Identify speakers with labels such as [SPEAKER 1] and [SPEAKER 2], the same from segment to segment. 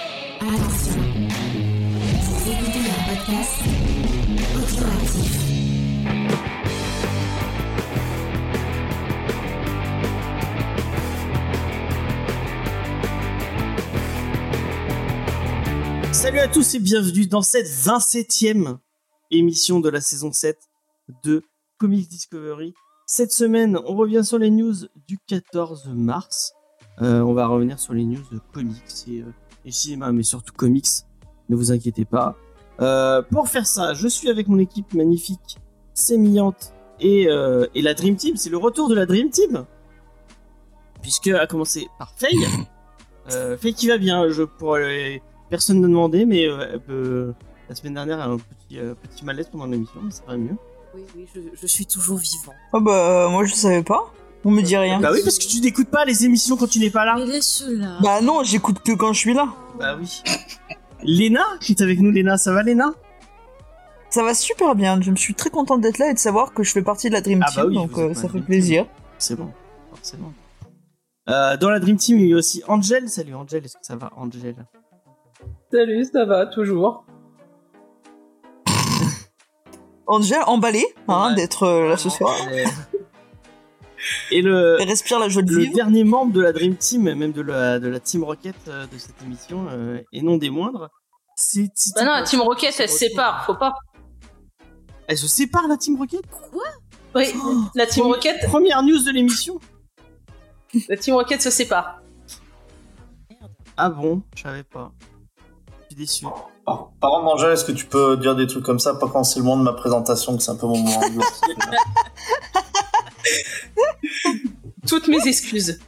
[SPEAKER 1] Attention, vous écoutez un podcast audioactif.
[SPEAKER 2] Salut à tous et bienvenue dans cette 27e émission de la saison 7 de Comics Discovery. Cette semaine, on revient sur les news du 14 mars. Euh, on va revenir sur les news de comics et, euh, et cinéma, mais surtout comics. Ne vous inquiétez pas. Euh, pour faire ça, je suis avec mon équipe magnifique, sémillante et, euh, et la Dream Team. C'est le retour de la Dream Team. Puisque a commencé par Faye. Euh, Faye qui va bien, je pourrais personne ne demandait, mais euh, elle peut- la semaine dernière, elle a un petit, euh, petit malaise pendant l'émission, mais ça va mieux.
[SPEAKER 3] Oui, oui, je, je suis toujours vivant. Euh,
[SPEAKER 4] Oh bah moi je savais pas. On me dit rien.
[SPEAKER 2] Bah oui, parce que tu n'écoutes pas les émissions quand tu n'es pas là.
[SPEAKER 3] Mais laisse-la.
[SPEAKER 4] Bah non, j'écoute que quand je suis là.
[SPEAKER 2] Bah oui. Léna, qui est avec nous, Léna, ça va Léna
[SPEAKER 4] Ça va super bien. Je me suis très contente d'être là et de savoir que je fais partie de la Dream
[SPEAKER 2] Ah bah
[SPEAKER 4] Team,
[SPEAKER 2] oui,
[SPEAKER 4] donc
[SPEAKER 2] vous êtes
[SPEAKER 4] euh,
[SPEAKER 2] pas
[SPEAKER 4] ça
[SPEAKER 2] la
[SPEAKER 4] fait
[SPEAKER 2] Dream
[SPEAKER 4] plaisir.
[SPEAKER 2] C'est bon, forcément. Euh, dans la Dream Team, il y a aussi Angel. Salut Angel, est-ce que ça va Angel
[SPEAKER 5] Salut, ça va, toujours.
[SPEAKER 4] Angèle emballée hein,
[SPEAKER 2] Ouais.
[SPEAKER 4] d'être euh, là ce soir.
[SPEAKER 2] Euh, Et le,
[SPEAKER 4] Elle respire la joie de
[SPEAKER 2] le
[SPEAKER 4] vivre.
[SPEAKER 2] dernier membre de la Dream Team, même de la, de la Team Rocket euh, de cette émission, euh, et non des moindres, c'est Titi.
[SPEAKER 5] Bah non, la Team Rocket, elle se sépare, faut pas.
[SPEAKER 2] Elle se Eh, sépare, la Team Rocket
[SPEAKER 3] Quoi
[SPEAKER 5] Oui,
[SPEAKER 2] Oh,
[SPEAKER 5] la Team
[SPEAKER 2] Promis-
[SPEAKER 5] Rocket,
[SPEAKER 2] Première news de l'émission.
[SPEAKER 5] la Team Rocket se sépare.
[SPEAKER 2] Ah bon, je savais pas. Je suis déçu.
[SPEAKER 6] Par par contre, Angèle, est-ce que tu peux dire des trucs comme ça, pas quand c'est le moment de ma présentation, que c'est un peu mon moment de gloire.
[SPEAKER 5] Toutes mes excuses.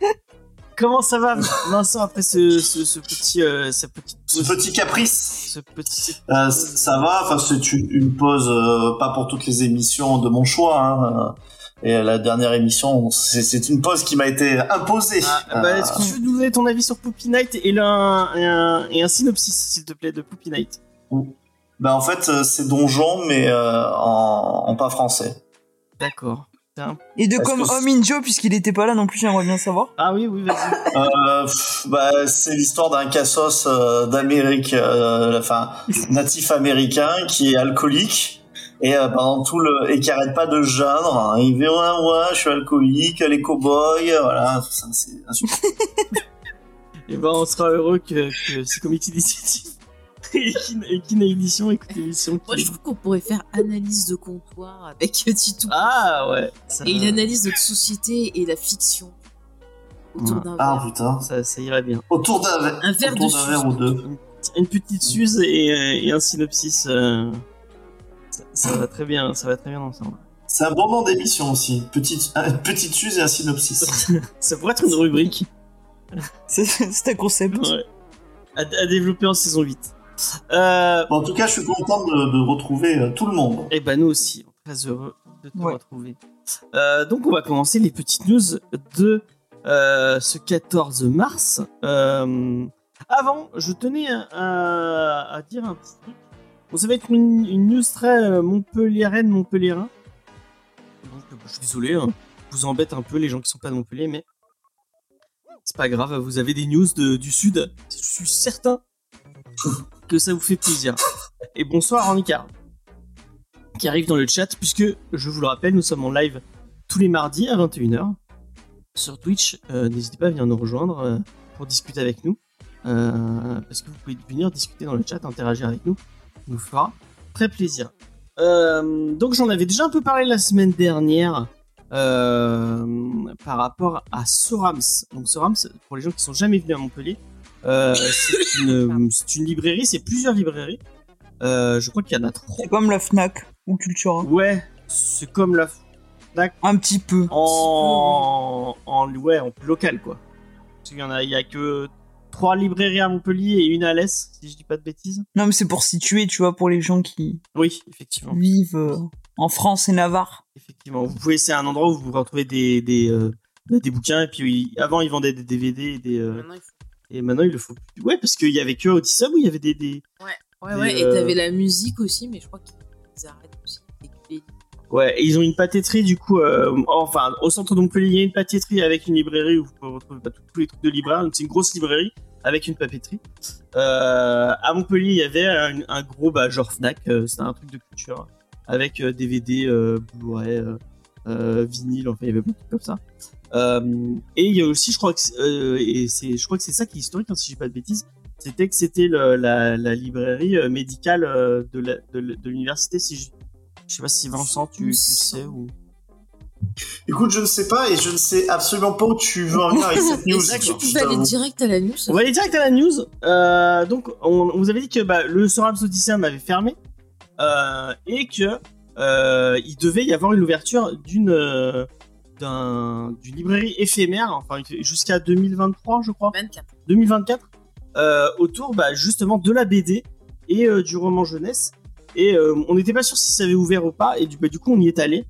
[SPEAKER 2] Comment ça va, Vincent, après ce, ce, ce petit, euh, cette petite
[SPEAKER 6] Ce
[SPEAKER 2] pause,
[SPEAKER 6] petit caprice,
[SPEAKER 2] ce petit-
[SPEAKER 6] euh, c- ça va, enfin, c'est une, une pause, euh, pas pour toutes les émissions de mon choix, hein, euh, et la dernière émission, c'est- c'est une pause qui m'a été imposée.
[SPEAKER 2] Ah, bah,
[SPEAKER 6] Euh,
[SPEAKER 2] Est-ce que tu veux nous donner ton avis sur Poopy Night et, le- un, et, un, et un synopsis, s'il te plaît, de Poopy Night
[SPEAKER 6] bah, en fait, euh, c'est donjon, mais euh, en, en pas français.
[SPEAKER 2] D'accord.
[SPEAKER 4] Et de
[SPEAKER 6] Parce
[SPEAKER 4] comme
[SPEAKER 6] que-
[SPEAKER 4] homme Injo puisqu'il était pas là non plus, j'aimerais bien savoir.
[SPEAKER 2] Ah oui, oui, vas-y.
[SPEAKER 6] Euh, pff, bah, c'est l'histoire d'un cassos euh, d'Amérique, euh, enfin natif américain qui est alcoolique et euh, pendant tout le et qui arrête pas de geindre. hein. Il fait ouais ouais, je suis alcoolique, les cowboys, euh, voilà, ça, c'est insupportable.
[SPEAKER 2] et ben, on sera heureux que, que ce comité d'initiative et qu'il et qu'il n'ait édition, écoute l'émission.
[SPEAKER 3] Moi, je trouve qu'on pourrait faire analyse de comptoir avec Titou.
[SPEAKER 2] Ah ouais. Ça,
[SPEAKER 3] Et une analyse de notre société et la fiction autour
[SPEAKER 2] Ouais.
[SPEAKER 3] d'un
[SPEAKER 6] Ah
[SPEAKER 3] verre.
[SPEAKER 6] putain,
[SPEAKER 2] ça, ça ira bien.
[SPEAKER 6] autour d'un verre,
[SPEAKER 3] Un verre
[SPEAKER 6] autour
[SPEAKER 3] de
[SPEAKER 6] d'un
[SPEAKER 3] suce.
[SPEAKER 6] verre ou deux.
[SPEAKER 2] une petite Suze et, euh, et un synopsis. euh, ça, ça va très bien, ça va très bien ensemble.
[SPEAKER 6] C'est un bon moment d'émission aussi. Petite un- petite suze et un synopsis.
[SPEAKER 2] ça pourrait être une rubrique
[SPEAKER 4] C'est- C'est un concept.
[SPEAKER 2] ouais, à, à développer en saison 8. Euh,
[SPEAKER 6] Bon, en tout cas, je suis content de, de retrouver euh, tout le monde.
[SPEAKER 2] et ben nous aussi, très heureux de te
[SPEAKER 4] Ouais.
[SPEAKER 2] retrouver. Euh, donc on va commencer les petites news de euh, ce 14 mars. Euh, avant, je tenais à, à dire un petit truc. Bon, ça va être une, une news très euh, montpelliéraine, montpelliérain. Donc, euh, je suis désolé, hein. je vous embête un peu les gens qui sont pas de Montpellier, mais c'est pas grave, vous avez des news de- du Sud. Je suis certain que ça vous fait plaisir. Et bonsoir Anicard, qui arrive dans le chat, puisque, je vous le rappelle, nous sommes en live tous les mardis à 21h sur Twitch. Euh, N'hésitez pas à venir nous rejoindre euh, pour discuter avec nous. Euh, parce que vous pouvez venir discuter dans le chat, interagir avec nous. Ça nous fera très plaisir. Euh, donc j'en avais déjà un peu parlé la semaine dernière euh, par rapport à Sorams. Donc Sorams, pour les gens qui sont jamais venus à Montpellier, euh, c'est une, c'est une librairie, c'est plusieurs librairies. Euh, je crois qu'il y en a trois.
[SPEAKER 4] C'est comme la Fnac ou Cultura.
[SPEAKER 2] Ouais, c'est comme la
[SPEAKER 4] Un petit peu.
[SPEAKER 2] en, en, ouais, en plus local quoi. Parce qu'il y en a, il y a que trois librairies à Montpellier et une à l'Est, si je dis pas de bêtises.
[SPEAKER 4] Non mais c'est pour situer, tu vois, pour les gens qui
[SPEAKER 2] Oui, effectivement,
[SPEAKER 4] vivent euh, en France et Navarre.
[SPEAKER 2] Mmh. effectivement. Vous pouvez, c'est un endroit où vous retrouvez des des, euh, des bouquins et puis oui, avant ils vendaient des DVD et des euh,
[SPEAKER 3] Maintenant, il faut-
[SPEAKER 2] et maintenant il le faut. plus. Ouais, parce qu'il y avait que Audisub où il y avait des, des
[SPEAKER 3] Ouais,
[SPEAKER 2] Des,
[SPEAKER 3] ouais, et
[SPEAKER 2] euh,
[SPEAKER 3] t'avais la musique aussi, mais je crois qu'ils arrêtent aussi. Et que les-
[SPEAKER 2] euh, ouais et ils ont une pâtisserie du coup euh, enfin au centre de Montpellier il y a une pâtisserie avec une librairie où vous pouvez retrouver bah, tous tous les trucs de libraire donc c'est une grosse librairie avec une papeterie. Euh, à Montpellier, il y avait un, un gros bah, genre Fnac, euh, c'était un truc de culture, avec euh, DVD, euh, Blu-ray, euh, euh, vinyle, enfin il y avait plein de trucs comme ça. Euh, et il y a aussi, je crois que c'est- euh, et c'est, je crois que c'est ça qui est historique, hein, si je dis pas de bêtises, c'était que c'était le- la, la librairie euh, médicale euh, de, la- de, l- de l'université. Si je, je sais pas si Vincent, tu, tu sais ou.
[SPEAKER 6] Écoute, je ne sais pas et je ne sais absolument pas où tu veux en venir avec cette news.
[SPEAKER 3] Est-ce que tu
[SPEAKER 6] je
[SPEAKER 3] pouvais aller
[SPEAKER 6] t'avoue.
[SPEAKER 3] direct à la news
[SPEAKER 2] On va aller direct à la news. Euh, donc, on, on vous avait dit que bah, le Soram Odysseum avait fermé euh, et que euh, il devait y avoir une ouverture d'une euh, d'un- d'une librairie éphémère, enfin jusqu'à 2023, je crois,
[SPEAKER 3] 24.
[SPEAKER 2] 2024, euh, autour bah, justement de la BD et euh, du roman jeunesse. Et euh, on n'était pas sûr si ça avait ouvert ou pas. Et du, bah, du coup, on y est allé.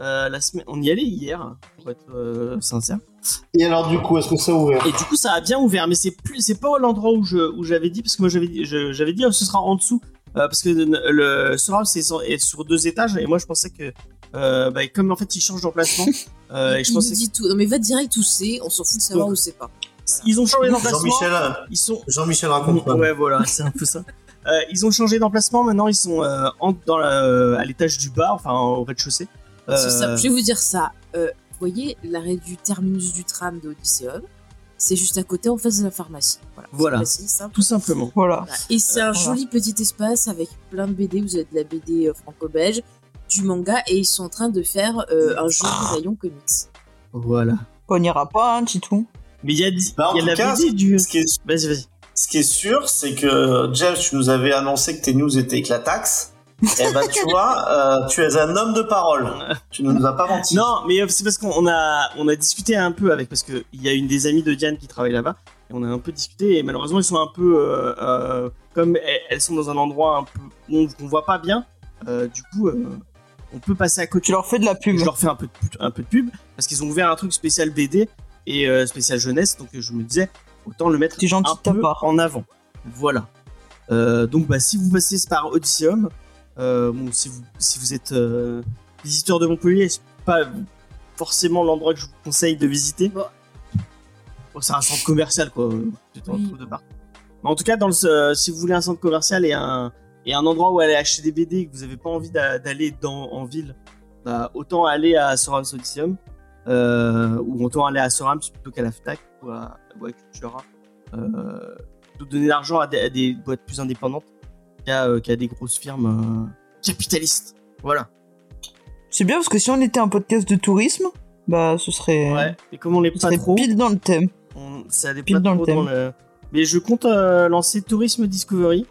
[SPEAKER 2] euh, la semaine, on y allait hier, pour être euh, sincère.
[SPEAKER 6] Et alors, du coup, est-ce que ça a ouvert
[SPEAKER 2] Et du coup, ça a bien ouvert, mais c'est plus, c'est pas l'endroit où je, où j'avais dit, parce que moi j'avais, dit- je- j'avais dit, oh, ce sera en dessous, euh, parce que le- le Sora c'est sur- est sur deux étages, et moi je pensais que, euh, bah, comme en fait ils changent d'emplacement, euh, et je
[SPEAKER 3] il nous
[SPEAKER 2] pensais,
[SPEAKER 3] dit tout. Non, mais va direct où c'est, on s'en fout de savoir
[SPEAKER 2] Donc,
[SPEAKER 3] où c'est pas.
[SPEAKER 2] ils ont changé d'emplacement,
[SPEAKER 6] Jean-Michel, euh,
[SPEAKER 2] ils sont,
[SPEAKER 6] Jean-Michel raconte pas.
[SPEAKER 2] ouais voilà, c'est un peu ça. Euh, ils ont changé d'emplacement, maintenant ils sont euh, en- dans la- euh, à l'étage du bas, enfin au rez-de-chaussée.
[SPEAKER 3] C'est ça,
[SPEAKER 2] Euh,
[SPEAKER 3] je vais vous dire ça. Euh, vous voyez, l'arrêt du terminus du tram de Odysseum, c'est juste à côté en face de la pharmacie. Voilà.
[SPEAKER 2] Voilà.
[SPEAKER 3] C'est facile, simple.
[SPEAKER 2] tout simplement.
[SPEAKER 4] Voilà.
[SPEAKER 3] Voilà. Et c'est un
[SPEAKER 4] voilà.
[SPEAKER 3] joli petit espace avec plein de BD. Vous avez de la BD euh, franco-belge, du manga, et ils sont en train de faire euh, un joli rayon comics.
[SPEAKER 2] Voilà.
[SPEAKER 4] On n'ira pas, hein, Titou.
[SPEAKER 2] Mais il y a, il
[SPEAKER 6] Bah, en
[SPEAKER 2] y a
[SPEAKER 6] tout
[SPEAKER 2] la
[SPEAKER 6] cas,
[SPEAKER 2] BD du.
[SPEAKER 6] Ce qui est,
[SPEAKER 2] Vas-y, vas-y.
[SPEAKER 6] ce qui est sûr, c'est que Jeff, tu nous avais annoncé que tes news étaient éclataxes. Eh ben, tu vois, euh, tu es un homme de parole. Tu ne nous as pas menti.
[SPEAKER 2] Non, mais euh, c'est parce qu'on on a, on a discuté un peu avec, parce qu'il y a une des amies de Diane qui travaille là-bas, et on a un peu discuté, et malheureusement, ils sont un peu. euh, euh, comme e- elles sont dans un endroit un peu où on- qu'on voit pas bien, euh, du coup, euh, on peut passer à côté.
[SPEAKER 4] Tu leur fais de la pub.
[SPEAKER 2] Je leur fais un peu de, pub- un peu de pub, parce qu'ils ont ouvert un truc spécial BD et euh, spécial jeunesse, donc euh, je me disais, autant le mettre
[SPEAKER 4] C'est gentil
[SPEAKER 2] un
[SPEAKER 4] de ta
[SPEAKER 2] peu
[SPEAKER 4] part.
[SPEAKER 2] en avant. Voilà. Euh, donc, bah, si vous passez par Odysseum, euh, bon, si, vous, si vous êtes euh, visiteur de Montpellier, c'est pas forcément l'endroit que je vous conseille de visiter.
[SPEAKER 3] Bon.
[SPEAKER 2] Bon, c'est un centre commercial, quoi. Tu t'en
[SPEAKER 3] Oui.
[SPEAKER 2] trouves de partout. Mais en tout cas, dans le, euh, si vous voulez un centre commercial et un, et un endroit où aller acheter des BD et que vous n'avez pas envie d'a- d'aller dans, en ville, bah, autant aller à Sorams Odysseum euh, ou autant aller à Sorams plutôt qu'à la FNAC ou à, ou à Cultura. Euh, de donner de l'argent à des, à des boîtes plus indépendantes qu'à euh, qu'à des grosses firmes euh, capitalistes. Voilà.
[SPEAKER 4] C'est bien parce que si on était un podcast de tourisme, bah ce serait,
[SPEAKER 2] Et comme on n'est
[SPEAKER 4] ce
[SPEAKER 2] pas
[SPEAKER 4] serait
[SPEAKER 2] trop,
[SPEAKER 4] pile dans le thème.
[SPEAKER 2] on- ça n'est
[SPEAKER 4] pile
[SPEAKER 2] pas
[SPEAKER 4] dans le
[SPEAKER 2] trop dans le. Mais je compte euh, lancer Tourisme Discovery,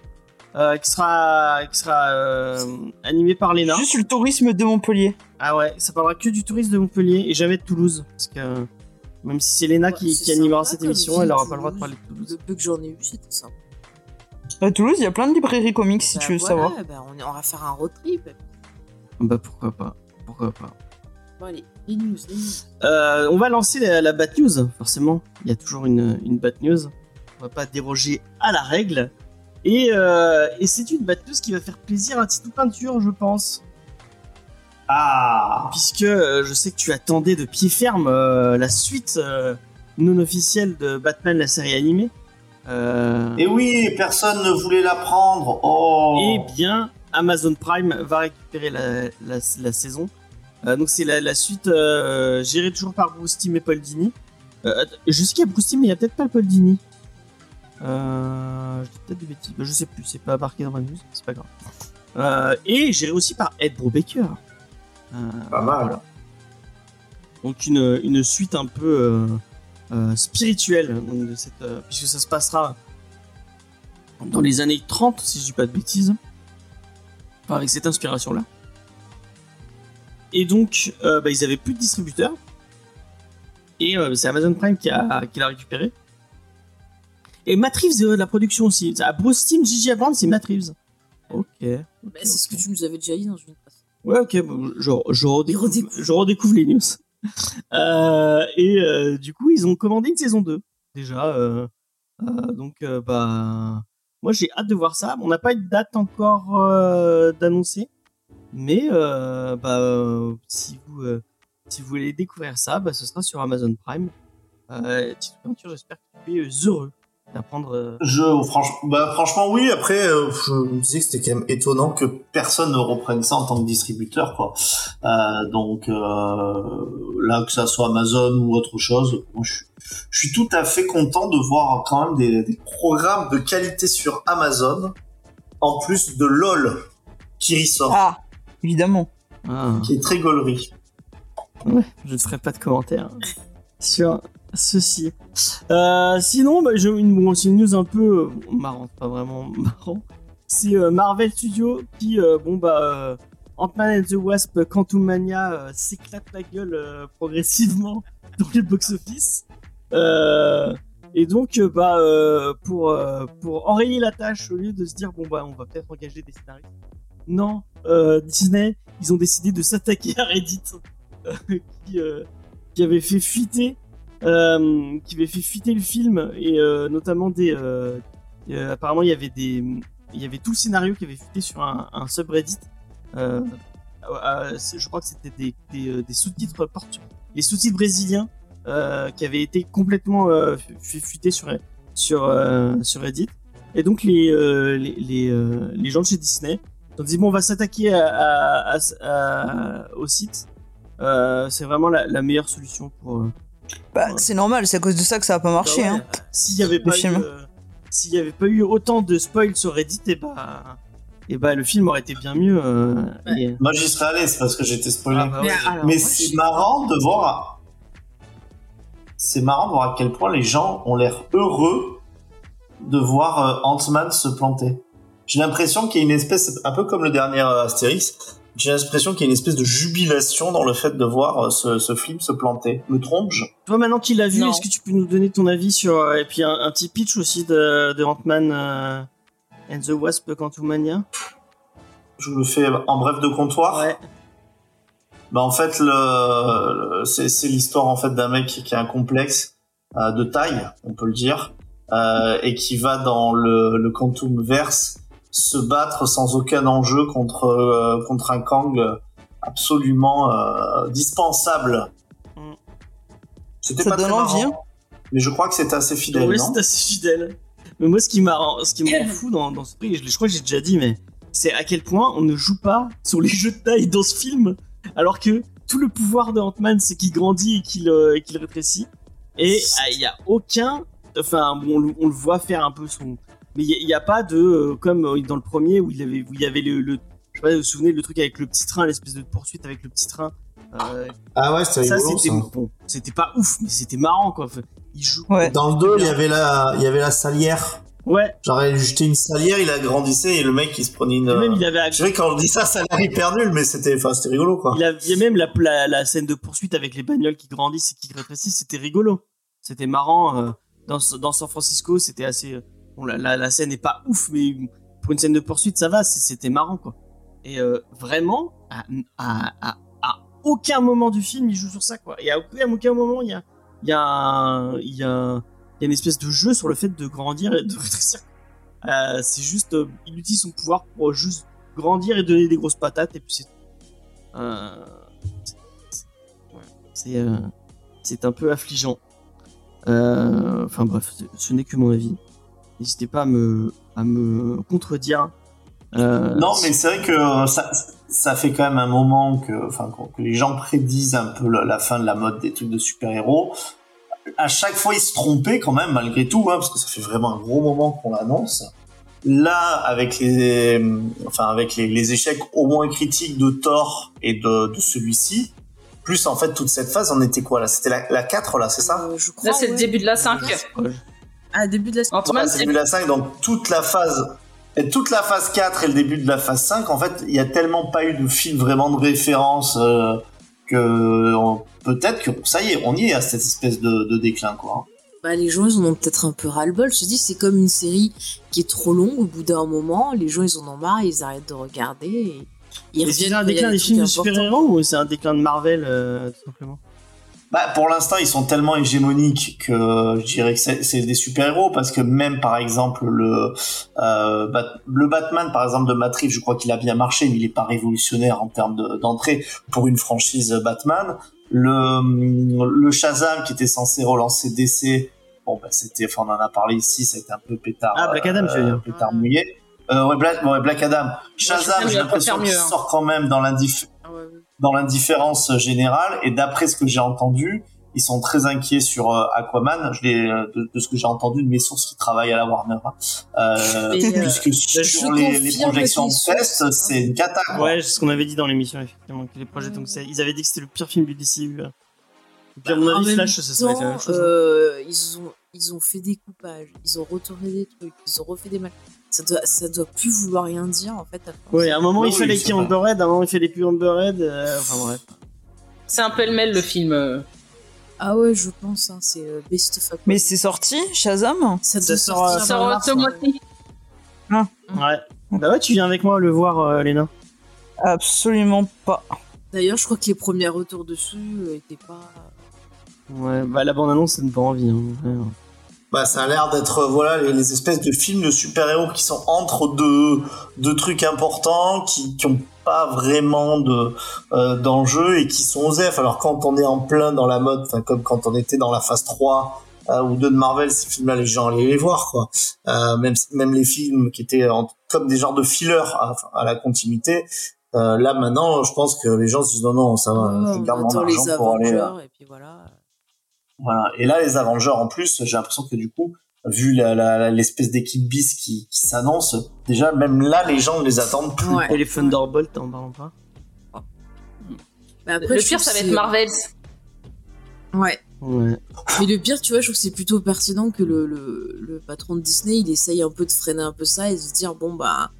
[SPEAKER 2] euh, qui sera, qui sera euh, animé par Léna.
[SPEAKER 4] Juste le tourisme de Montpellier.
[SPEAKER 2] Ah ouais, ça parlera que du tourisme de Montpellier et jamais de Toulouse. Parce que euh, même si c'est Léna
[SPEAKER 3] Ouais,
[SPEAKER 2] qui,
[SPEAKER 3] c'est
[SPEAKER 2] qui animera
[SPEAKER 3] sympa
[SPEAKER 2] cette
[SPEAKER 3] comme
[SPEAKER 2] émission,
[SPEAKER 3] ville,
[SPEAKER 2] elle n'aura pas le droit
[SPEAKER 3] Toulouse.
[SPEAKER 2] de parler de Toulouse.
[SPEAKER 3] Le peu que j'en ai vu, c'était ça.
[SPEAKER 4] À Toulouse, il y a plein de librairies comics si
[SPEAKER 3] Bah
[SPEAKER 4] tu veux
[SPEAKER 3] voilà,
[SPEAKER 4] savoir.
[SPEAKER 3] bah on, est- on va faire un road trip.
[SPEAKER 2] Bah pourquoi pas. Pourquoi pas.
[SPEAKER 3] Bon, allez, les news, les news.
[SPEAKER 2] Euh, on va lancer la, la Bat News, forcément. Il y a toujours une, une Bat News. On va pas déroger à la règle. Et, euh, et c'est une Bat News qui va faire plaisir à Titou Peinture, je pense.
[SPEAKER 6] Ah
[SPEAKER 2] Puisque euh, je sais que tu attendais de pied ferme euh, la suite euh, non officielle de Batman, la série animée. Euh,
[SPEAKER 6] Et oui, personne ne voulait la prendre. Oh
[SPEAKER 2] Eh bien, Amazon Prime va récupérer la, la- la saison. Euh, donc c'est la, la suite euh, gérée toujours par Bruce Timm et Paul Dini. Euh, att- je sais qu'il y a Bruce Timm, mais il n'y a peut-être pas le Paul Dini. Euh, je dis peut-être des bêtises. Bah, je sais plus, c'est pas marqué dans ma news, c'est pas grave. Euh, et gérée aussi par Ed Brubaker. Euh,
[SPEAKER 6] Pas mal.
[SPEAKER 2] donc une, une suite un peu euh, euh, spirituelle, donc de cette, euh, puisque ça se passera dans les années 30, si je dis pas de bêtises, Enfin, avec cette inspiration-là. Et donc, euh, bah, ils avaient plus de distributeur, et euh, c'est Amazon Prime qui, a, qui l'a récupéré. Et Matt Reeves est de la production aussi. Ah, Bruce Timm, Gigi Abrams, c'est Matt Reeves. Ok.
[SPEAKER 3] Bah, c'est ce que tu nous avais déjà dit dans une passée.
[SPEAKER 2] Ouais, ok, bon, je, je, redécouvre,
[SPEAKER 3] Il redécouvre.
[SPEAKER 2] je redécouvre les news. Euh, et euh, du coup, ils ont commandé une saison 2, déjà. euh, euh, donc, euh, bah, moi, j'ai hâte de voir ça. On n'a pas de date encore euh, d'annoncer. Mais, euh, bah, euh, si, vous, euh, si vous voulez découvrir ça, bah, ce sera sur Amazon Prime. Euh, Tito Peinture, j'espère que tu es heureux. d'apprendre. euh,
[SPEAKER 6] Je, franchement, bah, franchement, oui. Après, euh, je me disais que c'était quand même étonnant que personne ne reprenne ça en tant que distributeur, quoi. Euh, donc, euh, là, que ça soit Amazon ou autre chose, moi, je, suis- je suis tout à fait content de voir quand même des, des programmes de qualité sur Amazon, en plus de LOL qui y sort,
[SPEAKER 4] Ah, évidemment.
[SPEAKER 2] ah,
[SPEAKER 6] qui est très gaulerie.
[SPEAKER 2] ouais, je ne ferai pas de commentaires sur ceci. Euh, sinon, bah, j'ai une, bon, c'est une news un peu euh, marrante, pas vraiment marrant. C'est euh, Marvel Studios qui, euh, bon bah, euh, Ant-Man and the Wasp, Quantum Mania s'éclate la gueule euh, progressivement dans les box-office. Euh, et donc, euh, bah, euh, pour, euh, pour enrayer la tâche, au lieu de se dire, bon bah, on va peut-être engager des scénaristes. Non, euh, Disney, ils ont décidé de s'attaquer à Reddit, euh, qui, euh, qui avait fait fuiter euh, qui avait fait fuiter le film et euh, notamment des euh, euh, apparemment il y avait des il y avait tout le scénario qui avait fuité sur un, un subreddit euh, euh, c'est- je crois que c'était des, des, euh, des sous-titres portu- les sous-titres brésiliens euh, qui avaient été complètement euh, fu- fu- fuités sur sur euh, sur Reddit et donc les euh, les, les, euh, les gens de chez Disney ont dit bon on va s'attaquer à, à- à- à- au site Euh, c'est vraiment la, la meilleure solution pour euh,
[SPEAKER 4] Bah,
[SPEAKER 2] Ouais.
[SPEAKER 4] c'est normal, c'est à cause de ça que ça a pas marché.
[SPEAKER 2] bah ouais,
[SPEAKER 4] hein.
[SPEAKER 2] euh, S'il y avait pas eu,
[SPEAKER 4] film.
[SPEAKER 2] euh, s'il y avait pas eu autant de spoils sur Reddit, et bah, et bah le film aurait été bien mieux. euh, et-
[SPEAKER 6] Moi, j'y serais allé, c'est parce que j'étais spoilé.
[SPEAKER 2] Ah bah ouais.
[SPEAKER 6] Mais c'est marrant de voir. C'est marrant de voir à quel point les gens ont l'air heureux de voir euh, Ant-Man se planter. J'ai l'impression qu'il y a une espèce, un peu comme le dernier euh, Astérix, j'ai l'impression qu'il y a une espèce de jubilation dans le fait de voir euh, ce, ce film se planter. Me trompe-je
[SPEAKER 2] Toi maintenant qu'il l'a vu,
[SPEAKER 5] Non.
[SPEAKER 2] est-ce que tu peux nous donner ton avis sur euh, et puis un, un petit pitch aussi de, de Ant-Man euh, and the Wasp Quantumania
[SPEAKER 6] Je le fais en bref de comptoir. Bah en fait, le, le- c'est c'est l'histoire en fait d'un mec qui, qui a un complexe euh, de taille, on peut le dire, euh, et qui va dans le, le Quantum Verse se battre sans aucun enjeu contre euh, contre un Kang absolument euh, dispensable.
[SPEAKER 2] Mm.
[SPEAKER 6] C'était
[SPEAKER 4] Ça
[SPEAKER 6] pas
[SPEAKER 4] donne
[SPEAKER 6] très
[SPEAKER 4] envie, hein
[SPEAKER 6] marrant, mais je crois que c'était assez fidèle.
[SPEAKER 2] Oui,
[SPEAKER 6] non
[SPEAKER 2] c'est assez fidèle. Mais moi, ce qui m'arrange, ce qui m'en fout dans, dans ce prix, je, l'ai- je crois que j'ai déjà dit, mais c'est à quel point on ne joue pas sur les jeux de taille dans ce film, alors que tout le pouvoir de Ant-Man, c'est qu'il grandit et qu'il euh, et qu'il rétrécit. Et ah, il n'y a aucun. Enfin, bon, on, le- on le voit faire un peu son. Mais il n'y a, pas de. euh, comme euh, dans le premier où il avait, où il y avait le, le- Je sais pas, vous vous souvenez, le truc avec le petit train, l'espèce de poursuite avec le petit train. euh,
[SPEAKER 7] Ah ouais, c'était
[SPEAKER 2] ça,
[SPEAKER 7] rigolo.
[SPEAKER 2] c'était
[SPEAKER 7] ça.
[SPEAKER 6] hein.
[SPEAKER 2] bon. C'était pas ouf, mais c'était marrant, quoi. Enfin, il joue.
[SPEAKER 4] Ouais.
[SPEAKER 7] Dans le 2, il y avait la, il y avait la salière.
[SPEAKER 2] Ouais,
[SPEAKER 7] Genre, il jetait une salière.
[SPEAKER 6] Salière, il agrandissait et le mec il se prenait une.
[SPEAKER 2] Et même
[SPEAKER 6] euh,
[SPEAKER 2] il avait
[SPEAKER 6] Je sais quand je dis ça, ça a l'air hyper nul, mais c'était, enfin, c'était rigolo quoi.
[SPEAKER 2] il a- il y a même la, la, la scène de poursuite avec les bagnoles qui grandissent et qui rétrécissent, c'était rigolo. C'était marrant. euh, dans, dans San Francisco, c'était assez. euh, Bon, la, la, la scène n'est pas ouf, mais pour une scène de poursuite, ça va, c'est- c'était marrant quoi. Et euh, vraiment, à, à, à, à aucun moment du film, il joue sur ça quoi. Et à aucun, aucun moment, il y a, il y, a un- il y, a un- il y a une espèce de jeu sur le fait de grandir et de rétrécir. Euh, c'est juste, euh, il utilise son pouvoir pour juste grandir et donner des grosses patates et puis c'est euh, c'est- c'est- ouais, c'est euh, c'est un peu affligeant. Euh, Enfin bref, ce- ce n'est que mon avis. N'hésitez pas à me, à me contredire. Euh,
[SPEAKER 6] Non, mais c'est vrai que euh, ça, ça fait quand même un moment que, enfin, qu'on- que les gens prédisent un peu la, la fin de la mode des trucs de super-héros. À chaque fois, ils se trompaient quand même, malgré tout, hein, parce que ça fait vraiment un gros moment qu'on l'annonce. Là, avec les, euh, enfin, avec les, les échecs au moins critiques de Thor et de, de celui-ci, plus en fait toute cette phase, on était quoi là C'était la, la 4 là, c'est ça
[SPEAKER 3] Euh, je crois,
[SPEAKER 5] Là, c'est le
[SPEAKER 3] ouais.
[SPEAKER 5] début de la 5.
[SPEAKER 3] Ah, début de la semaine.
[SPEAKER 5] Ant-Man,
[SPEAKER 4] Bah,
[SPEAKER 6] Voilà, c'est le début de la 5, donc toute la phase. Et toute la phase 4 et le début de la phase 5, en fait, il y a tellement pas eu de film vraiment de référence euh, que on- peut-être que ça y est, on y est à cette espèce de, de déclin, quoi.
[SPEAKER 3] Bah, les gens, ils en ont peut-être un peu ras-le-bol. Je te dis, c'est comme une série qui est trop longue. Au bout d'un moment, les gens, ils en ont marre, ils arrêtent de regarder. Et... Ils
[SPEAKER 2] Et c'est
[SPEAKER 3] reviennent
[SPEAKER 2] un
[SPEAKER 3] quand il y a
[SPEAKER 2] déclin des films de
[SPEAKER 3] trucs importants.
[SPEAKER 2] super-héros ou c'est un déclin de Marvel euh, tout simplement
[SPEAKER 6] Bah, pour l'instant, ils sont tellement hégémoniques que euh, je dirais que c'est c'est des super-héros parce que même, par exemple, le, euh, Bat- le Batman, par exemple, de Matt Reeves, je crois qu'il a bien marché, mais il est pas révolutionnaire en termes de- d'entrée pour une franchise Batman. Le, le Shazam qui était censé relancer DC, Bon, bah, c'était, enfin, on en a parlé ici, c'était un peu pétard.
[SPEAKER 2] Ah, Black Adam,
[SPEAKER 6] euh,
[SPEAKER 2] je veux dire.
[SPEAKER 6] Pétard mouillé. Euh, ouais, Black, ouais, Black Adam.
[SPEAKER 5] Shazam,
[SPEAKER 6] Shazam,
[SPEAKER 5] il
[SPEAKER 6] j'ai
[SPEAKER 5] va pas
[SPEAKER 6] l'impression
[SPEAKER 5] faire
[SPEAKER 6] qu'il
[SPEAKER 5] mieux, hein. Ah
[SPEAKER 6] sort quand même dans l'indiff- dans l'indifférence générale. Et d'après ce que j'ai entendu, ils sont très inquiets sur euh, Aquaman. Je l'ai, euh, de, de ce que j'ai entendu de mes sources qui travaillent à la Warner. hein. Euh,
[SPEAKER 3] Mais, euh,
[SPEAKER 6] puisque
[SPEAKER 3] je
[SPEAKER 6] sur les, les
[SPEAKER 3] confirme
[SPEAKER 6] projections
[SPEAKER 3] tes sources, hein.
[SPEAKER 6] fest, c'est une cata. quoi.
[SPEAKER 2] Ouais, c'est ce qu'on avait dit dans l'émission, effectivement, que les projets, donc, c'est- ils avaient dit que c'était le pire film du DCU. hein. Et puis, à mon
[SPEAKER 3] En
[SPEAKER 2] avis,
[SPEAKER 3] Ah, même
[SPEAKER 2] Flash, ça serait été la même
[SPEAKER 3] temps,
[SPEAKER 2] chose. hein.
[SPEAKER 3] euh, ils, ont, ils ont fait des coupages, ils ont retourné des trucs, ils ont refait des mal. Ça doit, ça doit plus vouloir rien dire en fait. à force.
[SPEAKER 2] Ouais, hein. à un moment,
[SPEAKER 6] Oui,
[SPEAKER 2] il fait
[SPEAKER 6] oui,
[SPEAKER 2] les
[SPEAKER 6] c'est
[SPEAKER 2] petits
[SPEAKER 6] vrai.
[SPEAKER 2] Amberhead, à un moment, il fait les plus Amberhead. euh, enfin, bref.
[SPEAKER 5] C'est un pêle-mêle le film. euh.
[SPEAKER 3] Ah ouais, je pense, hein, c'est euh, Best of
[SPEAKER 4] Mais c'est sorti, Shazam
[SPEAKER 3] ça,
[SPEAKER 2] Ça
[SPEAKER 3] doit
[SPEAKER 2] sort,
[SPEAKER 3] sortir
[SPEAKER 2] euh,
[SPEAKER 3] dans
[SPEAKER 5] Ça aura
[SPEAKER 3] mars, hein.
[SPEAKER 5] automatique.
[SPEAKER 3] Mm.
[SPEAKER 2] Ouais.
[SPEAKER 6] Mm.
[SPEAKER 2] Bah ouais, tu viens avec moi le voir, euh, Léna.
[SPEAKER 4] Absolument pas.
[SPEAKER 3] D'ailleurs, je crois que les premiers retours dessus euh, étaient pas.
[SPEAKER 2] Ouais, bah la bande-annonce, ça donne pas envie. hein.
[SPEAKER 6] Bah, ça a l'air d'être euh, voilà les, les espèces de films de super-héros qui sont entre deux, deux trucs importants qui qui ont pas vraiment de euh, d'enjeu et qui sont aux F. Alors quand on est en plein dans la mode, enfin, comme quand on était dans la phase 3 euh, ou 2 de Marvel, ces films-là les gens allaient les voir quoi. Euh, même même les films qui étaient en- comme des genres de fillers à, à la continuité. euh, là maintenant, je pense que les gens se disent non non ça va,
[SPEAKER 3] Ouais,
[SPEAKER 6] je
[SPEAKER 3] on
[SPEAKER 6] garde mon
[SPEAKER 3] attend euh, les
[SPEAKER 6] argent pour aller. euh,
[SPEAKER 3] Avengers et puis voilà.
[SPEAKER 6] voilà. Et là, les Avengers, en plus, j'ai l'impression que du coup, vu la- la- la- l'espèce d'équipe bis qui, qui s'annonce, déjà, même là, les gens ne les attendent plus.
[SPEAKER 3] Ouais.
[SPEAKER 2] Et les Thunderbolt, en parlant pas.
[SPEAKER 3] Mais après,
[SPEAKER 5] Le
[SPEAKER 3] je
[SPEAKER 5] pire,
[SPEAKER 3] trouve
[SPEAKER 5] ça va
[SPEAKER 3] que
[SPEAKER 5] être
[SPEAKER 3] c'est-
[SPEAKER 5] Marvel.
[SPEAKER 3] Ouais.
[SPEAKER 2] Ouais.
[SPEAKER 3] Mais le pire, tu vois, je trouve que c'est plutôt pertinent que le, le, le patron de Disney, il essaye un peu de freiner un peu ça et de se dire, bon, bah,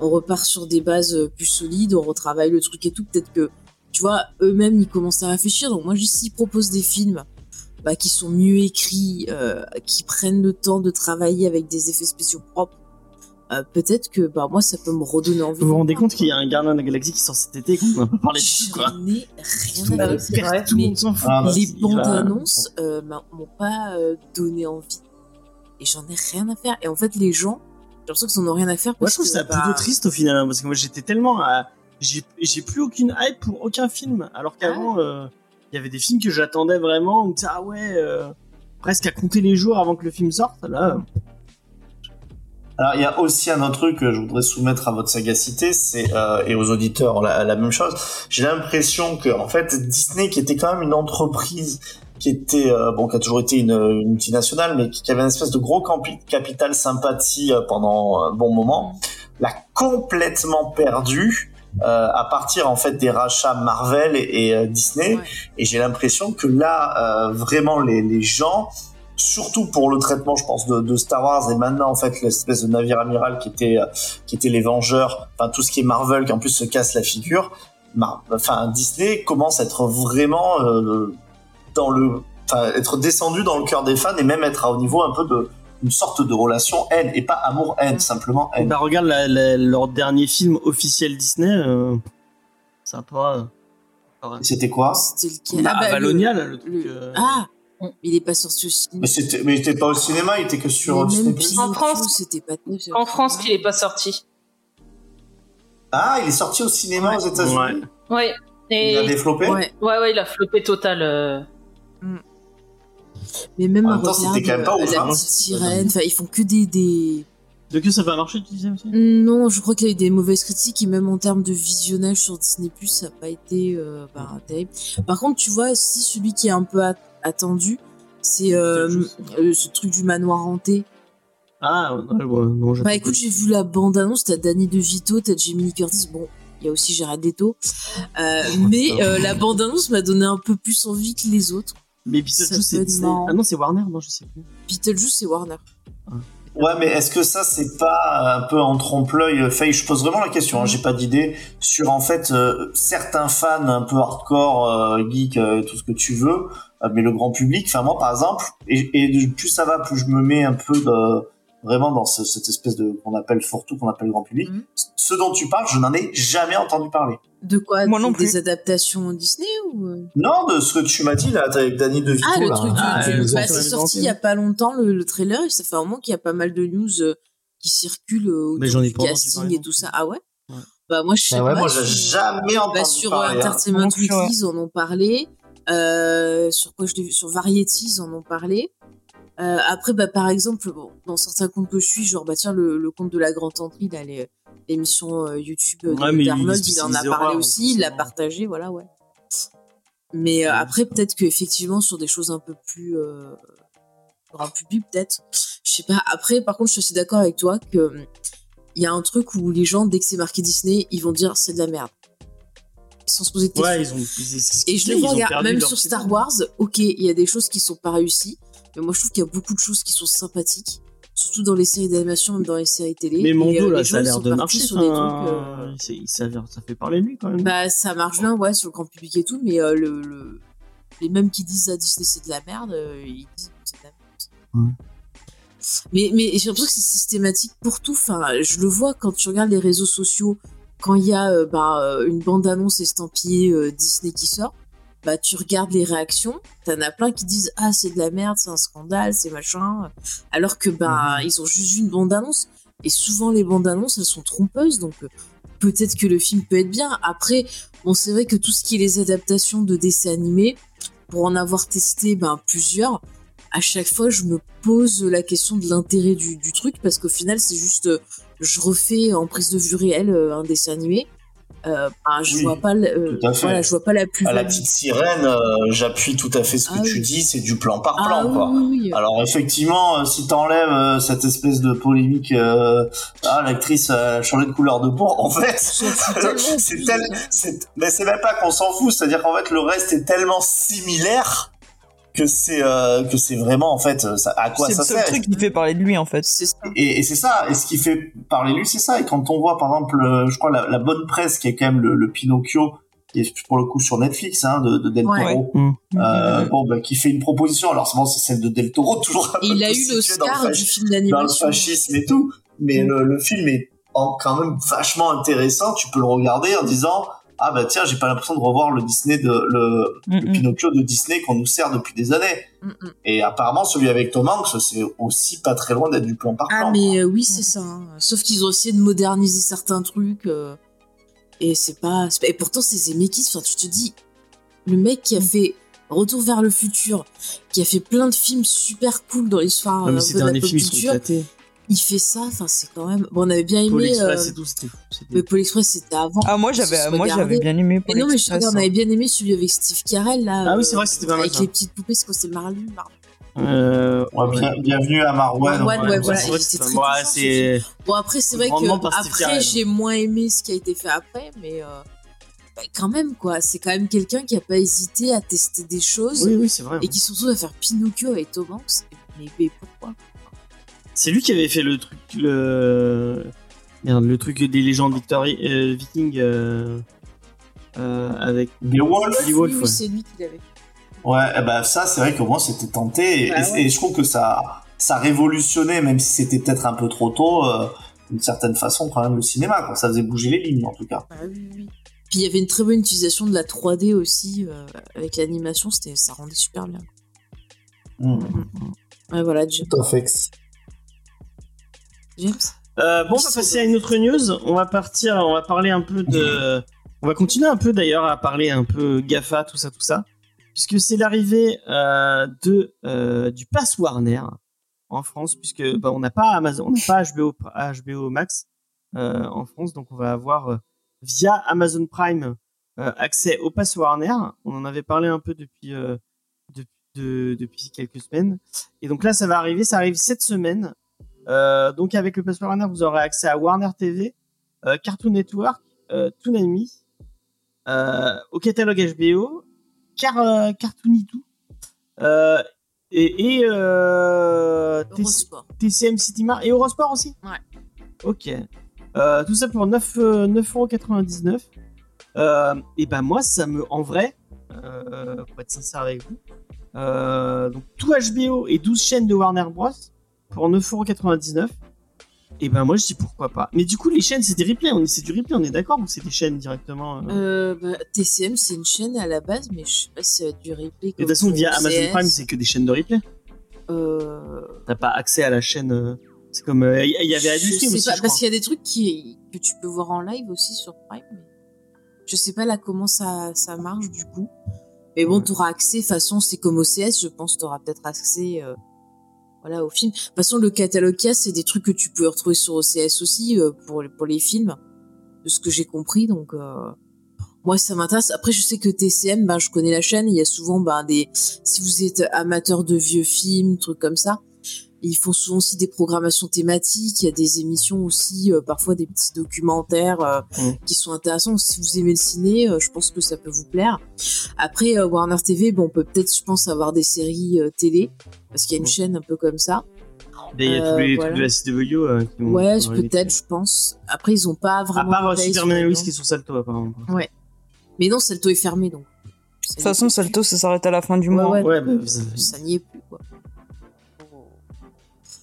[SPEAKER 3] on repart sur des bases euh, plus solides, on retravaille le truc et tout. Peut-être que, tu vois, eux-mêmes, ils commencent à réfléchir. Donc, moi, juste, s'ils proposent des films bah, qui sont mieux écrits, euh, qui prennent le temps de travailler avec des effets spéciaux propres, euh, peut-être que, bah, moi, ça peut me redonner envie.
[SPEAKER 2] Vous vous
[SPEAKER 3] de-
[SPEAKER 2] rendez compte qu'il y a un Gardien de la Galaxie qui sort cet été et qu'on a pas parlé dessus, quoi. Bah,
[SPEAKER 3] J'en ai rien
[SPEAKER 5] Ah
[SPEAKER 3] à
[SPEAKER 5] oui,
[SPEAKER 3] dire.
[SPEAKER 5] c'est vrai.
[SPEAKER 2] Tout le monde s'en fout.
[SPEAKER 6] Ah, bah,
[SPEAKER 3] bah, Les
[SPEAKER 2] Il
[SPEAKER 3] bandes
[SPEAKER 2] va-
[SPEAKER 3] annonces euh, m'a- m'ont pas euh, donné envie. Et j'en ai rien à faire. Et en fait, les gens, j'ai l'impression qu'ils en ont rien à faire.
[SPEAKER 2] Moi,
[SPEAKER 3] parce
[SPEAKER 2] je trouve
[SPEAKER 3] que,
[SPEAKER 2] ça
[SPEAKER 3] bah,
[SPEAKER 2] plutôt triste au final, hein, parce que moi, j'étais tellement à. J'ai j'ai plus aucune hype pour aucun film, alors
[SPEAKER 3] Ah.
[SPEAKER 2] qu'avant, euh, il y avait des films que j'attendais vraiment, où tu sais, ah ouais, euh, presque à compter les jours avant que le film sorte. Là, euh,
[SPEAKER 6] Alors, il y a aussi un autre truc que je voudrais soumettre à votre sagacité, c'est euh, et aux auditeurs la, la même chose. J'ai l'impression que en fait Disney, qui était quand même une entreprise qui était euh, bon, qui a toujours été une, une multinationale, mais qui, qui avait une espèce de gros campi- capital sympathie euh, pendant un bon moment, l'a complètement perdu euh, à partir en fait des rachats Marvel et, et, euh, Disney.
[SPEAKER 3] Ouais.
[SPEAKER 6] Et j'ai l'impression que là, euh, vraiment, les, les gens, surtout pour le traitement, je pense, de, de Star Wars, et maintenant, en fait, l'espèce de navire amiral qui était, euh, qui était les Vengeurs, enfin, tout ce qui est Marvel qui en plus se casse la figure, Mar- enfin, Disney commence à être vraiment euh, dans le. Enfin, être descendu dans le cœur des fans et même être à au niveau un peu de. Une sorte de relation haine, et pas amour-haine,
[SPEAKER 3] Mm.
[SPEAKER 6] simplement haine.
[SPEAKER 2] bah, regarde la- la- leur dernier film officiel Disney, euh, sympa. euh. Ouais.
[SPEAKER 6] C'était quoi
[SPEAKER 3] C'était lequel
[SPEAKER 2] Bah,
[SPEAKER 3] Ah le-
[SPEAKER 2] Valonia, là, le truc,
[SPEAKER 3] le-
[SPEAKER 2] euh,
[SPEAKER 3] Ah Il est pas sorti au cinéma.
[SPEAKER 6] Mais c'était, mais il était pas au cinéma, il était que sur
[SPEAKER 3] Mais
[SPEAKER 6] Disney+.
[SPEAKER 3] même Pinocchio,
[SPEAKER 5] En France-
[SPEAKER 3] c'était pas terrible.
[SPEAKER 5] En France, qu'il est pas sorti.
[SPEAKER 6] Ah, il est sorti au cinéma aux États-Unis.
[SPEAKER 2] Ouais.
[SPEAKER 5] Ouais.
[SPEAKER 6] Il
[SPEAKER 5] Et...
[SPEAKER 6] a développé.
[SPEAKER 3] Ouais.
[SPEAKER 5] Ouais, ouais, il a flopé total. euh.
[SPEAKER 3] Mais même
[SPEAKER 6] En
[SPEAKER 3] un
[SPEAKER 6] même temps, c'était quand même pas
[SPEAKER 3] la
[SPEAKER 6] ouf, hein.
[SPEAKER 3] petite sirène. Enfin, ils font que des, des.
[SPEAKER 2] Donc ça va marcher, tu disais aussi
[SPEAKER 3] Non, je crois qu'il y a eu des mauvaises critiques et même en termes de visionnage sur Disney+, ça n'a pas été euh, bah, terrible. Par contre, tu vois, si celui qui est un peu at- attendu, c'est euh, euh, ce truc du manoir hanté.
[SPEAKER 2] Ah, ouais, ouais, non, je.
[SPEAKER 3] Bah écoute, j'ai vu la bande-annonce, t'as Danny DeVito, t'as Jamie Lee Curtis, bon, il y a aussi Jared Leto, Euh, mais euh, la bande-annonce m'a donné un peu plus envie que les autres.
[SPEAKER 2] Mais Beetlejuice,
[SPEAKER 3] Ça peut
[SPEAKER 2] c'est
[SPEAKER 3] être
[SPEAKER 2] Disney.
[SPEAKER 3] marrant.
[SPEAKER 2] Ah non, c'est Warner, non, je sais plus.
[SPEAKER 3] Beetlejuice et Warner.
[SPEAKER 6] Ouais, mais est-ce que ça, c'est pas un peu en trompe-l'œil euh, Faye, je pose vraiment la question, hein, j'ai pas d'idée, sur en fait euh, certains fans un peu hardcore, euh, geek, euh, tout ce que tu veux, euh, mais le grand public, enfin moi par exemple, et, et de- plus ça va, plus je me mets un peu de- vraiment dans ce- cette espèce de qu'on appelle fourre-tout, qu'on appelle grand public,
[SPEAKER 3] Mhm.
[SPEAKER 6] ce dont tu parles, je n'en ai jamais entendu parler.
[SPEAKER 3] De quoi
[SPEAKER 4] Moi non
[SPEAKER 3] des- Des
[SPEAKER 4] plus.
[SPEAKER 3] adaptations Disney ou... euh
[SPEAKER 6] Non, de ce que tu m'as dit là, avec Danny DeVito.
[SPEAKER 3] Ah, le
[SPEAKER 6] là. hein,
[SPEAKER 3] truc du.
[SPEAKER 2] Ah,
[SPEAKER 3] du-
[SPEAKER 2] euh,
[SPEAKER 3] bah,
[SPEAKER 2] ils ont fait
[SPEAKER 3] c'est
[SPEAKER 2] un
[SPEAKER 3] sorti il
[SPEAKER 2] événement.
[SPEAKER 3] y a pas longtemps le, le trailer et ça fait un moment qu'il y a pas mal de news euh, qui circulent euh, autour
[SPEAKER 2] Mais j'en ai
[SPEAKER 3] du
[SPEAKER 2] pas entendu
[SPEAKER 3] casting
[SPEAKER 2] parler
[SPEAKER 3] et
[SPEAKER 2] non
[SPEAKER 3] tout
[SPEAKER 2] plus.
[SPEAKER 3] ça. Ah ouais,
[SPEAKER 2] Ouais.
[SPEAKER 3] Bah moi je sais
[SPEAKER 7] Bah ouais,
[SPEAKER 3] pas.
[SPEAKER 6] Moi,
[SPEAKER 3] sur-
[SPEAKER 6] j'ai jamais entendu
[SPEAKER 3] bah, sur euh,
[SPEAKER 6] parler. hein.
[SPEAKER 3] Entertainment
[SPEAKER 4] Non plus,
[SPEAKER 3] Weekly,
[SPEAKER 4] ouais.
[SPEAKER 3] ils en ont parlé. Euh, sur quoi je l'ai vu Sur Variety, ils en ont parlé. Euh, après, bah, par exemple, bon, dans certains comptes que je suis, genre, bah, tiens, le, le compte de la Grande Entrée, là, les- l'émission euh, YouTube euh,
[SPEAKER 2] Ouais, mais
[SPEAKER 3] de-
[SPEAKER 2] il est
[SPEAKER 3] d'Arnold, il, en a parlé
[SPEAKER 2] spécialisé horreur,
[SPEAKER 3] aussi, il l'a
[SPEAKER 2] forcément.
[SPEAKER 3] partagé, voilà, ouais. Mais euh, après, peut-être qu'effectivement, sur des choses un peu plus euh, grand public, peut-être, je sais pas. Après, par contre, je suis assez d'accord avec toi que hum, il y a un truc où les gens, dès que c'est marqué Disney, ils vont dire c'est de la merde. Sans se poser de questions.
[SPEAKER 2] Ouais, ils ont. ils- ils-
[SPEAKER 3] Et je le
[SPEAKER 2] ils
[SPEAKER 3] vois,
[SPEAKER 2] ont
[SPEAKER 3] regarde,
[SPEAKER 2] perdu
[SPEAKER 3] même
[SPEAKER 2] leur
[SPEAKER 3] sur
[SPEAKER 2] petit
[SPEAKER 3] Star
[SPEAKER 2] temps.
[SPEAKER 3] Wars, ok, il y a des choses qui sont pas réussies, mais moi je trouve qu'il y a beaucoup de choses qui sont sympathiques, surtout dans les séries d'animation, même dans les séries télé.
[SPEAKER 2] Mais
[SPEAKER 3] Et, euh,
[SPEAKER 2] Mondo, là,
[SPEAKER 3] les
[SPEAKER 2] ça a
[SPEAKER 3] gens
[SPEAKER 2] l'air
[SPEAKER 3] sont
[SPEAKER 2] de
[SPEAKER 3] partis
[SPEAKER 2] marcher.
[SPEAKER 3] sur des
[SPEAKER 2] enfin,
[SPEAKER 3] trucs, euh,
[SPEAKER 2] il s'est- il s'avère- ça fait parler de lui quand même.
[SPEAKER 3] Bah, ça marche bien, ouais, sur le grand public et tout, mais euh, le, le- les mêmes qui disent à Disney c'est de la merde, euh, ils disent c'est de la merde. Mais, mais j'ai l'impression que c'est systématique pour tout. Enfin, je le vois quand tu regardes les réseaux sociaux, quand il y a euh, bah, euh, une bande-annonce estampillée euh, Disney qui sort, bah, tu regardes les réactions, t'en as plein qui disent Ah, c'est de la merde, c'est un scandale, c'est machin. Alors que bah, ils ont juste vu une bande-annonce. Et souvent, les bandes-annonces, elles sont trompeuses. Donc, euh, peut-être que le film peut être bien. Après, bon, c'est vrai que tout ce qui est les adaptations de dessins animés, pour en avoir testé ben, plusieurs, à chaque fois, je me pose la question de l'intérêt du, du truc parce qu'au final, c'est juste, euh, je refais en prise de vue réelle euh, un dessin animé. Euh, ben, je
[SPEAKER 6] Oui,
[SPEAKER 3] vois pas, le- euh,
[SPEAKER 6] tout à fait.
[SPEAKER 3] voilà, je vois pas la plus.
[SPEAKER 6] À la petite sirène, euh, j'appuie tout à fait ce que
[SPEAKER 3] Ah
[SPEAKER 6] tu
[SPEAKER 3] oui.
[SPEAKER 6] dis, c'est du plan par plan,
[SPEAKER 3] ah, oui,
[SPEAKER 6] quoi.
[SPEAKER 3] oui, oui.
[SPEAKER 6] Alors effectivement, euh, si t'enlèves euh, cette espèce de polémique, euh, ah l'actrice a changé de couleur de peau, en fait, c'est tel- c'est- mais c'est même pas qu'on s'en fout, c'est-à-dire qu'en fait le reste est tellement similaire que c'est euh, que c'est vraiment en fait euh, ça, à quoi
[SPEAKER 4] C'est le
[SPEAKER 6] ça
[SPEAKER 4] seul
[SPEAKER 6] sert
[SPEAKER 4] truc qui fait parler de lui en fait.
[SPEAKER 3] C'est ça.
[SPEAKER 6] et, et c'est ça, et ce qui fait parler lui, c'est ça. Et quand on voit, par exemple, euh, je crois, la, la bonne presse, qui est quand même le, le Pinocchio, qui est pour le coup sur Netflix, hein, de, de Del
[SPEAKER 3] Ouais.
[SPEAKER 6] Toro,
[SPEAKER 2] Ouais. Mm.
[SPEAKER 6] euh, bon, bah, qui fait une proposition. Alors, c'est bon, c'est celle de Del Toro, toujours un
[SPEAKER 3] Et
[SPEAKER 6] peu
[SPEAKER 3] il a
[SPEAKER 6] plus
[SPEAKER 3] eu
[SPEAKER 6] située dans le
[SPEAKER 3] l'Oscar
[SPEAKER 6] fasc-
[SPEAKER 3] du film Mm.
[SPEAKER 6] dans le
[SPEAKER 3] d'animation.
[SPEAKER 6] fascisme et tout, mais le, le film est en- quand même vachement intéressant. Tu peux le regarder en disant ah bah tiens j'ai pas l'impression de revoir le Disney de le, le
[SPEAKER 4] Mm, mm.
[SPEAKER 6] Pinocchio de Disney qu'on nous sert depuis des années.
[SPEAKER 3] Mm, mm.
[SPEAKER 6] Et apparemment celui avec Tom Hanks c'est aussi pas très loin d'être du plan par plan.
[SPEAKER 3] Ah, mais euh, oui, c'est ça. hein. Sauf qu'ils ont essayé de moderniser certains trucs. euh, et c'est pas, c'est pas- Et pourtant, c'est Zemeckis. Enfin, tu te dis, le mec
[SPEAKER 4] Mm.
[SPEAKER 3] qui a fait Retour vers le futur, qui a fait plein de films super cool dans l'histoire
[SPEAKER 2] Non, mais
[SPEAKER 3] euh, un
[SPEAKER 2] ces
[SPEAKER 3] peu de la
[SPEAKER 2] derniers
[SPEAKER 3] pop
[SPEAKER 2] films, ils sont
[SPEAKER 3] culture,
[SPEAKER 2] éclatés.
[SPEAKER 3] il fait ça. Enfin, c'est quand même. Bon, on avait bien
[SPEAKER 2] Paul
[SPEAKER 3] aimé.
[SPEAKER 2] Express
[SPEAKER 3] euh,
[SPEAKER 2] et tout, c'était fou. c'était-
[SPEAKER 3] Mais Paul Express, c'était avant.
[SPEAKER 4] Ah moi
[SPEAKER 3] On
[SPEAKER 4] j'avais
[SPEAKER 3] se
[SPEAKER 4] moi j'avais
[SPEAKER 3] regardait.
[SPEAKER 4] bien aimé.
[SPEAKER 3] Mais
[SPEAKER 4] Paul
[SPEAKER 3] non, mais je
[SPEAKER 4] Express,
[SPEAKER 3] regarde, on
[SPEAKER 4] hein.
[SPEAKER 3] avait bien aimé celui avec Steve Carell, là.
[SPEAKER 2] Ah oui,
[SPEAKER 3] euh,
[SPEAKER 2] c'est vrai que c'était pas mal,
[SPEAKER 3] Avec
[SPEAKER 2] ça.
[SPEAKER 3] les petites poupées, c'est quoi C'est Marlu Marlu
[SPEAKER 2] Euh,
[SPEAKER 6] Ouais, bien- bienvenue à Marwan.
[SPEAKER 3] Marwan, ouais, voilà,
[SPEAKER 2] c'est vrai que
[SPEAKER 3] c'était
[SPEAKER 2] c'est-
[SPEAKER 3] très
[SPEAKER 2] ouais,
[SPEAKER 3] touchant, ce
[SPEAKER 2] c'est-
[SPEAKER 3] Bon après c'est vrai
[SPEAKER 2] Grandement
[SPEAKER 3] que
[SPEAKER 2] par Steve
[SPEAKER 3] après
[SPEAKER 2] Carell.
[SPEAKER 3] j'ai moins aimé ce qui a été fait après mais euh, bah, quand même quoi c'est quand même quelqu'un qui a pas hésité à tester des choses
[SPEAKER 2] Oui, oui, c'est vrai.
[SPEAKER 3] et qui surtout va faire Pinocchio avec Tom Hanks mais, mais pourquoi
[SPEAKER 2] C'est lui qui avait fait le truc. Le, Merde, le truc des légendes victori... euh, vikings euh, euh, avec
[SPEAKER 6] Beowulf.
[SPEAKER 2] Billy Wolf.
[SPEAKER 3] oui, oui,
[SPEAKER 2] ouais.
[SPEAKER 3] c'est lui qui l'avait fait.
[SPEAKER 6] Ouais, eh ben ça, c'est vrai que moi, c'était tenté. Et,
[SPEAKER 3] Bah
[SPEAKER 5] Ouais,
[SPEAKER 6] et-
[SPEAKER 5] ouais.
[SPEAKER 6] et je trouve que ça, ça révolutionnait, même si c'était peut-être un peu trop tôt, euh, d'une certaine façon, quand même, le cinéma. Quoi. Ça faisait bouger les lignes, en tout cas.
[SPEAKER 3] Ah, oui, oui. puis il y avait une très bonne utilisation de la 3D aussi euh, avec l'animation c'était ça rendait super bien
[SPEAKER 6] Mm.
[SPEAKER 3] ouais voilà James
[SPEAKER 7] Hmm. Tout à fait.
[SPEAKER 3] James
[SPEAKER 2] Euh, bon, on va passer à une autre news. On va partir, on va parler un peu de. On va continuer un peu d'ailleurs à parler un peu GAFA, tout ça, tout ça. Puisque c'est l'arrivée euh, de, euh, du Pass Warner en France, puisque bah, on n'a pas Amazon, on n'a pas HBO, pr- HBO Max euh, en France, donc on va avoir euh, via Amazon Prime euh, accès au Pass Warner. On en avait parlé un peu depuis, euh, de- de- depuis quelques semaines. Et donc là, ça va arriver, ça arrive cette semaine. Euh, donc avec le Pass Warner, vous aurez accès à Warner TV, euh, Cartoon Network, euh, Toonami, euh, au catalogue HBO, Car euh, Cartoonitou, euh, et, et euh, TC
[SPEAKER 3] Eurosport
[SPEAKER 2] TCM Cinéma et Eurosport aussi.
[SPEAKER 3] Ouais.
[SPEAKER 2] Ok. Euh, tout ça pour 9 euh, 9,99€. Euh, et ben moi, ça me, en vrai, euh, pour être sincère avec vous, euh, donc tout HBO et 12 chaînes de Warner Bros pour 9,99€. Et ben moi, je dis pourquoi pas. Mais du coup, les chaînes, c'est des replays. On est, c'est du replay, on est d'accord ou c'est des chaînes directement euh,
[SPEAKER 3] euh, bah, TCM c'est une chaîne à la base mais je sais pas si ça va être du replay
[SPEAKER 2] De toute façon, via Amazon
[SPEAKER 3] CS,
[SPEAKER 2] Prime, c'est que des chaînes de replay.
[SPEAKER 3] euh,
[SPEAKER 2] T'as pas accès à la chaîne. euh, C'est comme euh, il y, y avait
[SPEAKER 3] Je
[SPEAKER 2] Adult Swim
[SPEAKER 3] sais
[SPEAKER 2] aussi,
[SPEAKER 3] pas,
[SPEAKER 2] je
[SPEAKER 3] parce
[SPEAKER 2] crois.
[SPEAKER 3] qu'il y a des trucs qui, que tu peux voir en live aussi sur Prime. Mais je sais pas là comment ça, ça marche du coup. Mais bon,
[SPEAKER 2] Ouais.
[SPEAKER 3] t'auras accès, de toute façon, c'est comme OCS, je pense, t'auras peut-être accès euh, voilà, au film. De toute façon, le catalogue qu'il y a, c'est des trucs que tu peux retrouver sur OCS aussi euh, pour, les- pour les films, de ce que j'ai compris. Donc, euh, moi, ça m'intéresse. Après, je sais que TCM, ben, je connais la chaîne. Il y a souvent ben, des... Si vous êtes amateur de vieux films, trucs comme ça, ils font souvent aussi des programmations thématiques. Il y a des émissions aussi, euh, parfois des petits documentaires euh,
[SPEAKER 2] Mm.
[SPEAKER 3] qui sont intéressants. Si vous aimez le ciné, euh, je pense que ça peut vous plaire. Après, euh, Warner TV, bon, on peut peut-être, je pense, avoir des séries euh, télé, parce qu'il y a une
[SPEAKER 2] Mm.
[SPEAKER 3] chaîne un peu comme ça.
[SPEAKER 2] Il y a
[SPEAKER 3] Euh,
[SPEAKER 2] tous les
[SPEAKER 3] voilà.
[SPEAKER 2] trucs de la CW. euh, qui ont-
[SPEAKER 3] Ouais,
[SPEAKER 2] qui ont
[SPEAKER 3] peut-être, je pense. Après, ils ont pas
[SPEAKER 2] À
[SPEAKER 3] vraiment.
[SPEAKER 2] part euh,
[SPEAKER 3] travaillé sur
[SPEAKER 2] Superman
[SPEAKER 3] les
[SPEAKER 2] et Lois
[SPEAKER 3] gens.
[SPEAKER 2] qui sont salto, apparemment.
[SPEAKER 3] Mais non, Salto est fermé donc.
[SPEAKER 4] De toute façon, Salto, ça s'arrête à la fin du
[SPEAKER 3] Ouais,
[SPEAKER 4] mois.
[SPEAKER 3] ouais,
[SPEAKER 2] Ouais,
[SPEAKER 3] donc,
[SPEAKER 2] bah, ça-
[SPEAKER 3] ça n'y est plus quoi.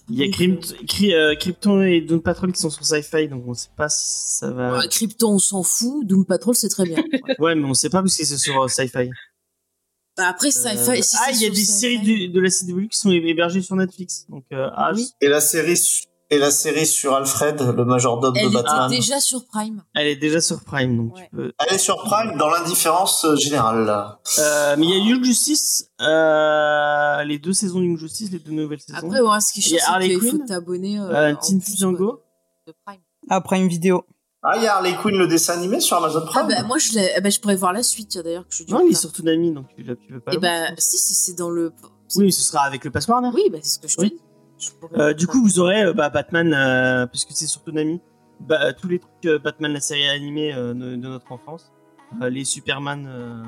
[SPEAKER 2] Il y a Crypt- Cry- euh, Krypton et Doom Patrol qui sont sur Sci-Fi, donc on sait pas si ça va.
[SPEAKER 3] Ouais, Krypton, on s'en fout. Doom Patrol, c'est très bien. Ouais.
[SPEAKER 2] Ouais, mais on sait pas parce que c'est sur euh, Sci-Fi.
[SPEAKER 3] Bah, Après, ça
[SPEAKER 2] Euh, ah, il y a des séries du- de, la CW qui sont hébergées sur Netflix. Donc, euh, ah,
[SPEAKER 3] Oui.
[SPEAKER 6] Et la série, su- et la série sur Alfred, le majordome
[SPEAKER 3] Elle
[SPEAKER 6] de
[SPEAKER 3] était
[SPEAKER 6] Batman.
[SPEAKER 3] déjà sur Prime.
[SPEAKER 2] elle est déjà sur Prime, donc
[SPEAKER 3] Ouais.
[SPEAKER 2] tu peux.
[SPEAKER 6] Elle est sur Prime dans l'indifférence euh, générale. là.
[SPEAKER 2] Euh, mais il y a Young Justice, euh, les deux saisons de Young Justice, les deux nouvelles saisons.
[SPEAKER 3] Après, ouais, ce qui est
[SPEAKER 2] Il y
[SPEAKER 3] chiant,
[SPEAKER 2] a
[SPEAKER 3] c'est
[SPEAKER 2] Harley
[SPEAKER 3] qu'il faut
[SPEAKER 2] Quinn,
[SPEAKER 3] t'abonner. Euh,
[SPEAKER 2] euh,
[SPEAKER 3] en
[SPEAKER 2] Teen
[SPEAKER 3] plus,
[SPEAKER 2] Django.
[SPEAKER 3] quoi, de Prime.
[SPEAKER 4] Après une vidéo.
[SPEAKER 6] Ah, il y a Harley Quinn, le dessin animé sur Amazon
[SPEAKER 3] Ah
[SPEAKER 6] Prime.
[SPEAKER 3] bah moi je, l'ai- ah, bah, je pourrais voir la suite d'ailleurs que je
[SPEAKER 2] non, il est sur Toonami, donc tu, tu peux pas.
[SPEAKER 3] Et
[SPEAKER 2] le voir.
[SPEAKER 3] bah si si c'est dans le.
[SPEAKER 2] Oui, mais ce sera avec le passoire.
[SPEAKER 3] Oui bah c'est ce que je te
[SPEAKER 2] Oui.
[SPEAKER 3] dis. Je pourrais-
[SPEAKER 2] Euh, du coup, vous aurez euh, bah, Batman, euh, puisque c'est sur Toonami, bah, euh, tous les trucs euh, Batman, la série animée euh, de, de notre enfance, Euh, les Superman. euh,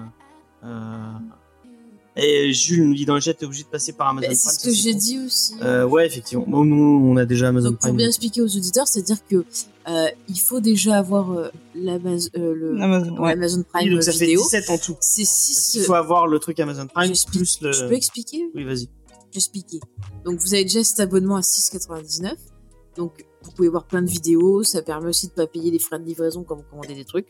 [SPEAKER 2] euh, Et Jules nous dit dans le chat, t'es obligé de passer par Amazon
[SPEAKER 3] Bah,
[SPEAKER 2] Prime.
[SPEAKER 3] c'est ce
[SPEAKER 2] ça,
[SPEAKER 3] que j'ai
[SPEAKER 2] con.
[SPEAKER 3] dit aussi.
[SPEAKER 2] Euh, ouais, effectivement. Bon, nous, on a déjà Amazon
[SPEAKER 3] Donc, pour
[SPEAKER 2] Prime.
[SPEAKER 3] bien expliquer aux auditeurs, c'est-à-dire que euh, il faut déjà avoir euh, l'Amaz- euh, le-
[SPEAKER 4] Amazon, ouais.
[SPEAKER 3] l'Amazon
[SPEAKER 2] Oui,
[SPEAKER 3] Prime
[SPEAKER 2] donc ça fait
[SPEAKER 3] vidéo.
[SPEAKER 2] 17 en tout.
[SPEAKER 3] C'est
[SPEAKER 2] Il
[SPEAKER 3] 6.
[SPEAKER 2] faut avoir le truc Amazon Prime
[SPEAKER 3] J'explique.
[SPEAKER 2] plus le.
[SPEAKER 3] Je peux expliquer
[SPEAKER 2] Oui, vas-y.
[SPEAKER 3] Je vais expliquer. Donc vous avez déjà cet abonnement à 6,99. Donc vous pouvez voir plein de vidéos. Ça permet aussi de ne pas payer les frais de livraison quand vous commandez des trucs.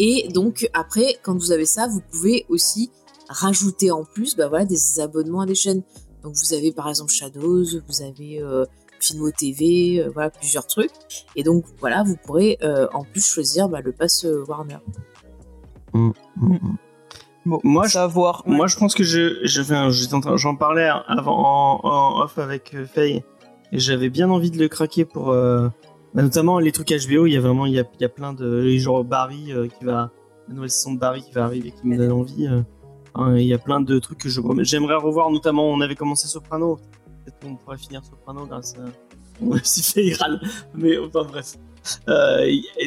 [SPEAKER 3] Et donc après, quand vous avez ça, vous pouvez aussi rajouter en plus bah voilà, des abonnements à des chaînes. Donc vous avez par exemple Shadows, vous avez euh, Filmo TV, euh, voilà plusieurs trucs. Et donc voilà, vous pourrez euh, en plus choisir bah, le pass euh, Warner.
[SPEAKER 4] Bon,
[SPEAKER 2] Moi,
[SPEAKER 4] ça à voir.
[SPEAKER 2] Moi, je pense que je, je- enfin, j'étais en train- j'en parlais avant en, en off avec euh, Faye, et j'avais bien envie de le craquer pour, euh, bah, notamment les trucs HBO. Il y a vraiment, il y a, il y a plein de les genres Barry euh, qui va, la nouvelle saison de Barry qui va arriver, qui me donne envie. euh. Hein, Il y a plein de trucs que je- j'aimerais revoir, notamment on avait commencé Soprano. Peut-être qu'on pourrait finir Soprano grâce à. Bon, même si Faye râle, mais enfin bref. Euh, Il y, a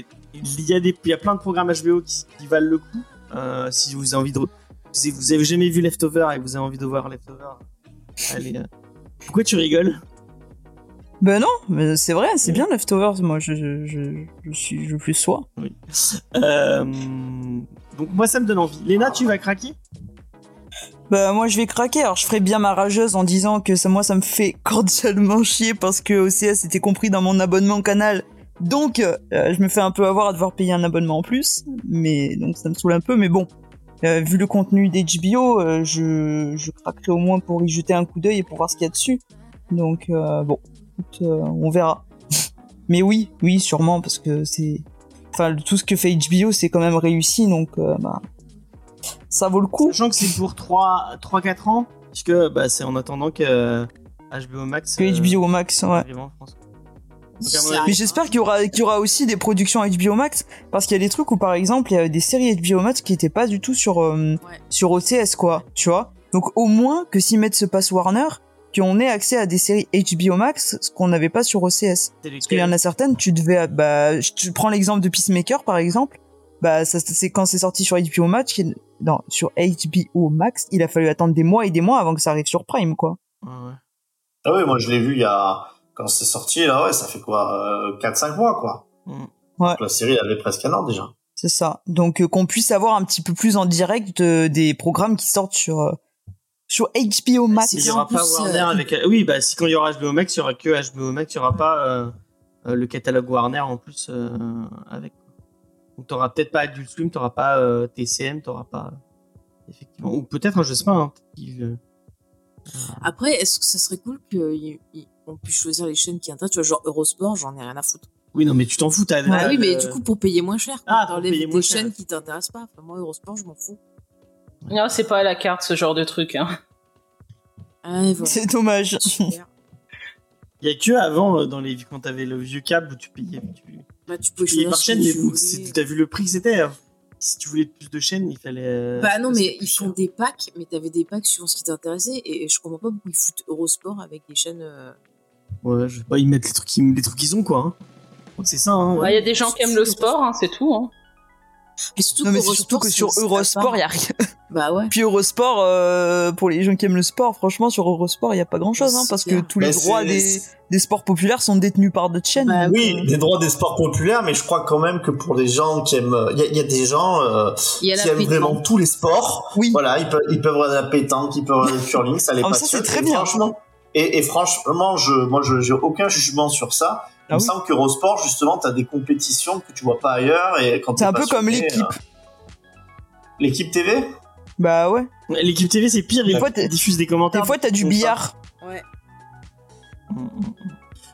[SPEAKER 2] des, il y a plein de programmes HBO qui, qui valent le coup. Euh, si vous avez envie de si vous avez jamais vu Leftover et que vous avez envie de voir Leftover, allez. euh. Pourquoi tu rigoles
[SPEAKER 4] Ben non, mais c'est vrai, c'est
[SPEAKER 2] Ouais.
[SPEAKER 4] bien Leftovers. Moi, je, je, je, je suis, je fais soi.
[SPEAKER 2] Euh, Donc moi ça me donne envie. Léna, tu vas craquer
[SPEAKER 4] Bah moi je vais craquer, alors je ferai bien ma rageuse en disant que ça, moi ça me fait cordialement chier parce que OCS était compris dans mon abonnement canal. Donc euh, je me fais un peu avoir à devoir payer un abonnement en plus, mais donc ça me saoule un peu, mais bon. Euh, vu le contenu d'HBO, euh, je, je craquerai au moins pour y jeter un coup d'œil et pour voir ce qu'il y a dessus. Donc euh, bon, écoute, euh, on verra. mais oui, oui sûrement parce que c'est... Enfin le- tout ce que fait HBO c'est quand même réussi, donc euh, bah, ça vaut le coup.
[SPEAKER 2] Sachant que c'est pour 3 3-4 ans, puisque bah, c'est en attendant que euh, HBO Max.
[SPEAKER 4] Que
[SPEAKER 2] euh,
[SPEAKER 4] HBO Max, ouais.
[SPEAKER 2] arrive en France. Donc, à mon
[SPEAKER 3] Ça
[SPEAKER 2] avis-
[SPEAKER 4] Mais j'espère qu'il y aura, qu'il y aura aussi des productions HBO Max, parce qu'il y a des trucs où, par exemple, il y a des séries HBO Max qui n'étaient pas du tout sur, euh,
[SPEAKER 3] Ouais.
[SPEAKER 4] sur OCS, quoi, tu vois. Donc, au moins que s'ils mettent ce pass Warner, qu'on ait accès à des séries HBO Max, ce qu'on n'avait pas sur OCS.
[SPEAKER 2] c'est
[SPEAKER 4] Parce qu'il y en a certaines, tu devais, bah, je- tu prends l'exemple de Peacemaker, par exemple, bah, ça, c'est quand c'est sorti sur HBO Max, qu'il- non, sur HBO Max, il a fallu attendre des mois et des mois avant que ça arrive sur Prime, quoi.
[SPEAKER 2] Ouais, ouais.
[SPEAKER 6] Ah oui, moi je l'ai vu il y a quand c'est sorti là, ouais, ça fait quoi, euh, 4-5 mois quoi.
[SPEAKER 2] Mm.
[SPEAKER 4] Ouais.
[SPEAKER 6] Donc La série elle avait presque un an déjà.
[SPEAKER 4] C'est ça. Donc euh, qu'on puisse avoir un petit peu plus en direct euh, des programmes qui sortent sur euh, sur HBO Max.
[SPEAKER 3] Ah, C'est
[SPEAKER 2] Il n'y
[SPEAKER 3] bien, en
[SPEAKER 2] aura pas
[SPEAKER 3] plus,
[SPEAKER 2] Warner
[SPEAKER 3] euh,
[SPEAKER 2] avec. Oui, bah si quand il y aura HBO Max, il y aura que HBO Max, il n'y aura pas euh, euh, le catalogue Warner en plus euh, avec. Donc t'auras peut-être pas Adult Swim, t'auras pas euh, TCM, t'auras pas. Effectivement. Ou peut-être, hein, je sais pas. hein, peut-être qu'ils, euh,
[SPEAKER 3] Après, est-ce que ça serait cool qu'on puisse choisir les chaînes qui intéressent Tu vois, genre Eurosport, j'en ai rien à foutre.
[SPEAKER 2] Oui, non, mais tu t'en fous. t'as-
[SPEAKER 3] Ah
[SPEAKER 2] t'as
[SPEAKER 3] oui,
[SPEAKER 2] le-
[SPEAKER 3] mais du coup, pour payer moins cher,
[SPEAKER 2] Euh, Ah,
[SPEAKER 3] ah,
[SPEAKER 2] pour
[SPEAKER 3] t'enlèves
[SPEAKER 2] payer
[SPEAKER 3] des
[SPEAKER 2] moins cher.
[SPEAKER 3] chaînes qui t'intéressent pas. Enfin, moi, Eurosport, je m'en fous.
[SPEAKER 5] Non, c'est pas à la carte ce genre de truc. hein.
[SPEAKER 3] Ah, et voilà.
[SPEAKER 4] C'est dommage.
[SPEAKER 3] Super.
[SPEAKER 2] Il y a que avant, euh, dans les, quand t'avais le vieux câble où tu payais, tu,
[SPEAKER 3] Bah, tu peux
[SPEAKER 2] tu payais
[SPEAKER 3] choisir
[SPEAKER 2] par
[SPEAKER 3] ce que
[SPEAKER 2] chaîne, mais
[SPEAKER 3] tu
[SPEAKER 2] vous,
[SPEAKER 3] voulais.
[SPEAKER 2] c'est- t'as vu le prix que c'était. hein. Si tu voulais plus de chaînes, il fallait. euh,
[SPEAKER 3] Bah non, mais
[SPEAKER 2] c'était
[SPEAKER 3] ils
[SPEAKER 2] plus
[SPEAKER 3] font
[SPEAKER 2] cher.
[SPEAKER 3] des packs, mais t'avais des packs suivant ce qui t'intéressait, et je comprends pas pourquoi ils foutent Eurosport avec des chaînes. euh,
[SPEAKER 2] Ouais, je sais pas, ils mettent les trucs qu'ils les trucs qu'ils ont, quoi. hein. Je crois que C'est ça, hein.
[SPEAKER 5] Il
[SPEAKER 2] ouais.
[SPEAKER 5] y a des gens qui aiment le sport, hein, c'est tout. Hein.
[SPEAKER 3] Mais surtout,
[SPEAKER 4] Non, mais c'est
[SPEAKER 3] qu'Eurosport,
[SPEAKER 4] surtout que
[SPEAKER 3] c'est
[SPEAKER 4] sur
[SPEAKER 3] une site à
[SPEAKER 4] Eurosport,
[SPEAKER 3] part.
[SPEAKER 4] il y a rien.
[SPEAKER 3] Bah ouais.
[SPEAKER 4] Puis Eurosport, euh, pour les gens qui aiment le sport, franchement, sur Eurosport, il n'y a pas grand chose, hein,
[SPEAKER 3] Bah, C'est
[SPEAKER 4] parce que
[SPEAKER 3] clair.
[SPEAKER 4] tous les
[SPEAKER 6] Mais
[SPEAKER 4] droits
[SPEAKER 6] Bah, c'est-
[SPEAKER 4] des, des sports populaires sont détenus par d'autres chaînes.
[SPEAKER 3] Bah
[SPEAKER 4] donc,
[SPEAKER 6] Oui,
[SPEAKER 4] euh,
[SPEAKER 6] des droits des sports populaires, mais je crois quand même que pour les gens qui aiment, il y, a- il y a des gens euh,
[SPEAKER 3] Il y a
[SPEAKER 6] qui aiment vraiment tous les sports.
[SPEAKER 4] oui.
[SPEAKER 6] Voilà, ils peuvent, ils peuvent regarder la pétanque, ils peuvent regarder le curling, ça les
[SPEAKER 4] Ah, mais ça,
[SPEAKER 6] passionne.
[SPEAKER 4] c'est très
[SPEAKER 6] Et
[SPEAKER 4] bien.
[SPEAKER 6] Franchement, et, et franchement, je, moi, je, j'ai aucun jugement sur ça. Il
[SPEAKER 4] Ah
[SPEAKER 6] me
[SPEAKER 4] oui.
[SPEAKER 6] semble qu'Eurosport, justement, t'as des compétitions que tu vois pas ailleurs et quand
[SPEAKER 4] C'est
[SPEAKER 6] t'es
[SPEAKER 4] un peu comme
[SPEAKER 6] passionné,
[SPEAKER 4] l'équipe.
[SPEAKER 6] euh, l'équipe TV.
[SPEAKER 4] Bah ouais.
[SPEAKER 2] L'équipe TV, c'est pire,
[SPEAKER 4] Des
[SPEAKER 2] ils
[SPEAKER 4] fois, t'es-
[SPEAKER 2] diffusent des commentaires.
[SPEAKER 4] Des fois, t'as du
[SPEAKER 2] Comme ça.
[SPEAKER 4] billard.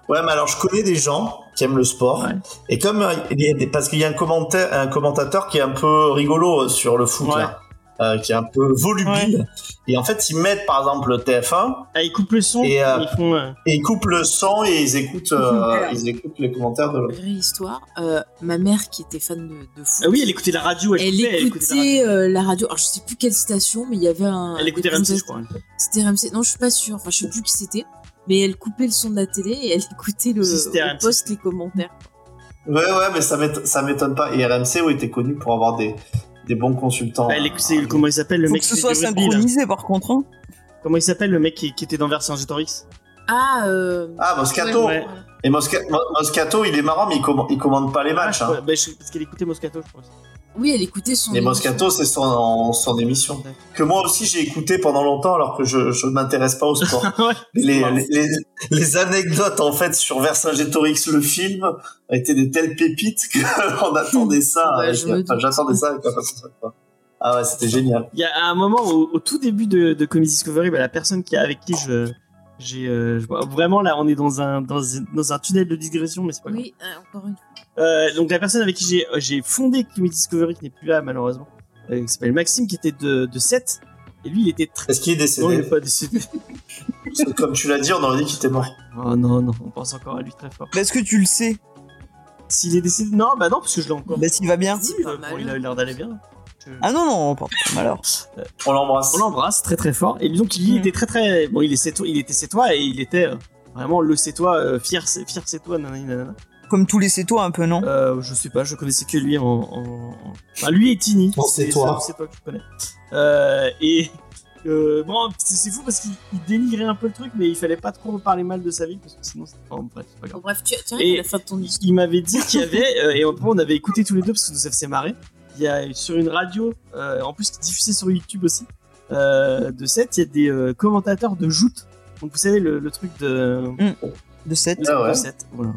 [SPEAKER 6] Ouais, mais alors je connais des gens qui aiment le sport
[SPEAKER 2] Ouais.
[SPEAKER 6] et comme euh, il y a des- parce qu'il y a un commentaire, un commentateur qui est un peu rigolo euh, sur le foot,
[SPEAKER 2] Ouais.
[SPEAKER 6] là, euh, qui est un peu volubile. Et en fait, ils mettent par exemple le TF1
[SPEAKER 2] Ah, ils coupent le son,
[SPEAKER 6] Et, euh,
[SPEAKER 2] ils font. euh,
[SPEAKER 6] et ils coupent le son et ils écoutent, euh, ils écoutent les commentaires de l'autre.
[SPEAKER 3] Vraie histoire. euh, ma mère, qui était fan de, de foot,
[SPEAKER 2] Ah oui, elle écoutait la radio, elle,
[SPEAKER 3] elle
[SPEAKER 2] coupait, elle écoutait la radio.
[SPEAKER 3] écoutait euh, la radio. Alors, je sais plus quelle station, mais il y avait un.
[SPEAKER 2] Elle écoutait
[SPEAKER 3] des
[SPEAKER 2] RMC, je
[SPEAKER 3] présentations-
[SPEAKER 2] crois.
[SPEAKER 3] C'était RMC. Non, je suis pas sûre. Enfin, je sais plus qui c'était. Mais elle coupait le son de la télé et elle écoutait le
[SPEAKER 2] Si, c'était RMC.
[SPEAKER 3] au poste les commentaires.
[SPEAKER 6] Ouais, ouais, mais ça m'étonne, ça m'étonne pas. Et RMC, oui, était connu pour avoir des, des bons consultants.
[SPEAKER 2] Elle écoutait, euh, comment Bah, il s'appelle, le
[SPEAKER 4] Faut
[SPEAKER 2] mec
[SPEAKER 4] que ce
[SPEAKER 2] qui
[SPEAKER 4] soit
[SPEAKER 2] fait du rugby, là.
[SPEAKER 4] synchronisé, par contre. hein.
[SPEAKER 2] Comment il s'appelle, le mec qui, qui était dans Version X
[SPEAKER 3] Ah, euh...
[SPEAKER 6] Ah, Moscato.
[SPEAKER 2] Ouais.
[SPEAKER 6] Et Mosca- Mo- Moscato, il est marrant, mais il, comm- il commande pas les matchs. hein.
[SPEAKER 2] Ouais, bah, je- Parce qu'elle écoutait Moscato, je pense.
[SPEAKER 3] Oui, elle écoutait son.
[SPEAKER 6] Et Moscato, c'est son, son émission. que moi aussi j'ai écouté pendant longtemps alors que je, je ne m'intéresse pas au sport.
[SPEAKER 2] Ouais.
[SPEAKER 6] Mais les, les, les- les anecdotes en fait sur Vercingétorix le film étaient des telles pépites qu'on attendait ça.
[SPEAKER 3] Ouais,
[SPEAKER 6] avec-
[SPEAKER 3] Bah, je me doute.
[SPEAKER 6] enfin, J'attendais ça avec impatience. quoi. Ah ouais, c'était génial.
[SPEAKER 2] Il y a un moment au, au tout début de, de Comedy Discovery, bah, la personne qui, avec qui je. J'ai euh, je- vraiment là, on est dans un dans, un- dans un tunnel de digression, mais c'est pas grave.
[SPEAKER 3] Oui, euh, encore une fois.
[SPEAKER 2] Euh, donc la personne avec qui j'ai- euh, j'ai fondé Comedy Discovery, qui n'est plus là malheureusement, euh, qui s'appelle Maxime, qui était de, de 7, et lui il était très...
[SPEAKER 6] Est-ce qu'il est
[SPEAKER 2] Non, il est
[SPEAKER 6] décédé
[SPEAKER 2] pas décédé.
[SPEAKER 6] Parce que Comme tu l'as dit, on aurait dit qu'il était mort.
[SPEAKER 2] Oh non, non, on pense encore à lui très fort.
[SPEAKER 4] Bah, Est-ce que tu le sais
[SPEAKER 2] S'il est décédé... Non, bah non, parce que je l'ai encore.
[SPEAKER 4] Bah, s'il va bien.
[SPEAKER 3] C'est pas
[SPEAKER 2] Euh,
[SPEAKER 3] mal.
[SPEAKER 2] bon, il a l'air d'aller bien. Je-
[SPEAKER 4] Ah non, non, pardon. Alors,
[SPEAKER 6] On l'embrasse.
[SPEAKER 2] On l'embrasse très très fort. Et donc il
[SPEAKER 4] Mm.
[SPEAKER 2] était très très bon. Il est sétois, il était sétois et il était euh, vraiment le sétois euh, fier, sé- fier sétois. nanani, nanana.
[SPEAKER 4] comme tous les sétois, un peu, non
[SPEAKER 2] Euh, je sais pas, je connaissais que lui en, en... en- Enfin, lui et Tini.
[SPEAKER 7] En sétois.
[SPEAKER 2] C'est toi que je connais. Euh, et euh, bon, c'est c'est fou parce qu'il il dénigrait un peu le truc, mais il fallait pas trop parler mal de sa vie parce que sinon c'était pas. Bref, c'est pas grave.
[SPEAKER 3] Bon, bref, tu, tu
[SPEAKER 2] Et-
[SPEAKER 3] arrives à la fin de ton
[SPEAKER 2] Il-
[SPEAKER 3] histoire.
[SPEAKER 2] il m'avait dit qu'il y avait, euh, et après on avait écouté tous les deux parce que nous ça faisait marrer, il y a sur une radio, euh, en plus qui diffusait sur YouTube aussi, euh, de 7, il y a des euh, commentateurs de joute. Donc vous savez le, le truc de,
[SPEAKER 4] De 7.
[SPEAKER 2] de
[SPEAKER 6] Ah ouais.
[SPEAKER 2] 7. Voilà.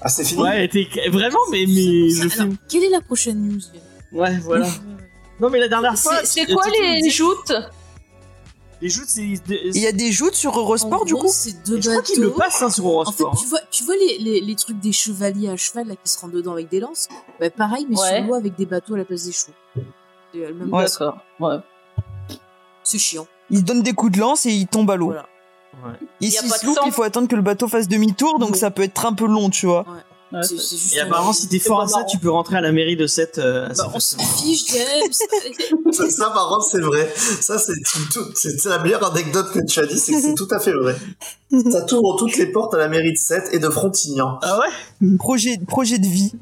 [SPEAKER 6] Ah, c'est fini.
[SPEAKER 2] Ouais, elle était- vraiment, mais, mais
[SPEAKER 3] C'est
[SPEAKER 2] le
[SPEAKER 3] pour ça.
[SPEAKER 2] film.
[SPEAKER 3] Alors, quelle est la prochaine news Yann
[SPEAKER 2] Ouais, voilà. Non, mais la dernière fois.
[SPEAKER 5] C'est- C'est quoi
[SPEAKER 2] Tito me
[SPEAKER 5] les
[SPEAKER 2] disait-
[SPEAKER 5] joutes
[SPEAKER 2] Les joutes, c'est.
[SPEAKER 4] Il y a des joutes sur Eurosport,
[SPEAKER 3] En
[SPEAKER 4] du
[SPEAKER 3] gros,
[SPEAKER 4] coup
[SPEAKER 3] c'est deux
[SPEAKER 2] Je crois qu'ils
[SPEAKER 3] bateaux.
[SPEAKER 2] le passent hein, sur
[SPEAKER 3] En fait,
[SPEAKER 2] Eurosport.
[SPEAKER 3] tu vois, tu vois les, les, les trucs des chevaliers à cheval là, qui se rendent dedans avec des lances bah, Pareil, mais
[SPEAKER 5] Ouais.
[SPEAKER 3] sur l'eau avec des bateaux à la place des chevaux. C'est le même-
[SPEAKER 4] Ouais.
[SPEAKER 5] D'accord. Ouais.
[SPEAKER 3] C'est chiant.
[SPEAKER 4] Ils donnent des coups de lance et ils tombent à l'eau.
[SPEAKER 3] Voilà.
[SPEAKER 2] hein. Ouais.
[SPEAKER 4] Et
[SPEAKER 5] Y a
[SPEAKER 4] s'ils
[SPEAKER 5] pas
[SPEAKER 4] se
[SPEAKER 5] de
[SPEAKER 4] loupent,
[SPEAKER 5] sang.
[SPEAKER 4] il faut attendre que le bateau fasse demi-tour, donc
[SPEAKER 3] Ouais.
[SPEAKER 4] ça peut être un peu long, tu vois.
[SPEAKER 5] Ouais,
[SPEAKER 3] C'est-
[SPEAKER 5] c'est-
[SPEAKER 3] c'est juste
[SPEAKER 2] Et
[SPEAKER 3] un-
[SPEAKER 2] apparemment, si t'es
[SPEAKER 5] C'est
[SPEAKER 2] fort
[SPEAKER 5] pas
[SPEAKER 2] à ça,
[SPEAKER 5] marrant.
[SPEAKER 2] tu peux rentrer à la mairie de euh, 7.
[SPEAKER 3] Bah, on s'en fiche, James.
[SPEAKER 6] Ça, ça, par contre, c'est vrai. Ça, c'est tout- c'est c'est la meilleure anecdote que tu as dit, c'est que c'est tout à fait vrai. Ça t'ouvre toutes les portes à la mairie de Sète et de Frontignan.
[SPEAKER 2] Ah ouais?
[SPEAKER 4] Projet, projet de vie.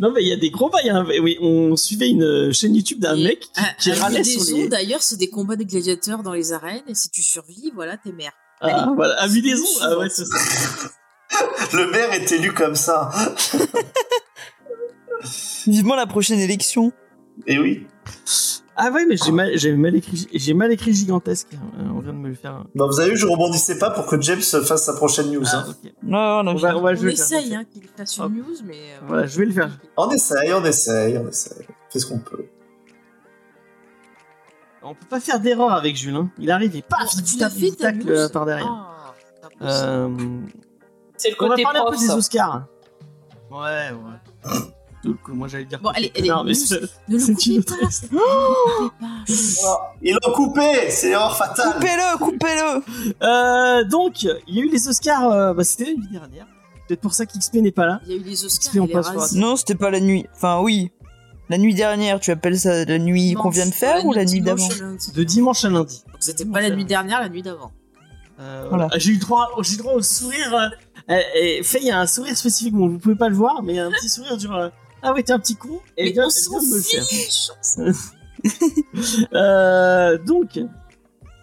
[SPEAKER 2] Non, mais il y a des combats. il y a un- oui, on suivait une euh, chaîne YouTube d'un
[SPEAKER 3] Et-
[SPEAKER 2] mec qui,
[SPEAKER 3] À-
[SPEAKER 2] qui
[SPEAKER 3] à
[SPEAKER 2] râlait
[SPEAKER 3] Vidaison,
[SPEAKER 2] sur les.
[SPEAKER 3] D'ailleurs, c'est des combats de gladiateurs dans les arènes. Et si tu survis, voilà, t'es merde.
[SPEAKER 2] Ah, voilà, à Vidaison.
[SPEAKER 3] Suivant.
[SPEAKER 2] Ah ouais, c'est ça.
[SPEAKER 6] Le maire est élu comme ça.
[SPEAKER 4] Vivement la prochaine élection.
[SPEAKER 6] Et Eh oui.
[SPEAKER 2] Ah ouais, mais j'ai mal, j'avais mal écrit, j'ai mal écrit gigantesque. Euh, on vient de me le faire.
[SPEAKER 6] Bah, vous avez vu, je rebondissais pas pour que James fasse sa prochaine news.
[SPEAKER 2] Ah,
[SPEAKER 6] hein.
[SPEAKER 2] ok.
[SPEAKER 4] Ouais, voilà.
[SPEAKER 2] On va, on va- je
[SPEAKER 3] On
[SPEAKER 2] vais le faire.
[SPEAKER 3] essaye hein, qu'il fasse une
[SPEAKER 2] Hop.
[SPEAKER 3] news, mais. euh,
[SPEAKER 2] Voilà, je vais le faire.
[SPEAKER 6] On essaye, on essaye, on essaye. Qu'est-ce qu'on peut
[SPEAKER 2] On peut pas faire d'erreur avec Jules. Hein. Il arrive et paf,
[SPEAKER 3] Oh,
[SPEAKER 2] il
[SPEAKER 3] tu
[SPEAKER 2] vous-
[SPEAKER 3] l'as
[SPEAKER 2] il
[SPEAKER 3] fait,
[SPEAKER 2] vous
[SPEAKER 3] ta
[SPEAKER 2] tacle
[SPEAKER 3] news
[SPEAKER 2] euh, par derrière.
[SPEAKER 3] Ah, c'est pas possible.
[SPEAKER 2] Euh,
[SPEAKER 5] C'est le
[SPEAKER 2] on va
[SPEAKER 5] côté
[SPEAKER 2] parler un
[SPEAKER 5] prof.
[SPEAKER 2] peu des
[SPEAKER 5] ça.
[SPEAKER 2] Oscars. Ouais, ouais. que moi j'allais dire.
[SPEAKER 3] Bon, allez, allez,
[SPEAKER 2] Non, mais
[SPEAKER 3] nous,
[SPEAKER 2] c'est-
[SPEAKER 3] Ne le
[SPEAKER 2] c'est une
[SPEAKER 3] coupez
[SPEAKER 2] autre
[SPEAKER 3] pas. s'il te plaît, Ne le coupez pas.
[SPEAKER 6] Ils l'ont coupé, c'est l'erreur fatale.
[SPEAKER 4] Coupez-le, coupez-le
[SPEAKER 2] Euh, donc, il y a eu les Oscars, euh, bah, c'était la nuit dernière. Peut-être pour ça qu'XP n'est pas là.
[SPEAKER 3] Il y a eu les Oscars.
[SPEAKER 2] Si, on
[SPEAKER 3] et les
[SPEAKER 2] passe sur
[SPEAKER 3] Razzies.
[SPEAKER 4] Non, c'était pas la nuit. Enfin, oui. La nuit dernière, tu appelles ça la nuit qu'on vient de
[SPEAKER 3] Dimanche,
[SPEAKER 4] faire ou la nuit
[SPEAKER 3] dimanche
[SPEAKER 4] d'avant
[SPEAKER 3] et lundi.
[SPEAKER 2] De dimanche à lundi.
[SPEAKER 3] Donc, C'était pas la nuit dernière, la nuit d'avant.
[SPEAKER 2] Euh,
[SPEAKER 4] Voilà.
[SPEAKER 2] voilà. J'ai eu droit, j'ai eu droit au sourire. euh, euh, et Faye a un sourire spécifique, bon, vous pouvez pas le voir, mais un petit sourire genre euh, Ah ouais, t'es un petit con. Et
[SPEAKER 3] Mais
[SPEAKER 2] elle vient-
[SPEAKER 3] on
[SPEAKER 2] elle
[SPEAKER 3] s'en
[SPEAKER 2] vient de me le faire.
[SPEAKER 3] fiche
[SPEAKER 2] Euh, donc,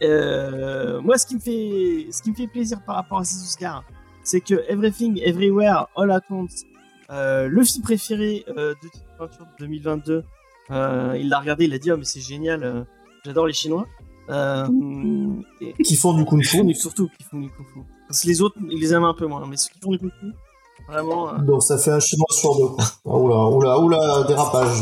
[SPEAKER 2] euh, moi, ce qui me fait, ce qui me fait plaisir par rapport à ces Oscars, c'est que Everything, Everywhere, All at Once, euh, le film préféré euh, de Tite Peinture de 2022, euh, il l'a regardé, il a dit oh mais c'est génial, euh, j'adore les Chinois. Euh, et,
[SPEAKER 7] Qui font du kung-fu.
[SPEAKER 2] et surtout qui font du kung fu. Parce que les autres, ils les aiment un peu moins, mais ceux qui font du kung fu, vraiment. euh,
[SPEAKER 7] Donc ça fait un chinois sur deux. Ah, oula, oula, oula, dérapage.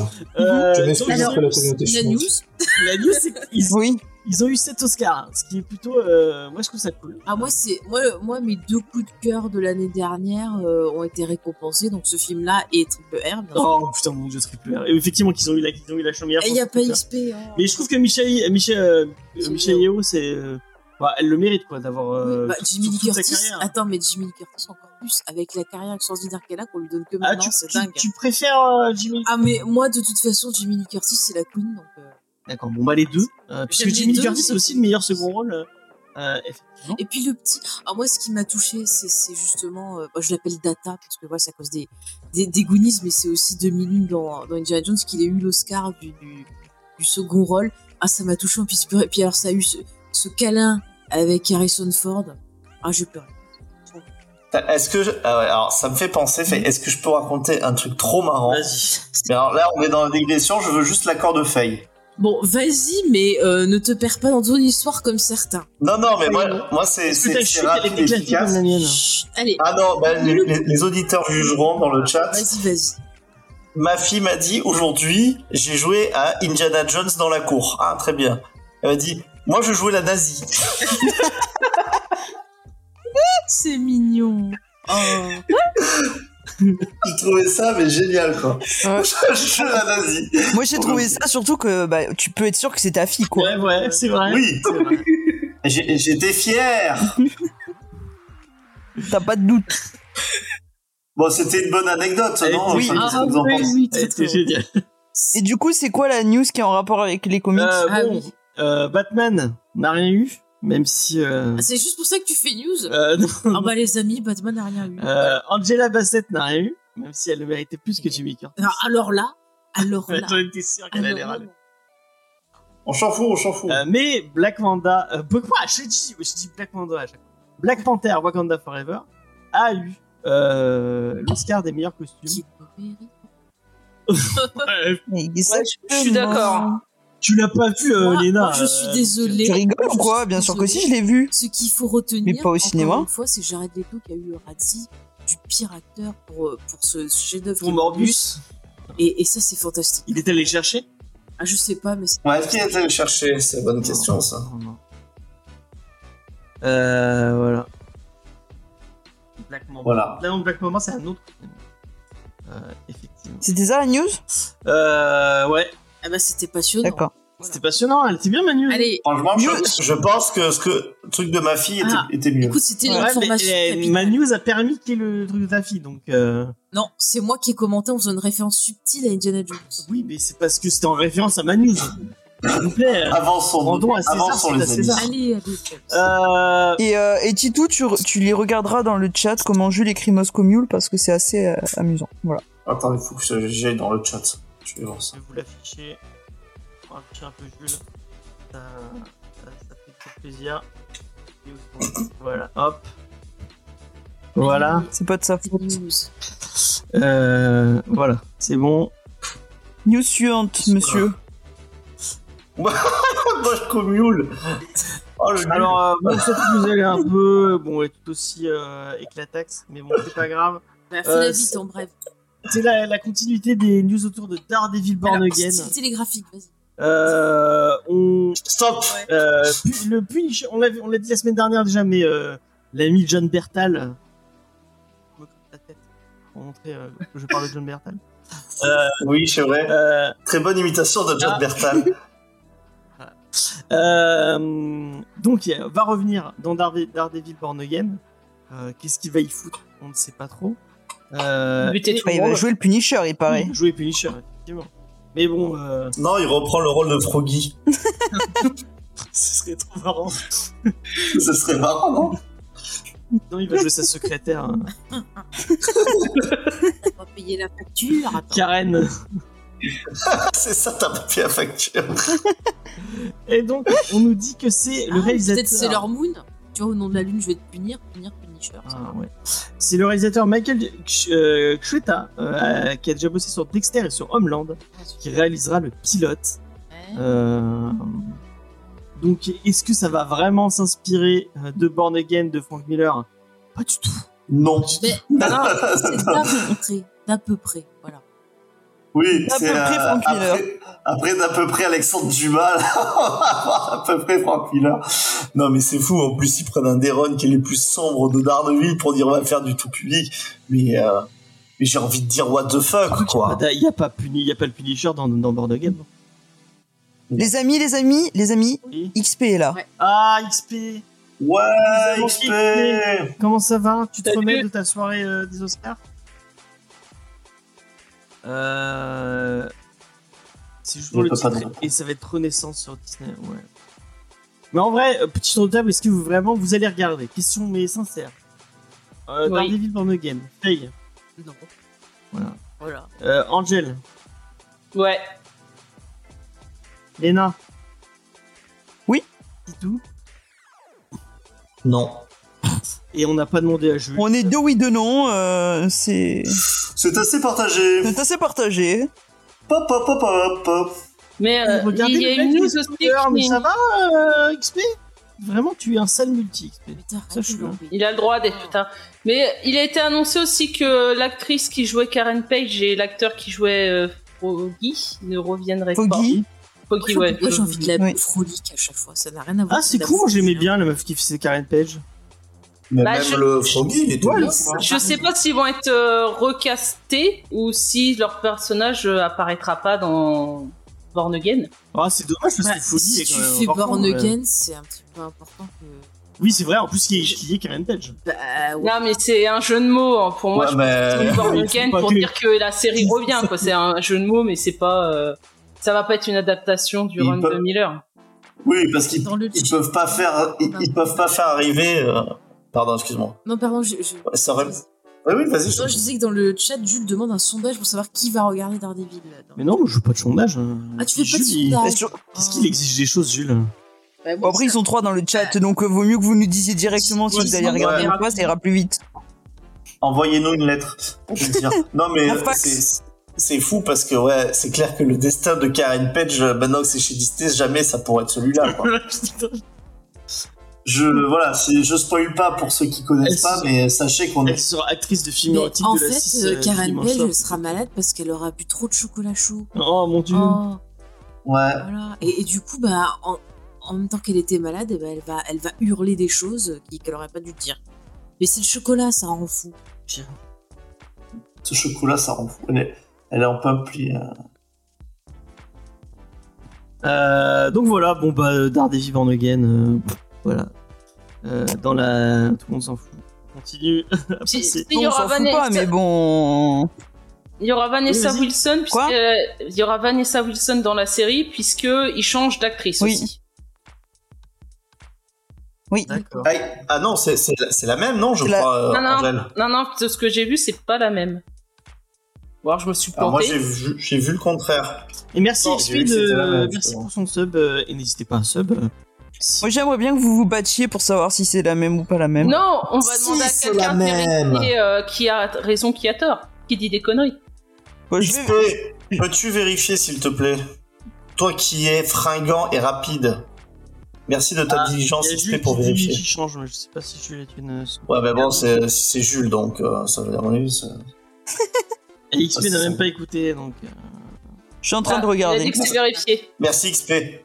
[SPEAKER 2] euh,
[SPEAKER 7] Je m'excuse.
[SPEAKER 2] donc,
[SPEAKER 7] Alors,
[SPEAKER 3] Alors,
[SPEAKER 7] que la communauté
[SPEAKER 3] la
[SPEAKER 7] chinoise.
[SPEAKER 3] news,
[SPEAKER 2] la news, c'est qu'ils-
[SPEAKER 4] Oui.
[SPEAKER 2] ils ont eu 7 Oscars, ce qui est plutôt, euh, moi je trouve ça cool.
[SPEAKER 3] ah, moi, c'est, moi, le- moi, mes deux coups de cœur de l'année dernière euh, ont été récompensés. Donc, ce film-là et Triple R, bien sûr.
[SPEAKER 2] Oh putain mon dieu triple R. Et effectivement qu'ils ont eu la qu'ils ont eu la chaumière.
[SPEAKER 3] Et il n'y a pas XP. hein.
[SPEAKER 2] Mais je trouve que Michel Michel euh,
[SPEAKER 3] C'est
[SPEAKER 2] Michel
[SPEAKER 3] bien.
[SPEAKER 2] Yeo c'est euh, bah, elle le mérite quoi d'avoir euh,
[SPEAKER 3] Oui, bah,
[SPEAKER 2] tout-
[SPEAKER 3] Jimmy Lee
[SPEAKER 2] toute sa
[SPEAKER 3] Curtis,
[SPEAKER 2] carrière.
[SPEAKER 3] attends, mais Jimmy Lee Curtis encore plus, avec la carrière extraordinaire qu'elle a, qu'on lui donne que
[SPEAKER 2] Ah,
[SPEAKER 3] maintenant,
[SPEAKER 2] tu,
[SPEAKER 3] c'est
[SPEAKER 2] tu-
[SPEAKER 3] dingue.
[SPEAKER 2] tu préfères euh, Jimmy
[SPEAKER 3] Ah, mais moi, de toute façon, Jimmy Lee Curtis, c'est la queen, donc. euh,
[SPEAKER 2] D'accord, bon bah les deux euh, puisque
[SPEAKER 3] les
[SPEAKER 2] Jimmy
[SPEAKER 3] deux,
[SPEAKER 2] Curtis
[SPEAKER 3] mais-
[SPEAKER 2] c'est aussi le meilleur second rôle euh, euh, effectivement.
[SPEAKER 3] Et puis le petit. Alors moi, ce qui m'a touché, c'est c'est justement, euh, moi, je l'appelle Data parce que voilà, c'est à cause des des, des Goonies, mais c'est aussi 2001 dans dans Indiana Jones qu'il ait eu l'Oscar du, du du second rôle. Ah, ça m'a touché en plus. Et puis alors, ça a eu ce, ce câlin avec Harrison Ford. Ah, j'ai pleuré.
[SPEAKER 6] Est-ce que je- ah ouais, alors ça me fait penser, fait, est-ce que je peux raconter un truc trop marrant
[SPEAKER 2] Vas-y.
[SPEAKER 6] Mais alors là, on est dans la digression, je veux juste l'accord de Faye.
[SPEAKER 3] Bon, vas-y, mais euh, ne te perds pas dans ton histoire comme certains.
[SPEAKER 6] Non, non, mais moi, moi c'est
[SPEAKER 2] Est-ce que
[SPEAKER 6] c'est-
[SPEAKER 2] ta
[SPEAKER 6] c'est
[SPEAKER 2] chute elle
[SPEAKER 6] rapide
[SPEAKER 2] est
[SPEAKER 6] et
[SPEAKER 2] éclatée comme
[SPEAKER 6] efficace.
[SPEAKER 2] la mienne
[SPEAKER 3] Chut, allez,
[SPEAKER 6] Ah non, bah, les, les- les auditeurs jugeront dans le chat.
[SPEAKER 3] vas-y, vas-y.
[SPEAKER 6] Ma fille m'a dit aujourd'hui, j'ai joué à Indiana Jones dans la cour. Ah, très bien. Elle m'a dit, moi je jouais la nazie.
[SPEAKER 3] C'est mignon. Oh.
[SPEAKER 6] J'ai trouvé ça, mais génial quoi.
[SPEAKER 4] Ouais.
[SPEAKER 6] je joue la nazie.
[SPEAKER 4] Moi, j'ai trouvé ça surtout que bah, tu peux être sûr que c'est ta fille, quoi.
[SPEAKER 2] Ouais ouais c'est vrai.
[SPEAKER 6] Oui,
[SPEAKER 2] C'est vrai. Eh,
[SPEAKER 6] J'ai- j'étais fier.
[SPEAKER 4] T'as pas de doute.
[SPEAKER 6] Bon, c'était une bonne anecdote,
[SPEAKER 2] Elle
[SPEAKER 6] non
[SPEAKER 2] était- Eh
[SPEAKER 6] Enfin,
[SPEAKER 2] oui.
[SPEAKER 6] qu'est-ce que vous en pensez
[SPEAKER 3] Ah oui, très, très
[SPEAKER 2] C'était
[SPEAKER 3] bon.
[SPEAKER 2] génial.
[SPEAKER 4] Et du coup, c'est quoi la news qui est en rapport avec les comics
[SPEAKER 2] Euh,
[SPEAKER 3] Ah
[SPEAKER 2] bon,
[SPEAKER 3] oui.
[SPEAKER 2] euh, Batman n'a rien eu même si euh,
[SPEAKER 3] Ah, C'est juste pour ça que tu fais news.
[SPEAKER 2] euh, non.
[SPEAKER 3] Ah bah les amis, Batman n'a rien eu.
[SPEAKER 2] Euh, Angela Bassett n'a rien eu, même si elle le méritait plus que Jimmy Curtis.
[SPEAKER 3] Alors, alors là, alors là.
[SPEAKER 2] J'en étais sûr qu'elle allait
[SPEAKER 3] alors
[SPEAKER 2] râler.
[SPEAKER 3] là.
[SPEAKER 6] On s'en fout, on s'en fout.
[SPEAKER 2] Euh, mais Black Manda, euh, pourquoi je dis, je dis Black Manda à chaque fois. Black Panther Wakanda Forever a eu euh, l'Oscar des meilleurs costumes.
[SPEAKER 3] Qui mérite
[SPEAKER 2] Euh,
[SPEAKER 4] Mais
[SPEAKER 5] je suis d'accord.
[SPEAKER 2] tu l'as pas vu, euh,
[SPEAKER 3] Moi,
[SPEAKER 2] Léna
[SPEAKER 3] moi, je
[SPEAKER 2] euh,
[SPEAKER 3] suis désolée.
[SPEAKER 4] Tu rigoles ou quoi
[SPEAKER 3] suis
[SPEAKER 4] Bien sûr que si,
[SPEAKER 3] désolée.
[SPEAKER 4] je l'ai vu.
[SPEAKER 3] Ce qu'il faut retenir,
[SPEAKER 4] Mais pas au
[SPEAKER 3] encore
[SPEAKER 4] cinéma.
[SPEAKER 3] une fois, c'est Jared Leto qui a eu le Razzie du pire acteur pour, euh, pour ce chef-d'œuvre.
[SPEAKER 2] Pour
[SPEAKER 3] qu'est
[SPEAKER 2] Morbus,
[SPEAKER 3] Et, et ça, c'est fantastique.
[SPEAKER 2] il est allé chercher
[SPEAKER 3] Ah, je sais pas, mais c'est
[SPEAKER 6] Ouais, est-ce qu'il était le chercher C'est une bonne question ça.
[SPEAKER 2] Non, non. Euh, voilà. Black Mamba.
[SPEAKER 6] Voilà.
[SPEAKER 2] Non, Black Mamba, c'est un autre. Euh, effectivement.
[SPEAKER 4] C'était ça la news
[SPEAKER 2] Euh, ouais.
[SPEAKER 3] ah bah c'était passionnant.
[SPEAKER 4] D'accord.
[SPEAKER 2] C'était passionnant, elle était bien Manu.
[SPEAKER 3] Allez,
[SPEAKER 6] Franchement, je,
[SPEAKER 4] Mieux.
[SPEAKER 6] je pense que ce que le truc de ma fille était,
[SPEAKER 3] Ah.
[SPEAKER 6] était mieux.
[SPEAKER 3] écoute, c'était
[SPEAKER 2] Ouais,
[SPEAKER 3] l'information
[SPEAKER 2] mais, euh,
[SPEAKER 3] capitale.
[SPEAKER 2] ma news a permis qu'il y ait le truc de ta fille, donc. euh,
[SPEAKER 3] Non, c'est moi qui ai commenté en faisant une référence subtile à Indiana Jones.
[SPEAKER 2] Oui, mais c'est parce que c'était en référence à ma news. S'il vous plaît, euh,
[SPEAKER 6] Avançons,
[SPEAKER 2] rendons à César
[SPEAKER 6] avançons
[SPEAKER 2] ce
[SPEAKER 6] les
[SPEAKER 2] qu'est à
[SPEAKER 6] amis.
[SPEAKER 2] César.
[SPEAKER 3] Allez, allez. James.
[SPEAKER 2] euh,
[SPEAKER 4] Et, euh, et Titou, tu, re- tu les regarderas dans le chat comment Jules écrit Moscow Mule parce que c'est assez euh, amusant. Voilà.
[SPEAKER 6] Attends, il faut que j'aille dans le chat. Je vais voir
[SPEAKER 2] je
[SPEAKER 6] ça.
[SPEAKER 2] vais vous l'afficher. On va afficher un peu Jules. Ça, ça, ça fait toujours plaisir. Et aussi, Voilà, hop. Voilà,
[SPEAKER 4] C'est pas de sa faute.
[SPEAKER 3] News.
[SPEAKER 2] euh, voilà, c'est bon.
[SPEAKER 4] News suivante, monsieur.
[SPEAKER 6] Moi, je commule. Oh, je
[SPEAKER 2] Alors, euh, bon, cette news elle est un peu, bon, elle est tout aussi euh, éclataxe, mais bon, c'est pas grave.
[SPEAKER 3] Bah, fais
[SPEAKER 2] Euh,
[SPEAKER 3] la
[SPEAKER 2] c'est-
[SPEAKER 3] vite en bref.
[SPEAKER 2] C'est la, la continuité des news autour de Daredevil Born
[SPEAKER 3] Alors,
[SPEAKER 2] Again.
[SPEAKER 3] style télégraphique, vas-y.
[SPEAKER 2] Euh, on,
[SPEAKER 6] Stop
[SPEAKER 2] euh, pu- le Punisher, on l'a vu- on l'a dit la semaine dernière déjà, mais euh, l'ami John euh, Bertal. Euh, Je me coupe la tête pour montrer euh, que je parle de John Bertal.
[SPEAKER 6] Oui, c'est vrai. Très bonne imitation de John
[SPEAKER 2] Ah.
[SPEAKER 6] Bertal.
[SPEAKER 2] Euh, donc, il va revenir dans Darede- Daredevil Born Again. Euh, Qu'est-ce qu'il va y foutre On ne sait pas trop. Euh,
[SPEAKER 5] Buter
[SPEAKER 2] et- Mm.
[SPEAKER 5] tout
[SPEAKER 4] Ouais, Ah,
[SPEAKER 5] le
[SPEAKER 4] il va
[SPEAKER 5] monde.
[SPEAKER 4] jouer le Punisher, il paraît.
[SPEAKER 2] Jouer Punisher, effectivement. Mais bon, euh,
[SPEAKER 6] Non, il reprend le rôle de Froggy.
[SPEAKER 2] ce serait trop marrant.
[SPEAKER 6] Ce serait marrant, non
[SPEAKER 2] Non, il va jouer sa secrétaire, hein.
[SPEAKER 3] On va payer la facture. Attends.
[SPEAKER 2] Karen.
[SPEAKER 6] Ah, C'est ça, t'as pas payé la facture.
[SPEAKER 2] Et donc, on nous dit que c'est le
[SPEAKER 3] Ah, Peut-être
[SPEAKER 2] réalisateur.
[SPEAKER 3] c'est leur moon. Tu vois, au nom de la lune, je vais te punir, punir, punisher. ça
[SPEAKER 2] Ah, ouais. C'est le réalisateur Michael Ch- euh, Csueta, euh, qui a déjà bossé sur Dexter et sur Homeland,
[SPEAKER 3] va.
[SPEAKER 2] qui réalisera le pilote.
[SPEAKER 3] Ouais.
[SPEAKER 2] Euh, donc, est-ce que ça va vraiment s'inspirer euh, de Born Again de Frank Miller Pas du tout.
[SPEAKER 6] Non.
[SPEAKER 3] Mais
[SPEAKER 2] Euh.
[SPEAKER 3] non, c'est
[SPEAKER 2] Ah.
[SPEAKER 3] d'à peu près. D'à peu près, voilà.
[SPEAKER 6] Oui,
[SPEAKER 4] D'à
[SPEAKER 6] c'est,
[SPEAKER 4] peu près Frank Miller.
[SPEAKER 6] Après, après d'à peu près Alexandre Dumas, là, on va avoir à peu près Frank Miller. Non, mais c'est fou. En plus, ils prennent un Deron qui est les plus sombres de Daredevil pour dire on va faire du tout public. Mais, euh, mais j'ai envie de dire what the fuck, quoi.
[SPEAKER 2] Ah, Il n'y a, pas puni- il y a pas le Punisher dans, dans Born Again.
[SPEAKER 4] Les amis, les amis, les amis,
[SPEAKER 2] Oui.
[SPEAKER 4] XP est là.
[SPEAKER 3] Ouais.
[SPEAKER 2] Ah, XP
[SPEAKER 6] Ouais,
[SPEAKER 2] Nous avons
[SPEAKER 6] XP
[SPEAKER 2] Comment ça va Tu te
[SPEAKER 5] Salut.
[SPEAKER 2] remets de ta soirée euh, des Oscars euh... C'est juste pour
[SPEAKER 6] On
[SPEAKER 2] le
[SPEAKER 6] peut pas
[SPEAKER 2] titre
[SPEAKER 6] dire.
[SPEAKER 2] et ça va être Renaissance sur Disney, ouais. Mais en vrai, euh, petit tour de table, est-ce que vous vraiment vous allez regarder Question mais sincère. Euh,
[SPEAKER 5] Oui.
[SPEAKER 2] Daredevil Born Again, Faye,
[SPEAKER 3] Non.
[SPEAKER 2] Voilà.
[SPEAKER 3] Voilà.
[SPEAKER 2] euh, Angel,
[SPEAKER 5] Ouais.
[SPEAKER 2] Lena.
[SPEAKER 4] Oui.
[SPEAKER 2] C'est tout.
[SPEAKER 6] Non.
[SPEAKER 2] Et on n'a pas demandé à Jules.
[SPEAKER 4] On est deux oui, deux non. euh, c'est
[SPEAKER 6] C'est assez partagé.
[SPEAKER 4] c'est assez partagé.
[SPEAKER 6] Pop, pop, pop, pop, pop.
[SPEAKER 5] Mais euh,
[SPEAKER 2] Regardez
[SPEAKER 5] il y
[SPEAKER 2] le
[SPEAKER 5] a
[SPEAKER 2] mec,
[SPEAKER 5] une
[SPEAKER 2] il
[SPEAKER 5] news
[SPEAKER 2] est
[SPEAKER 5] aussi.
[SPEAKER 2] Twitter, mais
[SPEAKER 5] qui-
[SPEAKER 2] ça va, euh, XP Vraiment, tu es un sale multi, XP.
[SPEAKER 3] Mais t'arrêtes
[SPEAKER 2] Ça, je suis
[SPEAKER 3] de l'embêter.
[SPEAKER 5] Il a le droit d'être putain. Mais il a été annoncé aussi que l'actrice qui jouait Karen Page et l'acteur qui jouait euh, Foggy ne reviendraient pas.
[SPEAKER 4] Foggy,
[SPEAKER 5] Foggy,
[SPEAKER 3] Moi,
[SPEAKER 5] ouais.
[SPEAKER 3] j'ai envie de la
[SPEAKER 4] Oui.
[SPEAKER 3] frolique à chaque fois, ça n'a rien à voir.
[SPEAKER 2] Ah, c'est
[SPEAKER 3] de la
[SPEAKER 2] cool, moi j'aimais
[SPEAKER 3] frolique.
[SPEAKER 2] bien la meuf qui faisait Karen Page.
[SPEAKER 7] Mais
[SPEAKER 5] Bah,
[SPEAKER 7] même
[SPEAKER 5] je-
[SPEAKER 7] le Froggy, il était
[SPEAKER 2] Ouais,
[SPEAKER 7] bien.
[SPEAKER 2] c'est-
[SPEAKER 7] quoi.
[SPEAKER 5] Je sais pas s'ils vont être euh, recastés ou si leur personnage euh, apparaîtra pas dans Born Again.
[SPEAKER 2] Ah, c'est dommage parce
[SPEAKER 3] Ouais,
[SPEAKER 2] que Foggy
[SPEAKER 3] Bah, si
[SPEAKER 2] est
[SPEAKER 3] tu
[SPEAKER 2] quand même
[SPEAKER 3] fais
[SPEAKER 2] important, euh.
[SPEAKER 3] Born
[SPEAKER 2] ouais.
[SPEAKER 3] Again, c'est un petit peu important que.
[SPEAKER 2] Oui, c'est vrai, en plus, qui est, qui est Karen Page.
[SPEAKER 3] Bah, ouais.
[SPEAKER 5] Non, mais c'est un jeu de mots. hein. Pour moi,
[SPEAKER 6] Ouais,
[SPEAKER 5] je
[SPEAKER 6] mais...
[SPEAKER 5] pense que Born
[SPEAKER 2] il
[SPEAKER 5] Again
[SPEAKER 2] faut pas
[SPEAKER 5] pour
[SPEAKER 2] que-
[SPEAKER 5] dire que la série revient. quoi. C'est un jeu de mots, mais c'est pas. euh, Ça va pas être une adaptation du
[SPEAKER 6] Il
[SPEAKER 5] run
[SPEAKER 6] peut-
[SPEAKER 5] de Miller.
[SPEAKER 6] Oui, parce qu'ils
[SPEAKER 3] Dans le
[SPEAKER 6] ils
[SPEAKER 3] chat.
[SPEAKER 6] peuvent pas faire, ils, ils peuvent pas faire arriver. euh, Pardon, excuse-moi.
[SPEAKER 3] Non, pardon, je. je...
[SPEAKER 6] Ouais, Ça aurait... Oui, oui, vas-y.
[SPEAKER 3] Non, je disais que dans le chat, Jules demande un sondage pour savoir qui va regarder Daredevil. là, dans-
[SPEAKER 2] Mais non, moi, je veux pas de sondage. hein.
[SPEAKER 3] Ah, tu fais pas de
[SPEAKER 2] Jules, il-
[SPEAKER 3] sondage.
[SPEAKER 4] Bah, sur-
[SPEAKER 2] Qu'est-ce qu'il exige des choses, Jules
[SPEAKER 3] Bah,
[SPEAKER 4] Bon,
[SPEAKER 3] moi,
[SPEAKER 4] après, ils sont trois dans le chat, donc euh, vaut mieux que vous nous disiez directement si
[SPEAKER 3] Ouais,
[SPEAKER 4] vous allez regarder
[SPEAKER 6] ouais.
[SPEAKER 4] ou pas, ça ira plus vite.
[SPEAKER 6] Envoyez-nous une lettre. pour le dire. non, mais
[SPEAKER 4] Un fax.
[SPEAKER 6] c'est- c'est fou parce que ouais, c'est clair que le destin de Karen Page, euh, maintenant que c'est chez Disney, jamais ça pourrait être celui-là. quoi. Je voilà, si je spoil pas pour ceux qui connaissent
[SPEAKER 2] Elle
[SPEAKER 6] pas,
[SPEAKER 2] se-
[SPEAKER 6] mais sachez qu'on
[SPEAKER 2] Elle
[SPEAKER 6] est.
[SPEAKER 2] sera actrice de film
[SPEAKER 3] Mais
[SPEAKER 2] érotique
[SPEAKER 3] en
[SPEAKER 2] de la
[SPEAKER 3] fait,
[SPEAKER 2] 6.
[SPEAKER 3] euh,
[SPEAKER 2] euh,
[SPEAKER 3] Karen
[SPEAKER 2] dimanche
[SPEAKER 3] Page
[SPEAKER 2] soir.
[SPEAKER 3] sera malade parce qu'elle aura bu trop de chocolat chaud.
[SPEAKER 2] Oh mon dieu.
[SPEAKER 3] Oh,
[SPEAKER 6] Ouais.
[SPEAKER 3] voilà. Et, et du coup, bah, en, en même temps qu'elle était malade, eh ben, elle, va, elle va hurler des choses qui- qu'elle aurait pas dû dire. Mais c'est le chocolat, ça rend fou.
[SPEAKER 6] Ce chocolat, ça rend fou. Elle est, elle est en pain plié. hein.
[SPEAKER 2] Euh, donc voilà, bon bah euh, Daredevil Born Again, euh, pff, voilà. Euh, dans la... Tout le monde s'en fout. On Continue.
[SPEAKER 5] Si-
[SPEAKER 2] c'est-
[SPEAKER 5] il
[SPEAKER 4] Bon,
[SPEAKER 5] y
[SPEAKER 4] on
[SPEAKER 5] aura
[SPEAKER 4] s'en fout
[SPEAKER 5] Vanessa-
[SPEAKER 4] pas, mais bon.
[SPEAKER 5] Il y aura Vanessa
[SPEAKER 2] Oui, vas-y.
[SPEAKER 5] Wilson, puisque-
[SPEAKER 4] Quoi
[SPEAKER 5] euh, il y aura Vanessa Wilson dans la série, puisque il change d'actrice
[SPEAKER 4] Oui.
[SPEAKER 5] aussi.
[SPEAKER 4] Oui.
[SPEAKER 2] D'accord.
[SPEAKER 6] Aïe. Ah non, c'est c'est la, c'est la même, non Je
[SPEAKER 4] C'est la-
[SPEAKER 6] crois. euh,
[SPEAKER 5] Non, non.
[SPEAKER 6] Angèle.
[SPEAKER 5] Non, non, de ce que j'ai vu, c'est pas la même. Ou Alors je me suis
[SPEAKER 6] Alors Ah, moi,
[SPEAKER 5] plantée.
[SPEAKER 6] j'ai vu, j'ai vu le contraire.
[SPEAKER 2] Et merci
[SPEAKER 6] Non,
[SPEAKER 2] XP
[SPEAKER 6] j'ai vu que c'était la
[SPEAKER 2] de...
[SPEAKER 6] même,
[SPEAKER 2] Merci
[SPEAKER 6] justement.
[SPEAKER 2] pour son sub. euh, et n'hésitez pas à sub. euh, si-
[SPEAKER 4] Moi, j'aimerais bien que vous vous battiez pour savoir si c'est la même ou pas la même.
[SPEAKER 5] non, on va
[SPEAKER 7] Si,
[SPEAKER 5] demander à
[SPEAKER 7] c'est la
[SPEAKER 5] quelqu'un
[SPEAKER 7] même.
[SPEAKER 5] d'intéressé, euh, qui a raison, qui a tort, qui dit des conneries.
[SPEAKER 4] Bon, je vais-
[SPEAKER 6] XP, peux-tu vérifier, s'il te plaît Toi qui es fringant et rapide. Merci de ta
[SPEAKER 2] Ah,
[SPEAKER 6] diligence,
[SPEAKER 2] Il y a
[SPEAKER 6] XP,
[SPEAKER 2] Jules
[SPEAKER 6] pour
[SPEAKER 2] qui dit
[SPEAKER 6] vérifier.
[SPEAKER 2] qui change, mais je sais pas si Jules est une. euh,
[SPEAKER 6] Ouais, mais bon, c'est c'est Jules, donc euh, ça veut dire, à mon avis, ça-
[SPEAKER 2] Et XP
[SPEAKER 6] Ah,
[SPEAKER 2] n'a
[SPEAKER 6] c'est
[SPEAKER 2] même
[SPEAKER 6] ça.
[SPEAKER 2] pas écouté, donc. euh,
[SPEAKER 4] je suis en train
[SPEAKER 5] Ah,
[SPEAKER 4] de
[SPEAKER 5] Il a dit
[SPEAKER 4] regarder.
[SPEAKER 5] que c'est vérifié.
[SPEAKER 6] Merci XP.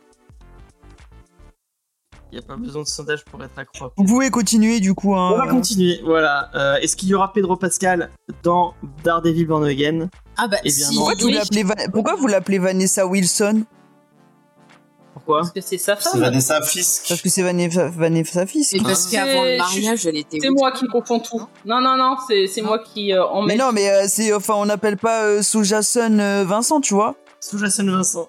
[SPEAKER 2] Il n'y a pas besoin de sondage pour être accro.
[SPEAKER 4] Vous pouvez continuer du coup. hein.
[SPEAKER 2] Euh, On va continuer, voilà. Euh, Est-ce qu'il y aura Pedro Pascal dans Daredevil Born Again
[SPEAKER 3] Ah bah
[SPEAKER 2] Eh bien,
[SPEAKER 3] si.
[SPEAKER 2] non.
[SPEAKER 4] Pourquoi, vous
[SPEAKER 5] Oui.
[SPEAKER 4] l'appelez Va- Pourquoi vous l'appelez Vanessa Wilson
[SPEAKER 2] Pourquoi
[SPEAKER 5] Parce que c'est sa
[SPEAKER 6] C'est
[SPEAKER 5] femme.
[SPEAKER 6] Vanessa
[SPEAKER 4] Ah, Parce
[SPEAKER 6] Fisk.
[SPEAKER 4] que c'est Vanessa, Vanessa Fisk.
[SPEAKER 3] Mais parce
[SPEAKER 5] Ah.
[SPEAKER 3] qu'avant le
[SPEAKER 5] C'est-
[SPEAKER 3] mariage, elle était.
[SPEAKER 5] C'est moi qui confonds tout. Non, non, non, c'est c'est moi qui euh,
[SPEAKER 4] Mais
[SPEAKER 5] emmène.
[SPEAKER 4] non, mais euh, c'est enfin on n'appelle pas euh, Soujason euh, Vincent, tu vois.
[SPEAKER 2] Sous-jacent Vincent.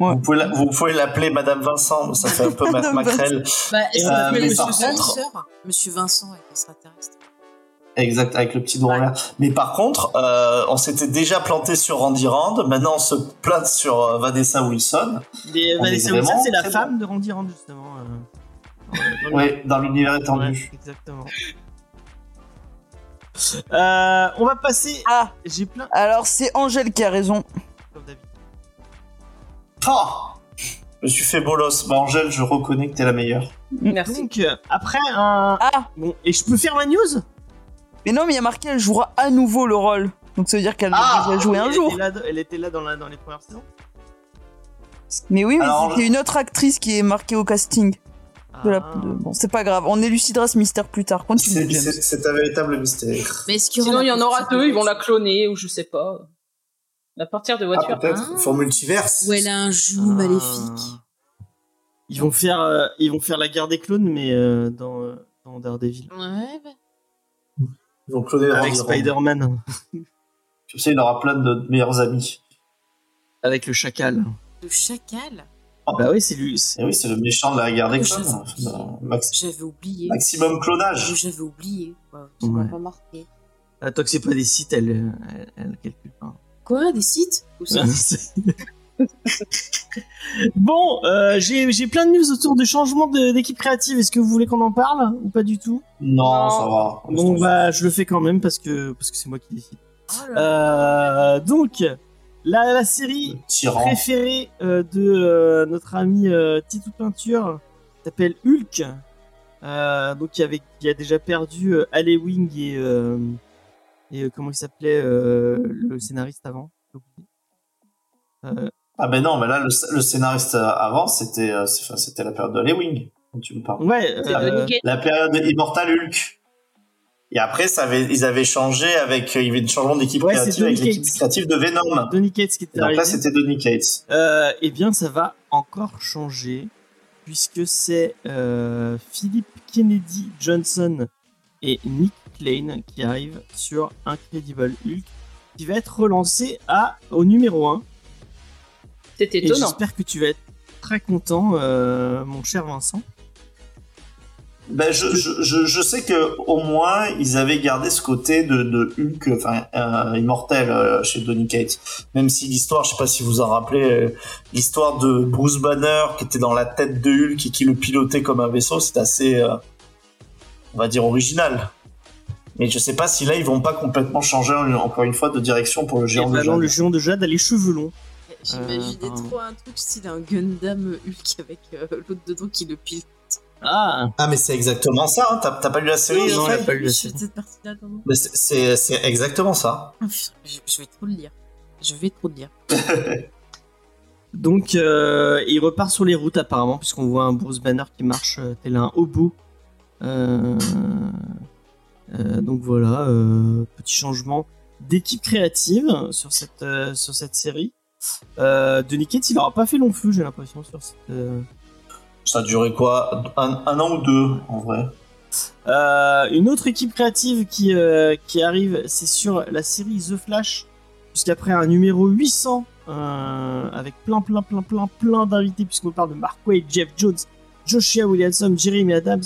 [SPEAKER 6] Vous pouvez la- vous pouvez l'appeler Madame Vincent, mais ça fait un peu Matt
[SPEAKER 4] Madame
[SPEAKER 6] Macrel.
[SPEAKER 3] Bah, elle
[SPEAKER 2] Euh,
[SPEAKER 3] s'appelle
[SPEAKER 2] mais
[SPEAKER 3] Monsieur
[SPEAKER 6] par contre-
[SPEAKER 3] Vincent. Monsieur Vincent est extraterrestre.
[SPEAKER 6] Exact, avec le petit doigt en l'air. Mais par contre, euh, on s'était déjà planté sur Randy Rand, maintenant on se plante sur euh, Vanessa Wilson,
[SPEAKER 2] Les-
[SPEAKER 6] On
[SPEAKER 2] euh, Vanessa
[SPEAKER 6] est Ah, vraiment
[SPEAKER 2] Wilson, c'est la
[SPEAKER 6] très
[SPEAKER 2] femme de Randy Rand, justement. euh, dans le-
[SPEAKER 6] ouais, dans l'univers
[SPEAKER 2] Ouais,
[SPEAKER 6] étendu.
[SPEAKER 2] exactement. Euh, on va passer.
[SPEAKER 4] Ah,
[SPEAKER 2] J'ai plein.
[SPEAKER 4] alors c'est Angèle qui a raison.
[SPEAKER 2] Comme d'habitude.
[SPEAKER 6] Ah je me suis fait bolos. Bah, Angèle, je reconnais que t'es la meilleure.
[SPEAKER 5] Merci.
[SPEAKER 2] Donc, euh, après un.
[SPEAKER 4] Ah,
[SPEAKER 2] Bon, et je peux faire ma news
[SPEAKER 4] mais non, mais il y a marqué elle jouera à nouveau le rôle. Donc ça veut dire qu'elle
[SPEAKER 6] Ah,
[SPEAKER 4] a déjà joué un
[SPEAKER 2] elle
[SPEAKER 4] jour.
[SPEAKER 2] Était là, elle était là dans, la- dans les premières saisons.
[SPEAKER 4] Mais oui, mais
[SPEAKER 6] Alors,
[SPEAKER 4] c'était une autre actrice qui est marquée au casting. De la...
[SPEAKER 2] Ah.
[SPEAKER 4] de- Bon, c'est pas grave, on élucidera ce mystère plus tard. Continue,
[SPEAKER 6] C'est-
[SPEAKER 4] James.
[SPEAKER 6] C'est c'est un véritable mystère.
[SPEAKER 3] Mais est-ce qu'il
[SPEAKER 5] Sinon, il y en aura
[SPEAKER 3] possibilité-
[SPEAKER 5] deux, ils vont la cloner ou je sais pas. La partir de
[SPEAKER 6] Ah,
[SPEAKER 5] voiture.
[SPEAKER 6] peut-être,
[SPEAKER 3] Ah.
[SPEAKER 6] faut multiverse.
[SPEAKER 3] Ou elle a un
[SPEAKER 2] Ah.
[SPEAKER 3] joug maléfique.
[SPEAKER 2] Ils vont faire, euh, ils vont faire la guerre des clones, mais euh, dans, euh, dans Daredevil.
[SPEAKER 3] Ouais, bah.
[SPEAKER 6] Ils vont cloner
[SPEAKER 2] Avec
[SPEAKER 6] Randy Rand.
[SPEAKER 2] Spider-Man,
[SPEAKER 6] Comme ça, il aura plein de meilleurs amis.
[SPEAKER 2] avec le chacal.
[SPEAKER 3] Le chacal
[SPEAKER 2] Bah oui, c'est lui. c'est-
[SPEAKER 6] Et oui, c'est le méchant de la guerre des clones. Enfin, max-
[SPEAKER 3] J'avais oublié.
[SPEAKER 6] maximum clonage.
[SPEAKER 3] J'avais oublié. Ouais, ça m'a
[SPEAKER 2] Ouais.
[SPEAKER 3] pas marqué.
[SPEAKER 2] Ah, tant que c'est pas des sites, elle, euh, elle, elle calcule pas.
[SPEAKER 3] Quoi Des sites Ou ça
[SPEAKER 2] bon, euh, j'ai j'ai plein de news autour du changement de- d'équipe créative. Est-ce que vous voulez qu'on en parle ou pas du tout
[SPEAKER 6] Non,
[SPEAKER 5] Non.
[SPEAKER 6] ça va.
[SPEAKER 2] Bah, Bon, bah, je le fais quand même parce que parce que c'est moi qui décide.
[SPEAKER 3] Oh là là.
[SPEAKER 2] Euh, donc, la, la série
[SPEAKER 6] Tyran.
[SPEAKER 2] préférée euh, de euh, notre ami euh, Titou Peinture s'appelle Hulk. Euh, donc, qui, avait, qui a déjà perdu euh, Alley Wing et, euh, et euh, comment il s'appelait euh, le scénariste avant J'ai oublié. Euh,
[SPEAKER 6] Ah ben non, mais là, le, le scénariste euh, avant, c'était euh, c'est- enfin, c'était la période de Lewing, dont tu me parles.
[SPEAKER 2] Ouais,
[SPEAKER 5] C'est
[SPEAKER 4] Ah,
[SPEAKER 2] euh,
[SPEAKER 5] Johnny Gay.
[SPEAKER 6] La période Immortal Hulk. Et après, ça avait, ils avaient changé avec... euh, Il y avait un changement d'équipe
[SPEAKER 2] Ouais, c'est
[SPEAKER 6] créative avec
[SPEAKER 2] Donny
[SPEAKER 6] l'équipe
[SPEAKER 2] Cates.
[SPEAKER 6] créative de Venom.
[SPEAKER 2] Donny Cates qui
[SPEAKER 6] Et
[SPEAKER 2] était
[SPEAKER 6] donc là,
[SPEAKER 2] arrivé.
[SPEAKER 6] c'était Donny Cates.
[SPEAKER 2] Euh, eh bien, ça va encore changer, puisque c'est euh, Philip Kennedy Johnson et Nick Klein qui arrivent sur Incredible Hulk, qui va être relancé à, au numéro 1.
[SPEAKER 5] C'est
[SPEAKER 2] Et
[SPEAKER 5] étonnant.
[SPEAKER 2] j'espère que tu vas être très content, euh, mon cher Vincent.
[SPEAKER 6] Ben, je, je, je, je sais que au moins ils avaient gardé ce côté de, de Hulk, enfin euh, immortel euh, chez Donny Cates. Même si l'histoire, je sais pas si vous en rappelez, euh, l'histoire de Bruce Banner qui était dans la tête de Hulk et qui le pilotait comme un vaisseau, c'est assez, euh, on va dire original. Mais je sais pas si là ils vont pas complètement changer en- encore une fois de direction pour le
[SPEAKER 2] Et
[SPEAKER 6] géant de
[SPEAKER 2] bah non,
[SPEAKER 6] Jade.
[SPEAKER 2] le géant de Jade a les cheveux longs.
[SPEAKER 3] J'imaginais
[SPEAKER 2] euh,
[SPEAKER 3] trop un truc style un Gundam Hulk avec euh, l'autre dedans qui le pilote.
[SPEAKER 2] Ah,
[SPEAKER 6] Ah mais c'est exactement ça. Hein. T'as t'as pas lu la série
[SPEAKER 2] Non,
[SPEAKER 6] Geoffrey
[SPEAKER 2] j'ai pas lu la
[SPEAKER 3] Je fais
[SPEAKER 2] série.
[SPEAKER 3] cette partie-là dans mon-
[SPEAKER 6] Mais c'est- C'est c'est exactement ça.
[SPEAKER 3] Ah, putain, Je je vais trop le lire. Je vais trop le lire.
[SPEAKER 2] Donc, euh, il repart sur les routes apparemment, puisqu'on voit un Bruce Banner qui marche euh, tel un hobo. Euh, euh, donc voilà, euh, petit changement d'équipe créative sur cette, euh, sur cette série. Euh, Denis Cates, il n'aura pas fait long feu, j'ai l'impression, sur cette... euh,
[SPEAKER 6] Ça a duré quoi un, un an ou deux en vrai.
[SPEAKER 2] Euh, une autre équipe créative qui, euh, qui arrive, c'est sur la série The Flash, puisqu'après un numéro 800, euh, avec plein, plein, plein, plein, plein d'invités, puisqu'on parle de Mark Waid, Jeff Jones, Joshua Williamson, Jeremy Adams,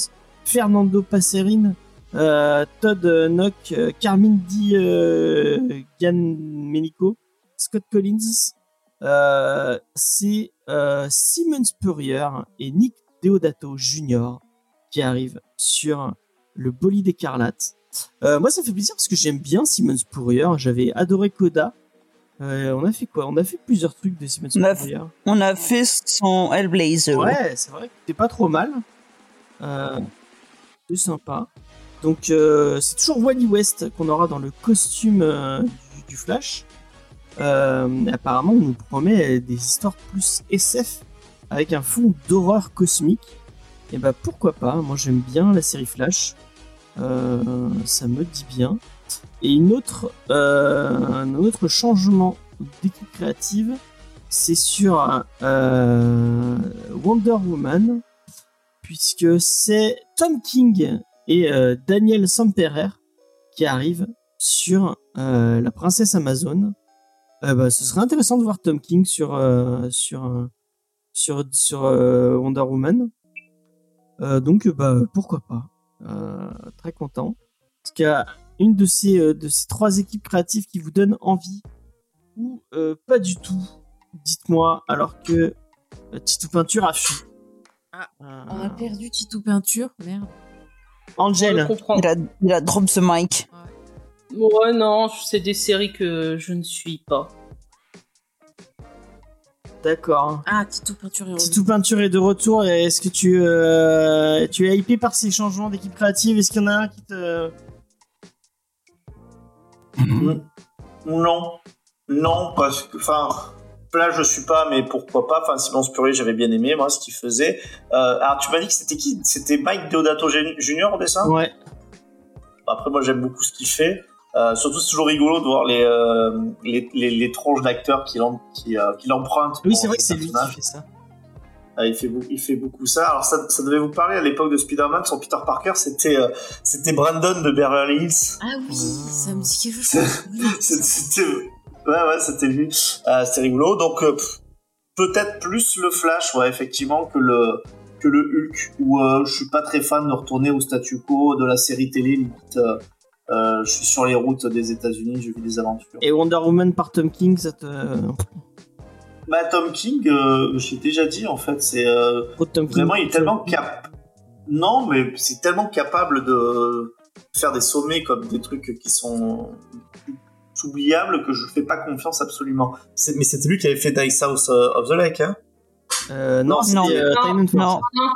[SPEAKER 2] Fernando Passerin, euh, Todd Nock, euh, Carmine Di euh, Gianmenico, Scott Collins, euh, c'est euh, Simon Spurrier et Nick Deodato Jr qui arrive sur le bolide écarlate. Euh, moi, ça me fait plaisir parce que j'aime bien Simon Spurrier. J'avais adoré Coda. Euh, on a fait quoi On a fait plusieurs trucs de Simon
[SPEAKER 4] On a
[SPEAKER 2] Spurrier.
[SPEAKER 4] On a fait son Hellblazer.
[SPEAKER 2] Ouais, c'est vrai que c'était pas trop mal. Euh, c'est sympa. Donc, euh, c'est toujours Wally West qu'on aura dans le costume euh, du, du Flash. Euh, apparemment, on nous promet euh, des histoires plus SF avec un fond d'horreur cosmique. Et bah pourquoi pas Moi j'aime bien la série Flash. Euh, ça me dit bien. Et une autre, euh, un autre changement d'équipe créative, c'est sur euh, Wonder Woman, puisque c'est Tom King et euh, Daniel Samperer qui arrivent sur euh, la princesse Amazon. Euh, bah, ce serait intéressant de voir Tom King sur euh, sur euh, sur sur euh, Wonder Woman. Euh, donc bah pourquoi pas. Euh, très content. Parce qu'il y a une de ces euh, de ces trois équipes créatives qui vous donne envie ou euh, pas du tout. Dites-moi alors que euh, Titou Peinture a fui. Euh,
[SPEAKER 3] On a perdu Titou Peinture, merde.
[SPEAKER 5] Je
[SPEAKER 2] Angel.
[SPEAKER 5] comprends.
[SPEAKER 4] Il a, il a drop ce mic.
[SPEAKER 5] Ouais, non, c'est des séries que je ne suis pas.
[SPEAKER 2] D'accord.
[SPEAKER 3] Ah, Titou Peinture
[SPEAKER 4] Euh,
[SPEAKER 3] est revenu.
[SPEAKER 2] Titou Peinture est de retour. et Est-ce que tu, euh, tu es hypé par ces changements d'équipe créative Est-ce qu'il y en a un qui te.
[SPEAKER 6] Non. Non, parce que, enfin, là, je suis pas, mais pourquoi pas. Enfin, Silence Purée, j'avais bien aimé, moi, ce qu'il faisait. Euh, alors, tu m'as dit que c'était qui C'était Mike Deodato Gen- Junior au dessin Bah,
[SPEAKER 2] Ouais.
[SPEAKER 6] Après, moi, j'aime beaucoup ce qu'il fait. Euh, surtout, c'est toujours rigolo de voir les, euh, les, les, les tronches d'acteurs qui l'em- qui, euh, qui l'empruntent.
[SPEAKER 2] Oui,
[SPEAKER 6] pour
[SPEAKER 2] c'est vrai
[SPEAKER 6] ses
[SPEAKER 2] que c'est lui
[SPEAKER 6] personnages.
[SPEAKER 2] qui fait ça.
[SPEAKER 6] Euh, il, fait beaucoup, il fait beaucoup ça. Alors, ça, ça devait vous parler à l'époque de Spider-Man. Son Peter Parker, c'était euh, c'était Brandon de Beverly Hills.
[SPEAKER 3] Ah oui,
[SPEAKER 2] Ah.
[SPEAKER 3] ça me dit quelque chose. Oui, c'est
[SPEAKER 6] C'est-
[SPEAKER 3] ça.
[SPEAKER 6] C'était ouais, ouais, c'était lui. Euh, c'était rigolo. Donc euh, pff, peut-être plus le Flash, ouais, effectivement, que le que le Hulk. Où euh, je suis pas très fan de retourner au statu quo de la série télé. Limite, euh, euh, je suis sur les routes des États-Unis, je vis des aventures.
[SPEAKER 2] Et Wonder Woman par Tom King, ça te.
[SPEAKER 6] Bah, Tom King, euh, j'ai déjà dit en fait, c'est euh,
[SPEAKER 2] Pro de Tom King.
[SPEAKER 6] vraiment il est tellement cap. Non, mais c'est tellement capable de faire des sommets comme des trucs qui sont oubliables que je fais pas confiance absolument. C'est- Mais c'était lui qui avait fait Dice House euh, of the Lake. Hein
[SPEAKER 2] Euh, non,
[SPEAKER 6] Non,
[SPEAKER 2] c'était
[SPEAKER 4] non,
[SPEAKER 2] euh,
[SPEAKER 5] non,
[SPEAKER 2] Time and Force.
[SPEAKER 4] Non.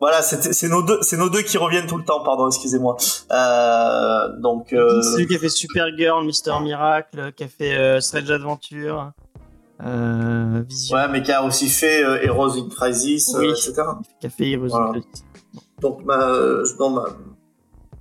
[SPEAKER 6] voilà, c'était- c'est nos deux, c'est nos deux qui reviennent tout le temps. Pardon, excusez-moi. Euh, donc euh,
[SPEAKER 2] C'est lui qui a fait Supergirl, Mister Miracle, qui a fait euh, Strange Adventure, euh, Vision,
[SPEAKER 6] ouais, mais qui a aussi fait euh, Heroes in Crisis, euh,
[SPEAKER 2] Oui.
[SPEAKER 6] etc.
[SPEAKER 2] qui a fait Heroes
[SPEAKER 6] Voilà.
[SPEAKER 2] in Crisis.
[SPEAKER 6] Donc ma, dans ma-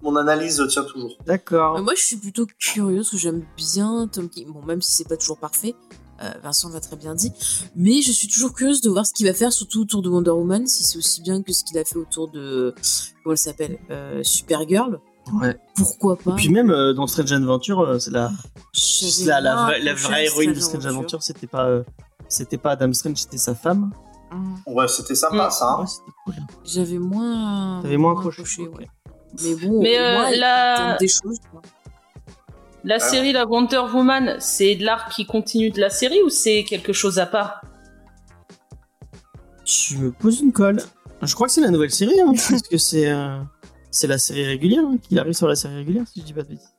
[SPEAKER 6] mon analyse tient toujours.
[SPEAKER 3] Mais
[SPEAKER 4] Euh,
[SPEAKER 2] D'accord.
[SPEAKER 3] Euh, Moi, je suis plutôt curieuse, que j'aime bien Tom King. Bon, même si c'est pas toujours parfait, euh, Vincent l'a très bien dit. Mais je suis toujours curieuse de voir ce qu'il va faire, surtout autour de Wonder Woman, si c'est aussi bien que ce qu'il a fait autour de. Comment elle s'appelle Euh, Supergirl.
[SPEAKER 2] Ouais.
[SPEAKER 3] Pourquoi pas
[SPEAKER 2] Et puis même euh, dans Strange Adventure, euh, c'est la,
[SPEAKER 3] J'avais
[SPEAKER 2] la, la
[SPEAKER 3] marre
[SPEAKER 2] vraie, la
[SPEAKER 3] de
[SPEAKER 2] vraie
[SPEAKER 3] Strange
[SPEAKER 2] héroïne de Strange
[SPEAKER 3] Adventure.
[SPEAKER 2] Adventure, c'était pas, euh, c'était pas Adam Strange, c'était sa femme.
[SPEAKER 6] Ouais, c'était sympa
[SPEAKER 5] Mm.
[SPEAKER 6] ça. hein.
[SPEAKER 2] Ouais, c'était cool.
[SPEAKER 3] J'avais moins.
[SPEAKER 2] T'avais moins accroché. ok.
[SPEAKER 3] ouais. Mais bon,
[SPEAKER 5] Mais,
[SPEAKER 3] au
[SPEAKER 5] euh,
[SPEAKER 3] moins, il
[SPEAKER 5] la-
[SPEAKER 3] tente des choses. quoi.
[SPEAKER 5] La
[SPEAKER 6] Alors.
[SPEAKER 5] série La Wonder Woman, c'est de l'art qui continue de la série ou c'est quelque chose à part
[SPEAKER 2] Tu me poses une colle. Je crois que c'est la nouvelle série, hein, parce que c'est euh, c'est la série régulière, hein, qu'il arrive sur la série régulière, si je dis pas de bêtises.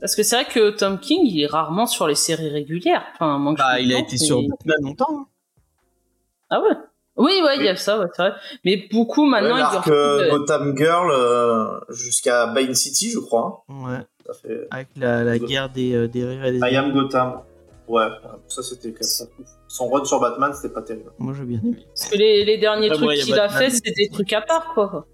[SPEAKER 5] Parce que c'est vrai que Tom King, il est rarement sur les séries régulières. Enfin, à moins que
[SPEAKER 6] Bah,
[SPEAKER 5] je me trompe, mais-
[SPEAKER 2] Batman longtemps. hein.
[SPEAKER 5] Ah ouais Oui, ouais, il y a
[SPEAKER 6] Oui.
[SPEAKER 5] ça, ouais, c'est vrai. Mais beaucoup
[SPEAKER 2] Ah
[SPEAKER 5] maintenant,
[SPEAKER 6] Ouais,
[SPEAKER 5] ils
[SPEAKER 6] l'arc
[SPEAKER 5] durent
[SPEAKER 6] euh,
[SPEAKER 5] plus de-
[SPEAKER 6] Gotham Girl euh, jusqu'à Bane City, je crois.
[SPEAKER 2] Ouais,
[SPEAKER 6] hein. Ça fait
[SPEAKER 2] avec la, la guerre des, euh, des rires et des.
[SPEAKER 6] I am Gotham. Ouais, ça c'était quand même pas ouf. Son run sur Batman, c'était pas terrible.
[SPEAKER 2] Moi j'ai bien aimé.
[SPEAKER 5] Parce que les, les derniers
[SPEAKER 2] Ah,
[SPEAKER 5] trucs
[SPEAKER 2] ouais, il y a
[SPEAKER 5] qu'il a
[SPEAKER 2] Batman.
[SPEAKER 5] fait, c'est des trucs à part, quoi.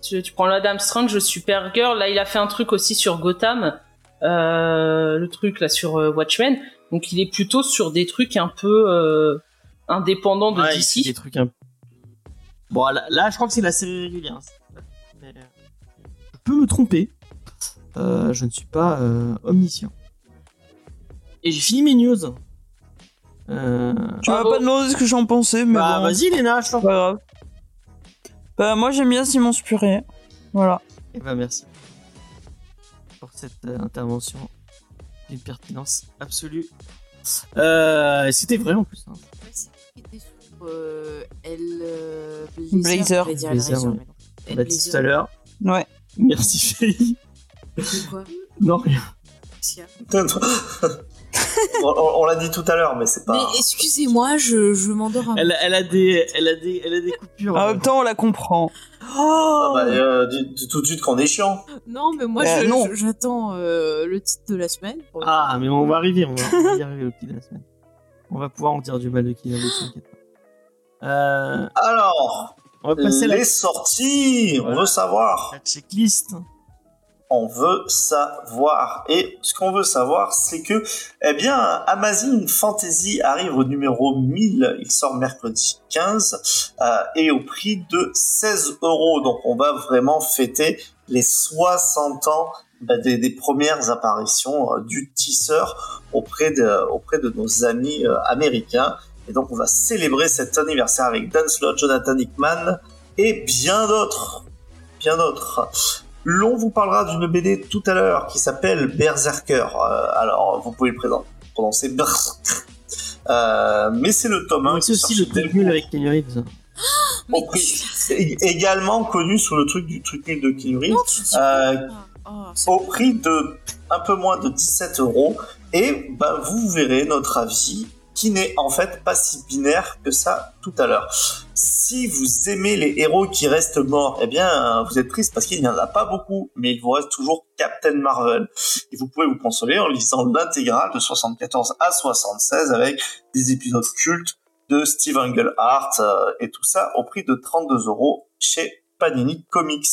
[SPEAKER 5] Tu, tu prends l'Adam Strange, Supergirl, là, il a fait un truc aussi sur Gotham, euh, le truc, là, sur euh, Watchmen. Donc, il est plutôt sur des trucs un peu euh, indépendants de
[SPEAKER 2] Ouais, il fait
[SPEAKER 5] DC.
[SPEAKER 2] des trucs un Bon, là, là, je crois que c'est la série régulière. hein, c'est- Mais, euh, Je peux me tromper. Euh, je ne suis pas euh, omniscient. Et j'ai fini mes news. Euh,
[SPEAKER 4] Tu m'as
[SPEAKER 5] Bravo.
[SPEAKER 4] pas demandé ce que j'en pensais, mais
[SPEAKER 2] Bah,
[SPEAKER 4] bon,
[SPEAKER 2] vas-y, Léna, je t'en
[SPEAKER 4] c'est pas grave. Bah, moi j'aime bien Simon Spuré. Voilà.
[SPEAKER 2] Eh ben merci pour cette euh, intervention d'une pertinence absolue. Euh, C'était vrai en plus. hein.
[SPEAKER 3] Ouais, c'est qui était sur, euh, elle, euh,
[SPEAKER 4] Blazer.
[SPEAKER 3] je vais dire
[SPEAKER 2] Blazer,
[SPEAKER 3] Hellraiser,
[SPEAKER 2] ouais.
[SPEAKER 3] mais non.
[SPEAKER 2] On
[SPEAKER 3] Elle
[SPEAKER 2] l'a dit
[SPEAKER 3] Blazer.
[SPEAKER 2] tout à l'heure.
[SPEAKER 4] Ouais.
[SPEAKER 2] Merci Faye.
[SPEAKER 3] C'est quoi
[SPEAKER 2] Non rien.
[SPEAKER 3] Qu'est-ce qu'il y a
[SPEAKER 6] Putain, toi. on on- on l'a dit tout à l'heure, mais c'est pas.
[SPEAKER 3] Mais excusez-moi, je, je m'endors un peu.
[SPEAKER 2] Bah. Elle, elle a des, elle a des, elle a des coupures.
[SPEAKER 4] En
[SPEAKER 2] euh.
[SPEAKER 4] même temps, on la comprend.
[SPEAKER 6] Ah bah, euh, dis- dis tout de suite qu'on est chiant.
[SPEAKER 3] Oh, Non, mais moi,
[SPEAKER 4] Euh,
[SPEAKER 3] je-
[SPEAKER 4] non.
[SPEAKER 3] je- j'attends euh, le titre de la semaine. pour-
[SPEAKER 2] Ah mais on va arriver, on va, on va y arriver au petit de la semaine. On va pouvoir en dire du mal de qui hein, t'inquiète pas. Euh,
[SPEAKER 6] Alors,
[SPEAKER 2] on va passer
[SPEAKER 6] les
[SPEAKER 2] la,
[SPEAKER 6] sorties, on
[SPEAKER 2] Voilà.
[SPEAKER 6] veut savoir.
[SPEAKER 2] la checklist.
[SPEAKER 6] on veut savoir. Et ce qu'on veut savoir, c'est que, eh bien, Amazing Fantasy arrive au numéro 1000. Il sort mercredi 15 euh, et au prix de 16 euros. Donc, on va vraiment fêter les 60 ans bah, des, des, premières apparitions euh, du teaser auprès de, auprès de nos amis euh, américains. Et donc, on va célébrer cet anniversaire avec Dan Slott, Jonathan Hickman et bien d'autres. Bien d'autres. L'on vous parlera d'une BD tout à l'heure qui s'appelle Berserker. Euh, alors, vous pouvez le présenter, prononcer Berserk. Euh, mais c'est le tome 1.
[SPEAKER 2] Mais c'est aussi le truc nul avec Keanu Reeves.
[SPEAKER 3] Mais tu
[SPEAKER 6] Également connu sous le truc du truc nul de Keanu Reeves.
[SPEAKER 3] Non, tu dis
[SPEAKER 6] euh,
[SPEAKER 3] pas. Oh, c'est
[SPEAKER 6] au prix de un peu moins de 17 euros. Et bah, vous verrez notre avis qui n'est en fait pas si binaire que ça tout à l'heure. Si vous aimez les héros qui restent morts, eh bien, vous êtes triste parce qu'il n'y en a pas beaucoup, mais il vous reste toujours Captain Marvel. Et vous pouvez vous consoler en lisant l'intégrale de 74 à 76 avec des épisodes cultes de Steve Englehart euh, et tout ça au prix de 32 euros chez Panini Comics.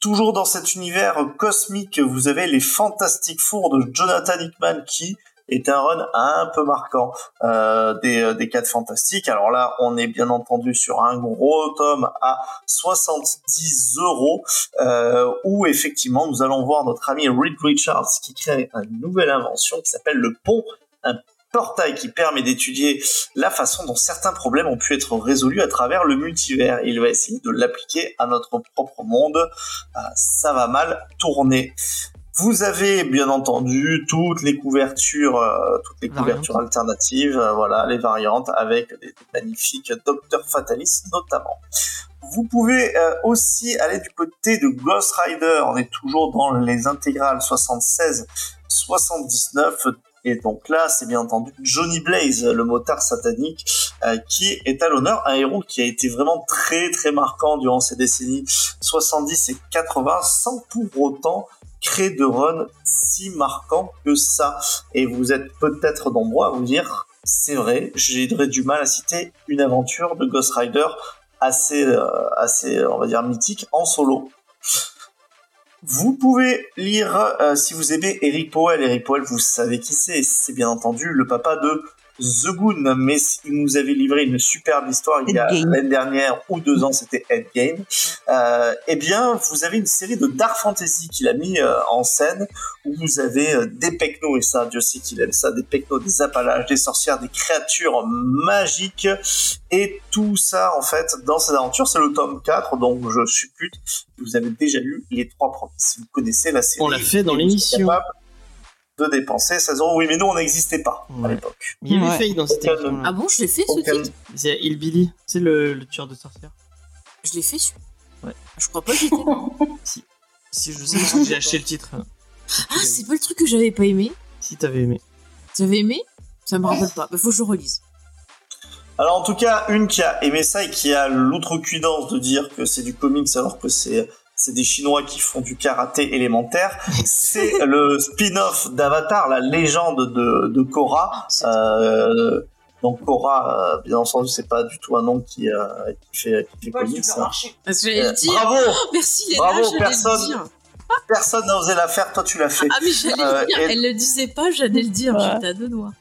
[SPEAKER 6] Toujours dans cet univers cosmique, vous avez les Fantastic Four de Jonathan Hickman qui, est un run un peu marquant euh, des, des 4 fantastiques. Alors là, on est bien entendu sur un gros tome à 70 euros, euh, où effectivement, nous allons voir notre ami Reed Richards qui crée une nouvelle invention qui s'appelle le pont, un portail qui permet d'étudier la façon dont certains problèmes ont pu être résolus à travers le multivers. Il va essayer de l'appliquer à notre propre monde. Euh, ça va mal tourner. Vous avez bien entendu toutes les couvertures, euh, toutes les
[SPEAKER 2] Variantes.
[SPEAKER 6] couvertures alternatives, euh, voilà les variantes avec des magnifiques Docteur Fatalis notamment. Vous pouvez euh, aussi aller du côté de Ghost Rider. On est toujours dans les intégrales 76, 79. Et donc là, c'est bien entendu Johnny Blaze, le motard satanique, euh, qui est à l'honneur, un héros qui a été vraiment très très marquant durant ces décennies 70 et 80, sans pour autant créer de run si marquant que ça. Et vous êtes peut-être nombreux à vous dire, c'est vrai, j'aurais du mal à citer une aventure de Ghost Rider assez, euh, assez, on va dire, mythique en solo. Vous pouvez lire, euh, si vous aimez Eric Powell, Eric Powell, vous savez qui c'est, c'est bien entendu le papa de The Goon, mais il nous avait livré une superbe histoire il y a
[SPEAKER 4] Endgame.
[SPEAKER 6] l'année dernière ou deux ans, c'était Endgame. Euh, eh bien, vous avez une série de Dark Fantasy qu'il a mis euh, en scène, où vous avez euh, des pecnos, et ça, Dieu sait qu'il aime ça, des pecnos, des appalaches, des sorcières, des créatures magiques, et tout ça, en fait, dans cette aventure, c'est le tome 4, donc je suppute que vous avez déjà lu les trois premiers, si vous connaissez la série.
[SPEAKER 2] On l'a fait dans
[SPEAKER 6] et vous êtes
[SPEAKER 2] l'émission.
[SPEAKER 6] capable De dépenser 16 euros. Oui, mais nous, on n'existait pas à
[SPEAKER 2] Ouais.
[SPEAKER 6] l'époque.
[SPEAKER 2] Il y avait
[SPEAKER 4] Ouais.
[SPEAKER 2] Faye dans cette
[SPEAKER 6] Aucun-
[SPEAKER 2] émission.
[SPEAKER 3] Ah bon, je l'ai fait ce
[SPEAKER 6] Aucun-
[SPEAKER 3] titre
[SPEAKER 2] C'est Hillbilly, c'est le, le tueur de sorcières.
[SPEAKER 3] Je l'ai fait celui
[SPEAKER 2] Ouais.
[SPEAKER 3] Je crois pas que j'étais là.
[SPEAKER 2] Si je sais, parce que j'ai acheté le titre.
[SPEAKER 3] Ah, c'est pas le truc que j'avais pas aimé
[SPEAKER 2] Si t'avais aimé.
[SPEAKER 3] J'avais aimé Ça me rappelle pas. Il faut que je le relise.
[SPEAKER 6] Alors en tout cas, une qui a aimé ça et qui a l'outrecuidance de dire que c'est du comics alors que c'est c'est des Chinois qui font du karaté élémentaire. C'est le spin-off d'Avatar, la légende de, de Korra. Euh, donc Korra, euh, bien entendu, c'est pas du tout un nom qui, euh, qui fait, qui fait comics. hein.
[SPEAKER 3] Parce que j'allais
[SPEAKER 6] Euh,
[SPEAKER 3] le dire.
[SPEAKER 6] bravo,
[SPEAKER 3] Merci Léna,
[SPEAKER 6] Bravo,
[SPEAKER 3] j'allais
[SPEAKER 6] personne.
[SPEAKER 3] le dire.
[SPEAKER 6] personne n'a osé la faire, toi tu l'as fait.
[SPEAKER 3] Ah mais j'allais
[SPEAKER 6] Euh,
[SPEAKER 3] le dire,
[SPEAKER 6] et-
[SPEAKER 3] elle le disait pas, j'allais le dire,
[SPEAKER 4] Ouais.
[SPEAKER 3] j'étais à deux doigts.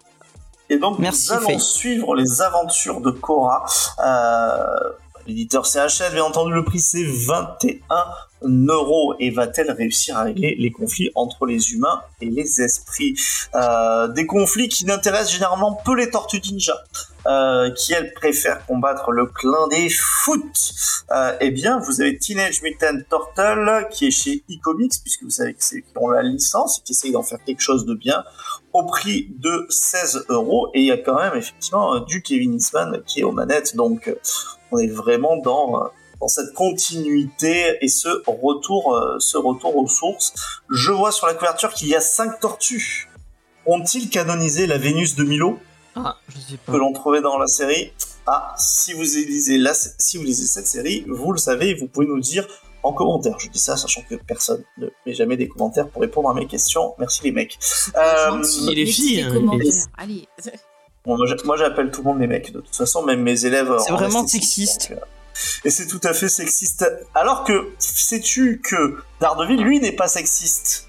[SPEAKER 6] Et donc,
[SPEAKER 4] Merci,
[SPEAKER 6] nous allons
[SPEAKER 4] Faye.
[SPEAKER 6] suivre les aventures de Cora. Euh, L'éditeur CHL, bien entendu, le prix c'est 21 euros. Et va-t-elle réussir à régler les conflits entre les humains et les esprits Euh, Des conflits qui n'intéressent généralement peu les tortues ninja, euh, qui elles préfèrent combattre le clan des foot. Euh, eh bien, vous avez Teenage Mutant Turtle, qui est chez e-comics, puisque vous savez que c'est eux qui ont la licence et qui essayent d'en faire quelque chose de bien au prix de 16 euros. Et il y a quand même effectivement euh, du Kevin Eastman qui est aux manettes. Donc euh, on est vraiment dans, euh, dans cette continuité et ce retour, euh, ce retour aux sources. Je vois sur la couverture qu'il y a 5 tortues. Ont-ils canonisé la Vénus de Milo
[SPEAKER 2] Ah, je sais pas.
[SPEAKER 6] que l'on trouvait dans la série Ah, si vous lisez, la, si vous lisez cette série, vous le savez, vous pouvez nous le dire en commentaire. Je dis ça sachant que personne ne met jamais des commentaires pour répondre à mes questions. Merci les mecs.
[SPEAKER 2] Et
[SPEAKER 6] Euh,
[SPEAKER 2] les
[SPEAKER 3] Mettez
[SPEAKER 2] filles,
[SPEAKER 3] des
[SPEAKER 2] hein,
[SPEAKER 3] commentaires.
[SPEAKER 6] les-
[SPEAKER 3] Allez.
[SPEAKER 6] Bon, moi, j'a- moi, j'appelle tout le monde les mecs. De toute façon, même mes élèves. euh,
[SPEAKER 4] C'est
[SPEAKER 6] en
[SPEAKER 4] vraiment
[SPEAKER 6] esthétique,
[SPEAKER 4] sexiste.
[SPEAKER 6] donc, euh, Et c'est tout à fait sexiste. Alors que sais-tu que Daredevil, lui, n'est pas sexiste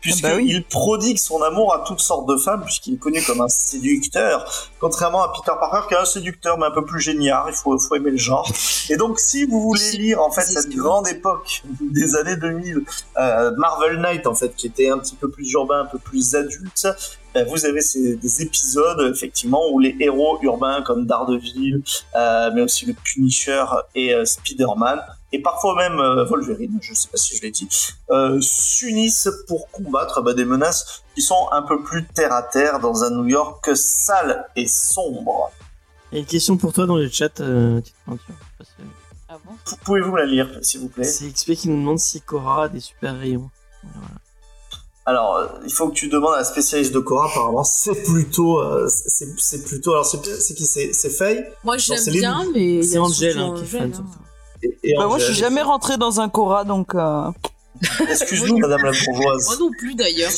[SPEAKER 6] puisqu'il
[SPEAKER 4] Ah bah oui.
[SPEAKER 6] prodigue son amour à toutes sortes de femmes, puisqu'il est connu comme un séducteur, contrairement à Peter Parker qui est un séducteur mais un peu plus génial, il faut, faut aimer le genre. Et donc si vous voulez lire en fait
[SPEAKER 3] C'est
[SPEAKER 6] cette
[SPEAKER 3] sûr.
[SPEAKER 6] grande époque des années 2000, euh, Marvel Knight en fait, qui était un petit peu plus urbain, un peu plus adulte, ben, vous avez ces, des épisodes effectivement où les héros urbains comme Daredevil, euh, mais aussi le Punisher et euh, Spider-Man, et parfois même euh, Wolverine, je sais pas si je l'ai dit, euh, s'unissent pour combattre bah, des menaces qui sont un peu plus terre à terre dans un New York sale et sombre.
[SPEAKER 2] Il y a une question pour toi dans le chat, euh, petite peinture.
[SPEAKER 5] Ah bon
[SPEAKER 6] Pou- Pouvez-vous la lire, s'il vous plaît
[SPEAKER 2] C'est XP qui nous demande si Cora a des super rayons.
[SPEAKER 6] Alors, euh, il faut que tu demandes à la spécialiste de Cora. Apparemment, c'est plutôt, euh, c'est c'est plutôt. Alors, c'est c'est qui C'est c'est Faye
[SPEAKER 3] Moi, j'aime
[SPEAKER 6] c'est
[SPEAKER 3] bien, mais. il y
[SPEAKER 2] C'est
[SPEAKER 3] a
[SPEAKER 2] Angel
[SPEAKER 3] surtout
[SPEAKER 2] hein, qui est fan.
[SPEAKER 3] Angel, hein.
[SPEAKER 2] surtout.
[SPEAKER 6] et, et
[SPEAKER 4] Bah, moi, je suis
[SPEAKER 6] Angèle.
[SPEAKER 4] jamais rentré dans un Cora, donc.
[SPEAKER 2] Ah,
[SPEAKER 4] euh,
[SPEAKER 6] Excuse-nous, Madame la
[SPEAKER 3] Moi
[SPEAKER 6] bourgeoise.
[SPEAKER 3] non plus, d'ailleurs.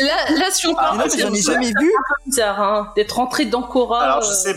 [SPEAKER 5] Là, là, si on
[SPEAKER 6] Ah,
[SPEAKER 5] parle
[SPEAKER 4] mais non, mais j'en ai jamais vu.
[SPEAKER 5] bizarre, hein, d'être rentré dans Cora.
[SPEAKER 6] Alors,
[SPEAKER 5] euh,
[SPEAKER 6] je sais.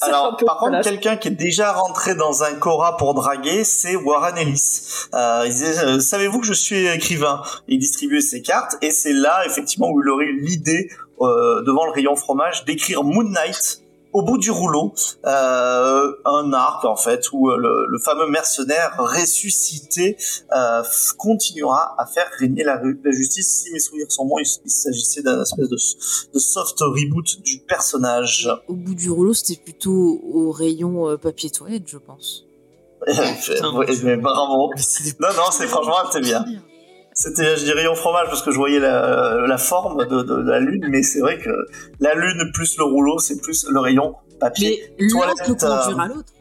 [SPEAKER 5] c'est
[SPEAKER 6] Alors,
[SPEAKER 5] un peu
[SPEAKER 6] par contre,
[SPEAKER 5] plate.
[SPEAKER 6] quelqu'un qui est déjà rentré dans un Cora pour draguer, c'est Warren Ellis. Euh, il disait, euh, savez-vous que je suis écrivain Il distribuait ses cartes, et c'est là, effectivement, où il aurait eu l'idée, euh, devant le rayon fromage, d'écrire Moon Knight au bout du rouleau, euh, un arc, en fait, où euh, le, le fameux mercenaire ressuscité euh, f- continuera à faire régner la, ru- la justice. Si mes souvenirs sont bons, il, s- il s'agissait d'un espèce de, s- de soft reboot du personnage.
[SPEAKER 3] Au bout du rouleau, c'était plutôt au rayon euh, papier toilette, je pense.
[SPEAKER 6] Ouais, Ah, mais bravo.
[SPEAKER 2] Mais c'est des-
[SPEAKER 6] Non, non, c'est franchement, c'est bien. C'était, je dirais, au fromage parce que je voyais la, la forme de, de la lune, mais c'est vrai que la lune plus le rouleau, c'est plus le rayon papier.
[SPEAKER 3] Mais l'un
[SPEAKER 6] toilette,
[SPEAKER 3] peut conduire
[SPEAKER 6] euh,
[SPEAKER 3] à l'autre.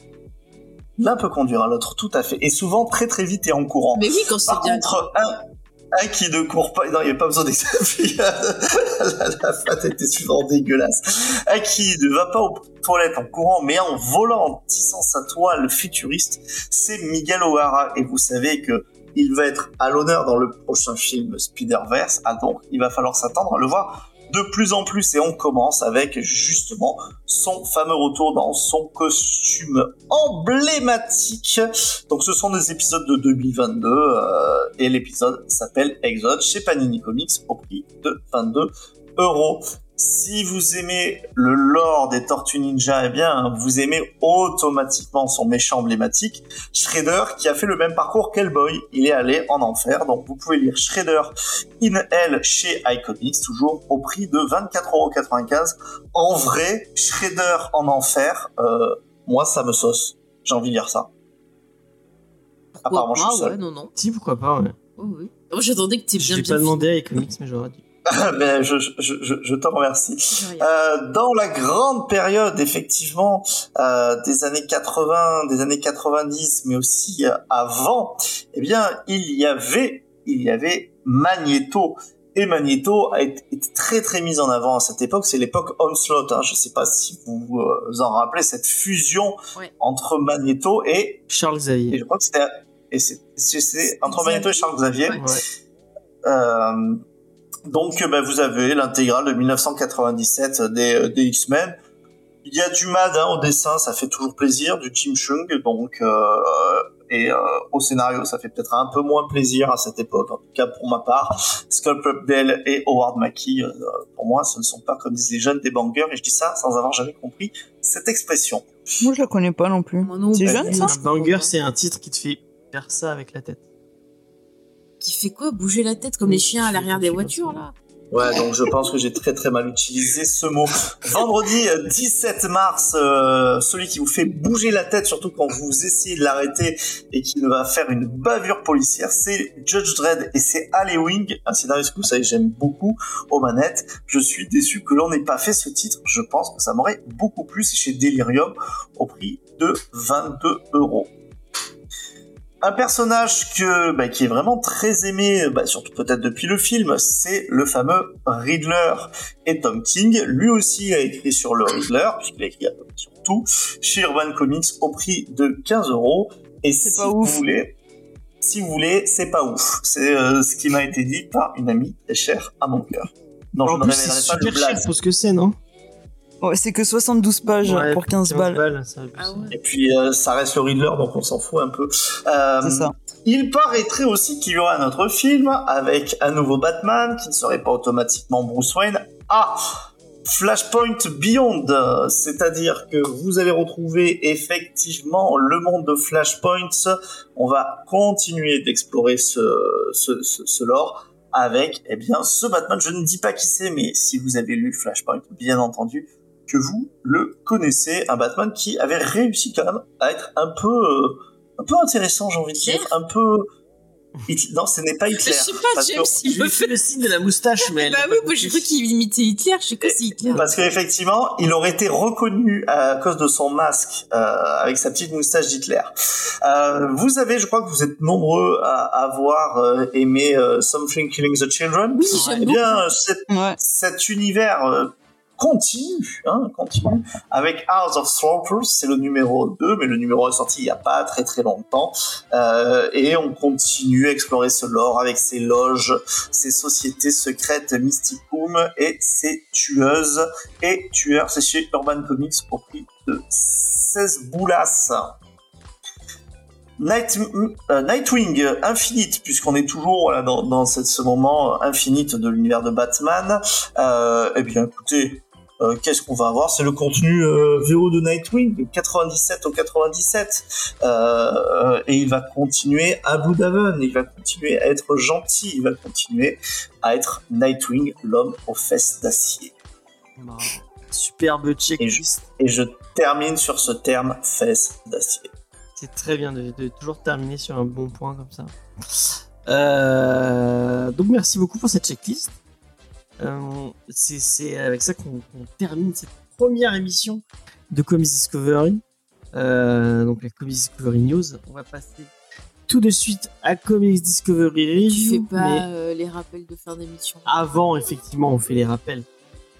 [SPEAKER 6] L'un peut conduire à l'autre, tout à fait. Et souvent très très vite et en courant.
[SPEAKER 3] Mais oui, quand c'est
[SPEAKER 6] Par
[SPEAKER 3] bien.
[SPEAKER 6] contre, un, un qui ne court pas, non, il n'y a pas besoin d'exemple. la, la fat était souvent dégueulasse. Un qui ne va pas aux toilettes en courant, mais en volant, en tissant sa toile futuriste, c'est Miguel O'Hara. Et vous savez que il va être à l'honneur dans le prochain film Spider-Verse. Ah donc, il va falloir s'attendre à le voir de plus en plus. Et on commence avec justement son fameux retour dans son costume emblématique. Donc ce sont des épisodes de 2022 euh, et l'épisode s'appelle Exode chez Panini Comics au prix de 22 euros. Si vous aimez le lore des Tortues Ninja, eh bien, vous aimez automatiquement son méchant emblématique, Shredder, qui a fait le même parcours qu'Hellboy. Il est allé en enfer, donc vous pouvez lire Shredder in Hell chez iComics, toujours au prix de 24,95€. En vrai, Shredder en enfer, euh, moi, ça me sauce. J'ai envie de lire ça.
[SPEAKER 3] Pourquoi
[SPEAKER 6] apparemment, je suis
[SPEAKER 3] pas,
[SPEAKER 6] seul.
[SPEAKER 3] ah ouais, non, non.
[SPEAKER 2] Si, pourquoi pas, ouais.
[SPEAKER 3] Oh, oui. Moi, j'attendais que t'aies
[SPEAKER 2] Je
[SPEAKER 3] bien
[SPEAKER 2] l'ai
[SPEAKER 3] bien
[SPEAKER 2] pas
[SPEAKER 3] fini.
[SPEAKER 2] demandé à Economics, mais j'aurais dû.
[SPEAKER 6] Mais je, je, je, je t'en remercie.
[SPEAKER 3] Je regarde.
[SPEAKER 6] Euh, dans la grande période, effectivement, euh, des années 80, des années 90, mais aussi euh, avant, eh bien, il y avait, il y avait Magneto. Et Magneto a été était très très mis en avant à cette époque. C'est l'époque Onslaught. Hein. Je ne sais pas si vous vous euh, vous en rappelez cette fusion
[SPEAKER 3] Ouais.
[SPEAKER 6] entre Magneto et,
[SPEAKER 2] Charles
[SPEAKER 6] et
[SPEAKER 2] Xavier.
[SPEAKER 6] je crois que c'était et c'est- c'est- c'est entre Magneto et Charles Xavier.
[SPEAKER 2] Ouais.
[SPEAKER 6] Euh, donc, euh, bah, vous avez l'intégrale de 1997 des, euh, des X-Men. Il y a du Mad hein, au dessin, ça fait toujours plaisir, du Tim Chung, donc euh, et euh, au scénario, ça fait peut-être un peu moins plaisir à cette époque. En tout cas, pour ma part, Scott Bell et Howard Mackey, euh, pour moi, ce ne sont pas comme disent les jeunes des bangers, et je dis ça sans avoir jamais compris cette expression.
[SPEAKER 4] Moi, je la connais pas non plus.
[SPEAKER 3] Moi non
[SPEAKER 4] C'est
[SPEAKER 3] plus.
[SPEAKER 4] jeune, ça
[SPEAKER 2] Un banger, c'est un titre qui te fait faire ça avec la tête.
[SPEAKER 3] Qui fait quoi Bouger la tête comme les chiens à l'arrière des voitures, là
[SPEAKER 6] Ouais, donc je pense que j'ai très très mal utilisé ce mot. Vendredi euh, 17 mars, euh, celui qui vous fait bouger la tête, surtout quand vous essayez de l'arrêter et qui ne va faire une bavure policière, c'est Judge Dredd et c'est Alley Wing, un scénariste que vous savez j'aime beaucoup aux manettes. Je suis déçu que l'on n'ait pas fait ce titre. Je pense que ça m'aurait beaucoup plu. C'est chez Delirium au prix de 22 euros un personnage que, bah, qui est vraiment très aimé, bah, surtout peut-être depuis le film, c'est le fameux Riddler. Et Tom King, lui aussi, a écrit sur le Riddler, puisqu'il a écrit à peu près sur tout, chez Urban Comics au prix de 15 euros. Et si
[SPEAKER 4] pas
[SPEAKER 6] vous
[SPEAKER 4] ouf.
[SPEAKER 6] voulez, si vous voulez, c'est pas ouf. C'est euh, ce qui m'a été dit par une amie très chère à mon cœur. Non,
[SPEAKER 2] en
[SPEAKER 6] je ne
[SPEAKER 2] plus, c'est
[SPEAKER 6] révélerai pas le
[SPEAKER 2] super cher
[SPEAKER 6] blaze.
[SPEAKER 2] pour ce que c'est, non
[SPEAKER 4] Ouais, c'est que 72 pages
[SPEAKER 2] Ouais,
[SPEAKER 4] pour 15, balles.
[SPEAKER 2] ça abuse.
[SPEAKER 3] Ah ouais.
[SPEAKER 6] Et puis euh, ça reste le Riddler, donc on s'en fout un peu. Euh,
[SPEAKER 4] C'est ça.
[SPEAKER 6] Il paraîtrait aussi qu'il y aura un autre film avec un nouveau Batman qui ne serait pas automatiquement Bruce Wayne. Ah Flashpoint Beyond, euh, c'est-à-dire que vous allez retrouver effectivement le monde de Flashpoint. On va continuer d'explorer ce, ce, ce, ce lore avec eh bien, ce Batman. Je ne dis pas qui c'est, mais si vous avez lu Flashpoint, bien entendu, que vous le connaissez, un Batman qui avait réussi quand même à être un peu, euh, un peu intéressant, j'ai envie de dire, un peu. Hit- Non, ce n'est pas
[SPEAKER 3] Je
[SPEAKER 6] Hitler.
[SPEAKER 3] sais pas,
[SPEAKER 6] parce que-
[SPEAKER 3] James, il
[SPEAKER 2] Je
[SPEAKER 3] me
[SPEAKER 2] lui fais
[SPEAKER 3] fait.
[SPEAKER 2] le signe de la moustache, mais. elle
[SPEAKER 3] Bah
[SPEAKER 2] l'a
[SPEAKER 3] oui,
[SPEAKER 2] pas
[SPEAKER 3] moi j'ai
[SPEAKER 2] compris.
[SPEAKER 3] cru qu'il imitait Hitler, je sais pas si Hitler.
[SPEAKER 2] Bah,
[SPEAKER 6] Parce qu'effectivement, il aurait été reconnu à cause de son masque euh, avec sa petite moustache d'Hitler. Euh, vous avez, je crois que vous êtes nombreux à avoir euh, aimé euh, Something Killing the Children.
[SPEAKER 3] Oui, j'aime
[SPEAKER 6] Eh
[SPEAKER 3] beaucoup.
[SPEAKER 6] bien, cette
[SPEAKER 4] Ouais.
[SPEAKER 6] cet univers euh, continue, hein, continue, avec House of Slaughter, c'est le numéro 2, mais le numéro est sorti il n'y a pas très très longtemps, Euh, et on continue à explorer ce lore avec ses loges, ses sociétés secrètes Mysticum et ses tueuses et tueurs, c'est chez Urban Comics au prix de 16 boulasses. Night- euh, Nightwing euh, Infinite, puisqu'on est toujours voilà, dans, dans ce, ce moment euh, Infinite de l'univers de Batman. Euh, eh bien, écoutez, euh, qu'est-ce qu'on va avoir C'est le contenu euh, VO de Nightwing, de 97 au 97. Euh, et il va continuer à Bloodhaven, il va continuer à être gentil, il va continuer à être Nightwing, l'homme aux fesses d'acier.
[SPEAKER 2] Bah, Superbe checklist.
[SPEAKER 6] Et je termine sur ce terme, fesses d'acier.
[SPEAKER 2] C'est très bien de, de toujours terminer sur un bon point comme ça. Euh, donc merci beaucoup pour cette checklist. Euh, c'est- C'est avec ça qu'on qu'on termine cette première émission de Comics Discovery. Euh, donc la Comics Discovery News. On va passer tout de suite à Comics Discovery
[SPEAKER 3] Tu fais
[SPEAKER 2] Review. mais
[SPEAKER 3] pas euh, les rappels de fin d'émission.
[SPEAKER 2] avant, effectivement, on fait les rappels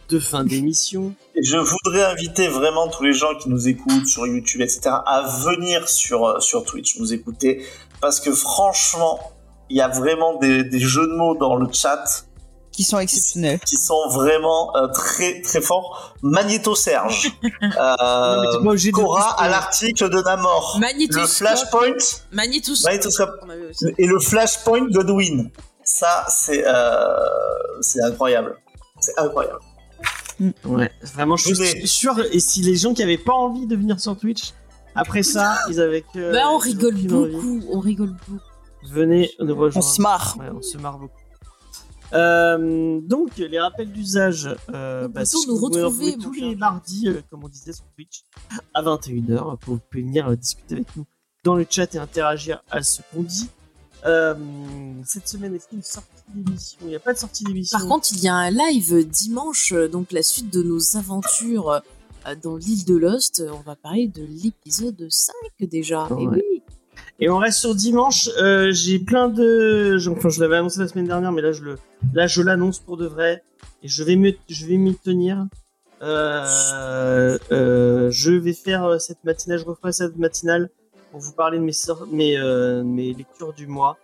[SPEAKER 2] de fin d'émission.
[SPEAKER 6] Et Je voudrais inviter vraiment tous les gens qui nous écoutent sur YouTube, etc., à venir sur, euh, sur Twitch nous écouter. Parce que franchement, il y a vraiment des, des jeux de mots dans le chat
[SPEAKER 4] Qui sont exceptionnels.
[SPEAKER 6] qui sont vraiment euh, très très forts. Magneto Serge.
[SPEAKER 2] Non, mais
[SPEAKER 6] Euh,
[SPEAKER 2] t'es pas obligé de-
[SPEAKER 6] Cora à l'article de Namor. Le
[SPEAKER 3] Magnétoscope.
[SPEAKER 6] Flashpoint
[SPEAKER 3] Magnétoscope. Bah,
[SPEAKER 6] Magnétoscope.
[SPEAKER 3] On avait aussi.
[SPEAKER 6] et le Flashpoint Godwin. Ça, c'est euh, c'est incroyable. C'est incroyable.
[SPEAKER 2] Ouais, vraiment, je
[SPEAKER 6] Je vais-
[SPEAKER 2] suis sûr. Et si les gens qui avaient pas envie de venir sur Twitch, après ça, ils avaient que.
[SPEAKER 3] Bah, on
[SPEAKER 2] ils
[SPEAKER 3] rigole
[SPEAKER 2] avaient aucune envie.
[SPEAKER 3] beaucoup, on rigole beaucoup.
[SPEAKER 2] Venez nous
[SPEAKER 4] On
[SPEAKER 2] rejoindre.
[SPEAKER 4] se marre.
[SPEAKER 2] Ouais, on se marre beaucoup. Euh, donc, les rappels d'usage. Euh,
[SPEAKER 3] Peut-on
[SPEAKER 2] c'est ce que
[SPEAKER 3] nous
[SPEAKER 2] vous pouvez
[SPEAKER 3] retrouver,
[SPEAKER 2] retrouver
[SPEAKER 3] mon
[SPEAKER 2] tous
[SPEAKER 3] cher
[SPEAKER 2] les
[SPEAKER 3] Jean
[SPEAKER 2] mardis, euh, comme on disait sur Twitch, à 21h. Vous pouvez venir euh, discuter avec nous dans le chat et interagir à ce qu'on dit. Euh, cette semaine, est-ce qu'il y a une sortie d'émission Il n'y a pas de sortie d'émission.
[SPEAKER 3] Par contre, il y a un live dimanche, euh, donc la suite de nos aventures euh, dans l'île de Lost. Euh, On va parler de l'épisode 5 déjà. Et
[SPEAKER 2] Oh, Ouais.
[SPEAKER 3] oui,
[SPEAKER 2] Et on reste sur dimanche. euh, j'ai plein de. je- Enfin, je l'avais annoncé la semaine dernière, mais là, je le, là, je l'annonce pour de vrai. Et je vais me, je vais m'y tenir. Euh, euh, je vais faire euh, cette matinale. Je referai cette matinale pour vous parler de mes sor- mes, euh, mes lectures du mois.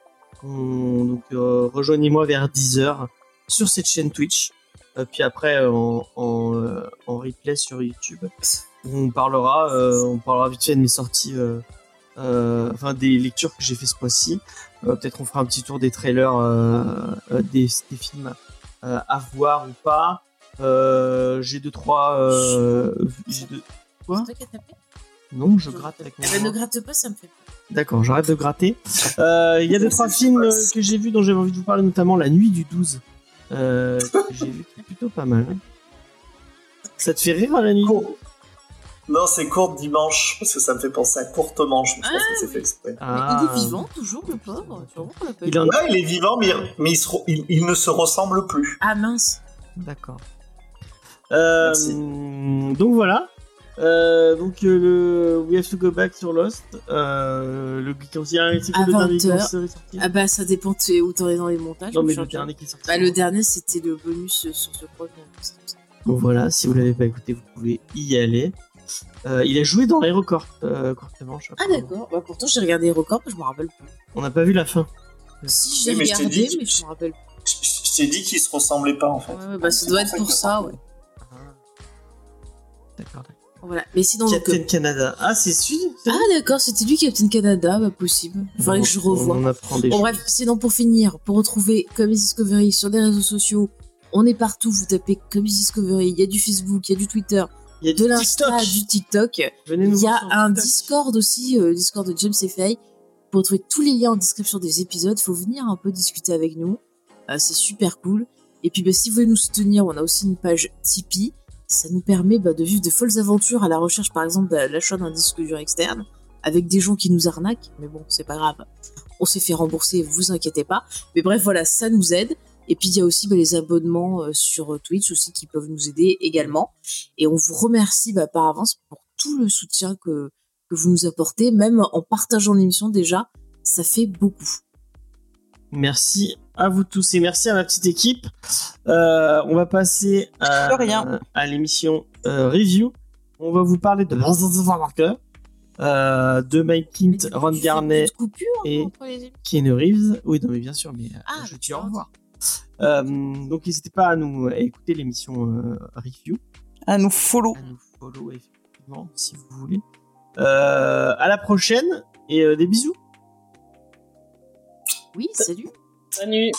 [SPEAKER 2] On- donc, euh, rejoignez-moi vers 10h sur cette chaîne Twitch. Euh, puis après, euh, en, en, euh, en replay sur YouTube. On parlera, euh, on parlera vite fait de mes sorties. euh, euh, enfin des lectures que j'ai fait ce mois-ci. Euh, Peut-être on fera un petit tour des trailers, euh, euh, des, des films euh, à voir ou pas. Euh, j'ai deux trois. Euh, j'ai deux... Quoi
[SPEAKER 3] c'est toi qui as tapé
[SPEAKER 2] Non, Ah. je gratte avec
[SPEAKER 3] Eh ben,
[SPEAKER 2] mon.
[SPEAKER 3] Ne gratte pas, ça me fait peur.
[SPEAKER 2] D'accord, j'arrête de gratter. Euh, Il y a deux trois films euh, que j'ai vus dont j'avais envie de vous parler, notamment La Nuit du 12. Euh, que j'ai vu qui est plutôt pas mal. Ça te fait rire hein, la nuit
[SPEAKER 6] Court. Non, c'est courte dimanche, parce que ça me fait penser à courte manche, mais je pense que c'est fait exprès.
[SPEAKER 2] Ah.
[SPEAKER 3] Il est vivant toujours, le pauvre. Tu vois, on l'a pas
[SPEAKER 2] Il
[SPEAKER 3] vu.
[SPEAKER 2] en
[SPEAKER 6] Ouais, il est vivant, mais, il- mais il, se re- il- il ne se ressemble plus.
[SPEAKER 3] Ah mince.
[SPEAKER 2] D'accord. Euh,
[SPEAKER 6] Merci.
[SPEAKER 2] donc voilà. Euh, donc euh, le We Have to Go Back sur Lost. Euh, le Geek en série, c'est quoi
[SPEAKER 3] À
[SPEAKER 2] le dernier
[SPEAKER 3] 20
[SPEAKER 2] Geek en
[SPEAKER 3] heures.
[SPEAKER 2] série sorti
[SPEAKER 3] Ah bah ça dépend tu es où t'en es dans les montages.
[SPEAKER 2] Non
[SPEAKER 3] mon
[SPEAKER 2] mais
[SPEAKER 3] cher
[SPEAKER 2] le
[SPEAKER 3] Jean.
[SPEAKER 2] dernier qui est sorti.
[SPEAKER 3] Bah, le dernier, c'était le bonus euh, sur ce programme.
[SPEAKER 2] Donc voilà, si vous l'avez pas écouté, vous pouvez y aller. Euh, il a joué dans l'aéroport, euh, courtement. je sais pas.
[SPEAKER 3] Ah d'accord. Bah, pourtant j'ai regardé les records, mais je me rappelle plus.
[SPEAKER 2] On n'a pas vu la fin.
[SPEAKER 3] Si j'ai
[SPEAKER 6] Oui, mais je t'ai
[SPEAKER 3] regardé,
[SPEAKER 6] dit que-
[SPEAKER 3] mais je me rappelle plus.
[SPEAKER 6] Je, je- je t'ai dit qu'il se ressemblait pas, en fait.
[SPEAKER 3] Ouais, ouais, bah ça doit être pour ça, ouais. Voilà. Mais sinon, donc,
[SPEAKER 2] Captain Canada. Ah, c'est celui
[SPEAKER 3] euh, Ah, d'accord, c'était lui Captain Canada, bah, possible. Il fallait que je revoie.
[SPEAKER 2] On apprend des
[SPEAKER 3] Bon,
[SPEAKER 2] choses.
[SPEAKER 3] bref, sinon, pour finir, pour retrouver Comics Discovery sur les réseaux sociaux, on est partout, vous tapez Comics Discovery, il y a du Facebook, il y a du Twitter,
[SPEAKER 2] Il y a
[SPEAKER 3] de
[SPEAKER 2] du
[SPEAKER 3] l'Insta,
[SPEAKER 2] TikTok.
[SPEAKER 3] du TikTok.
[SPEAKER 2] Venez
[SPEAKER 3] Il
[SPEAKER 2] nous
[SPEAKER 3] y
[SPEAKER 2] voir
[SPEAKER 3] a
[SPEAKER 2] sur
[SPEAKER 3] un
[SPEAKER 2] TikTok.
[SPEAKER 3] Discord aussi, euh, Discord de James et Faye. Pour trouver tous les liens en description des épisodes, faut venir un peu discuter avec nous. Euh, c'est super cool. Et puis, bah, si vous voulez nous soutenir, on a aussi une page Tipeee. Ça nous permet bah, de vivre de folles aventures à la recherche, par exemple, de l'achat d'un disque dur externe avec des gens qui nous arnaquent. Mais bon, c'est pas grave. On s'est fait rembourser, vous inquiétez pas. Mais bref, voilà, ça nous aide. Et puis, il y a aussi bah, les abonnements euh, sur Twitch aussi qui peuvent nous aider également. Et on vous remercie bah, par avance pour tout le soutien que, que vous nous apportez, même en partageant l'émission déjà, ça fait beaucoup.
[SPEAKER 2] Merci à vous tous et merci à ma petite équipe. Euh, on va passer à,
[SPEAKER 4] De rien.
[SPEAKER 2] à l'émission euh, review. On va vous parler de Marker, euh, de Mike Kint, Ron Garnet
[SPEAKER 3] coupure
[SPEAKER 2] et Keanu Reeves. Oui, non, mais bien sûr, mais euh,
[SPEAKER 3] Ah,
[SPEAKER 2] je dis au
[SPEAKER 3] d'accord.
[SPEAKER 2] revoir. Euh, donc, n'hésitez pas à nous à écouter l'émission euh, review.
[SPEAKER 4] À nous follow.
[SPEAKER 2] à nous follow effectivement si vous voulez. Euh, à la prochaine et euh, des bisous.
[SPEAKER 3] Oui, salut.
[SPEAKER 5] Salut.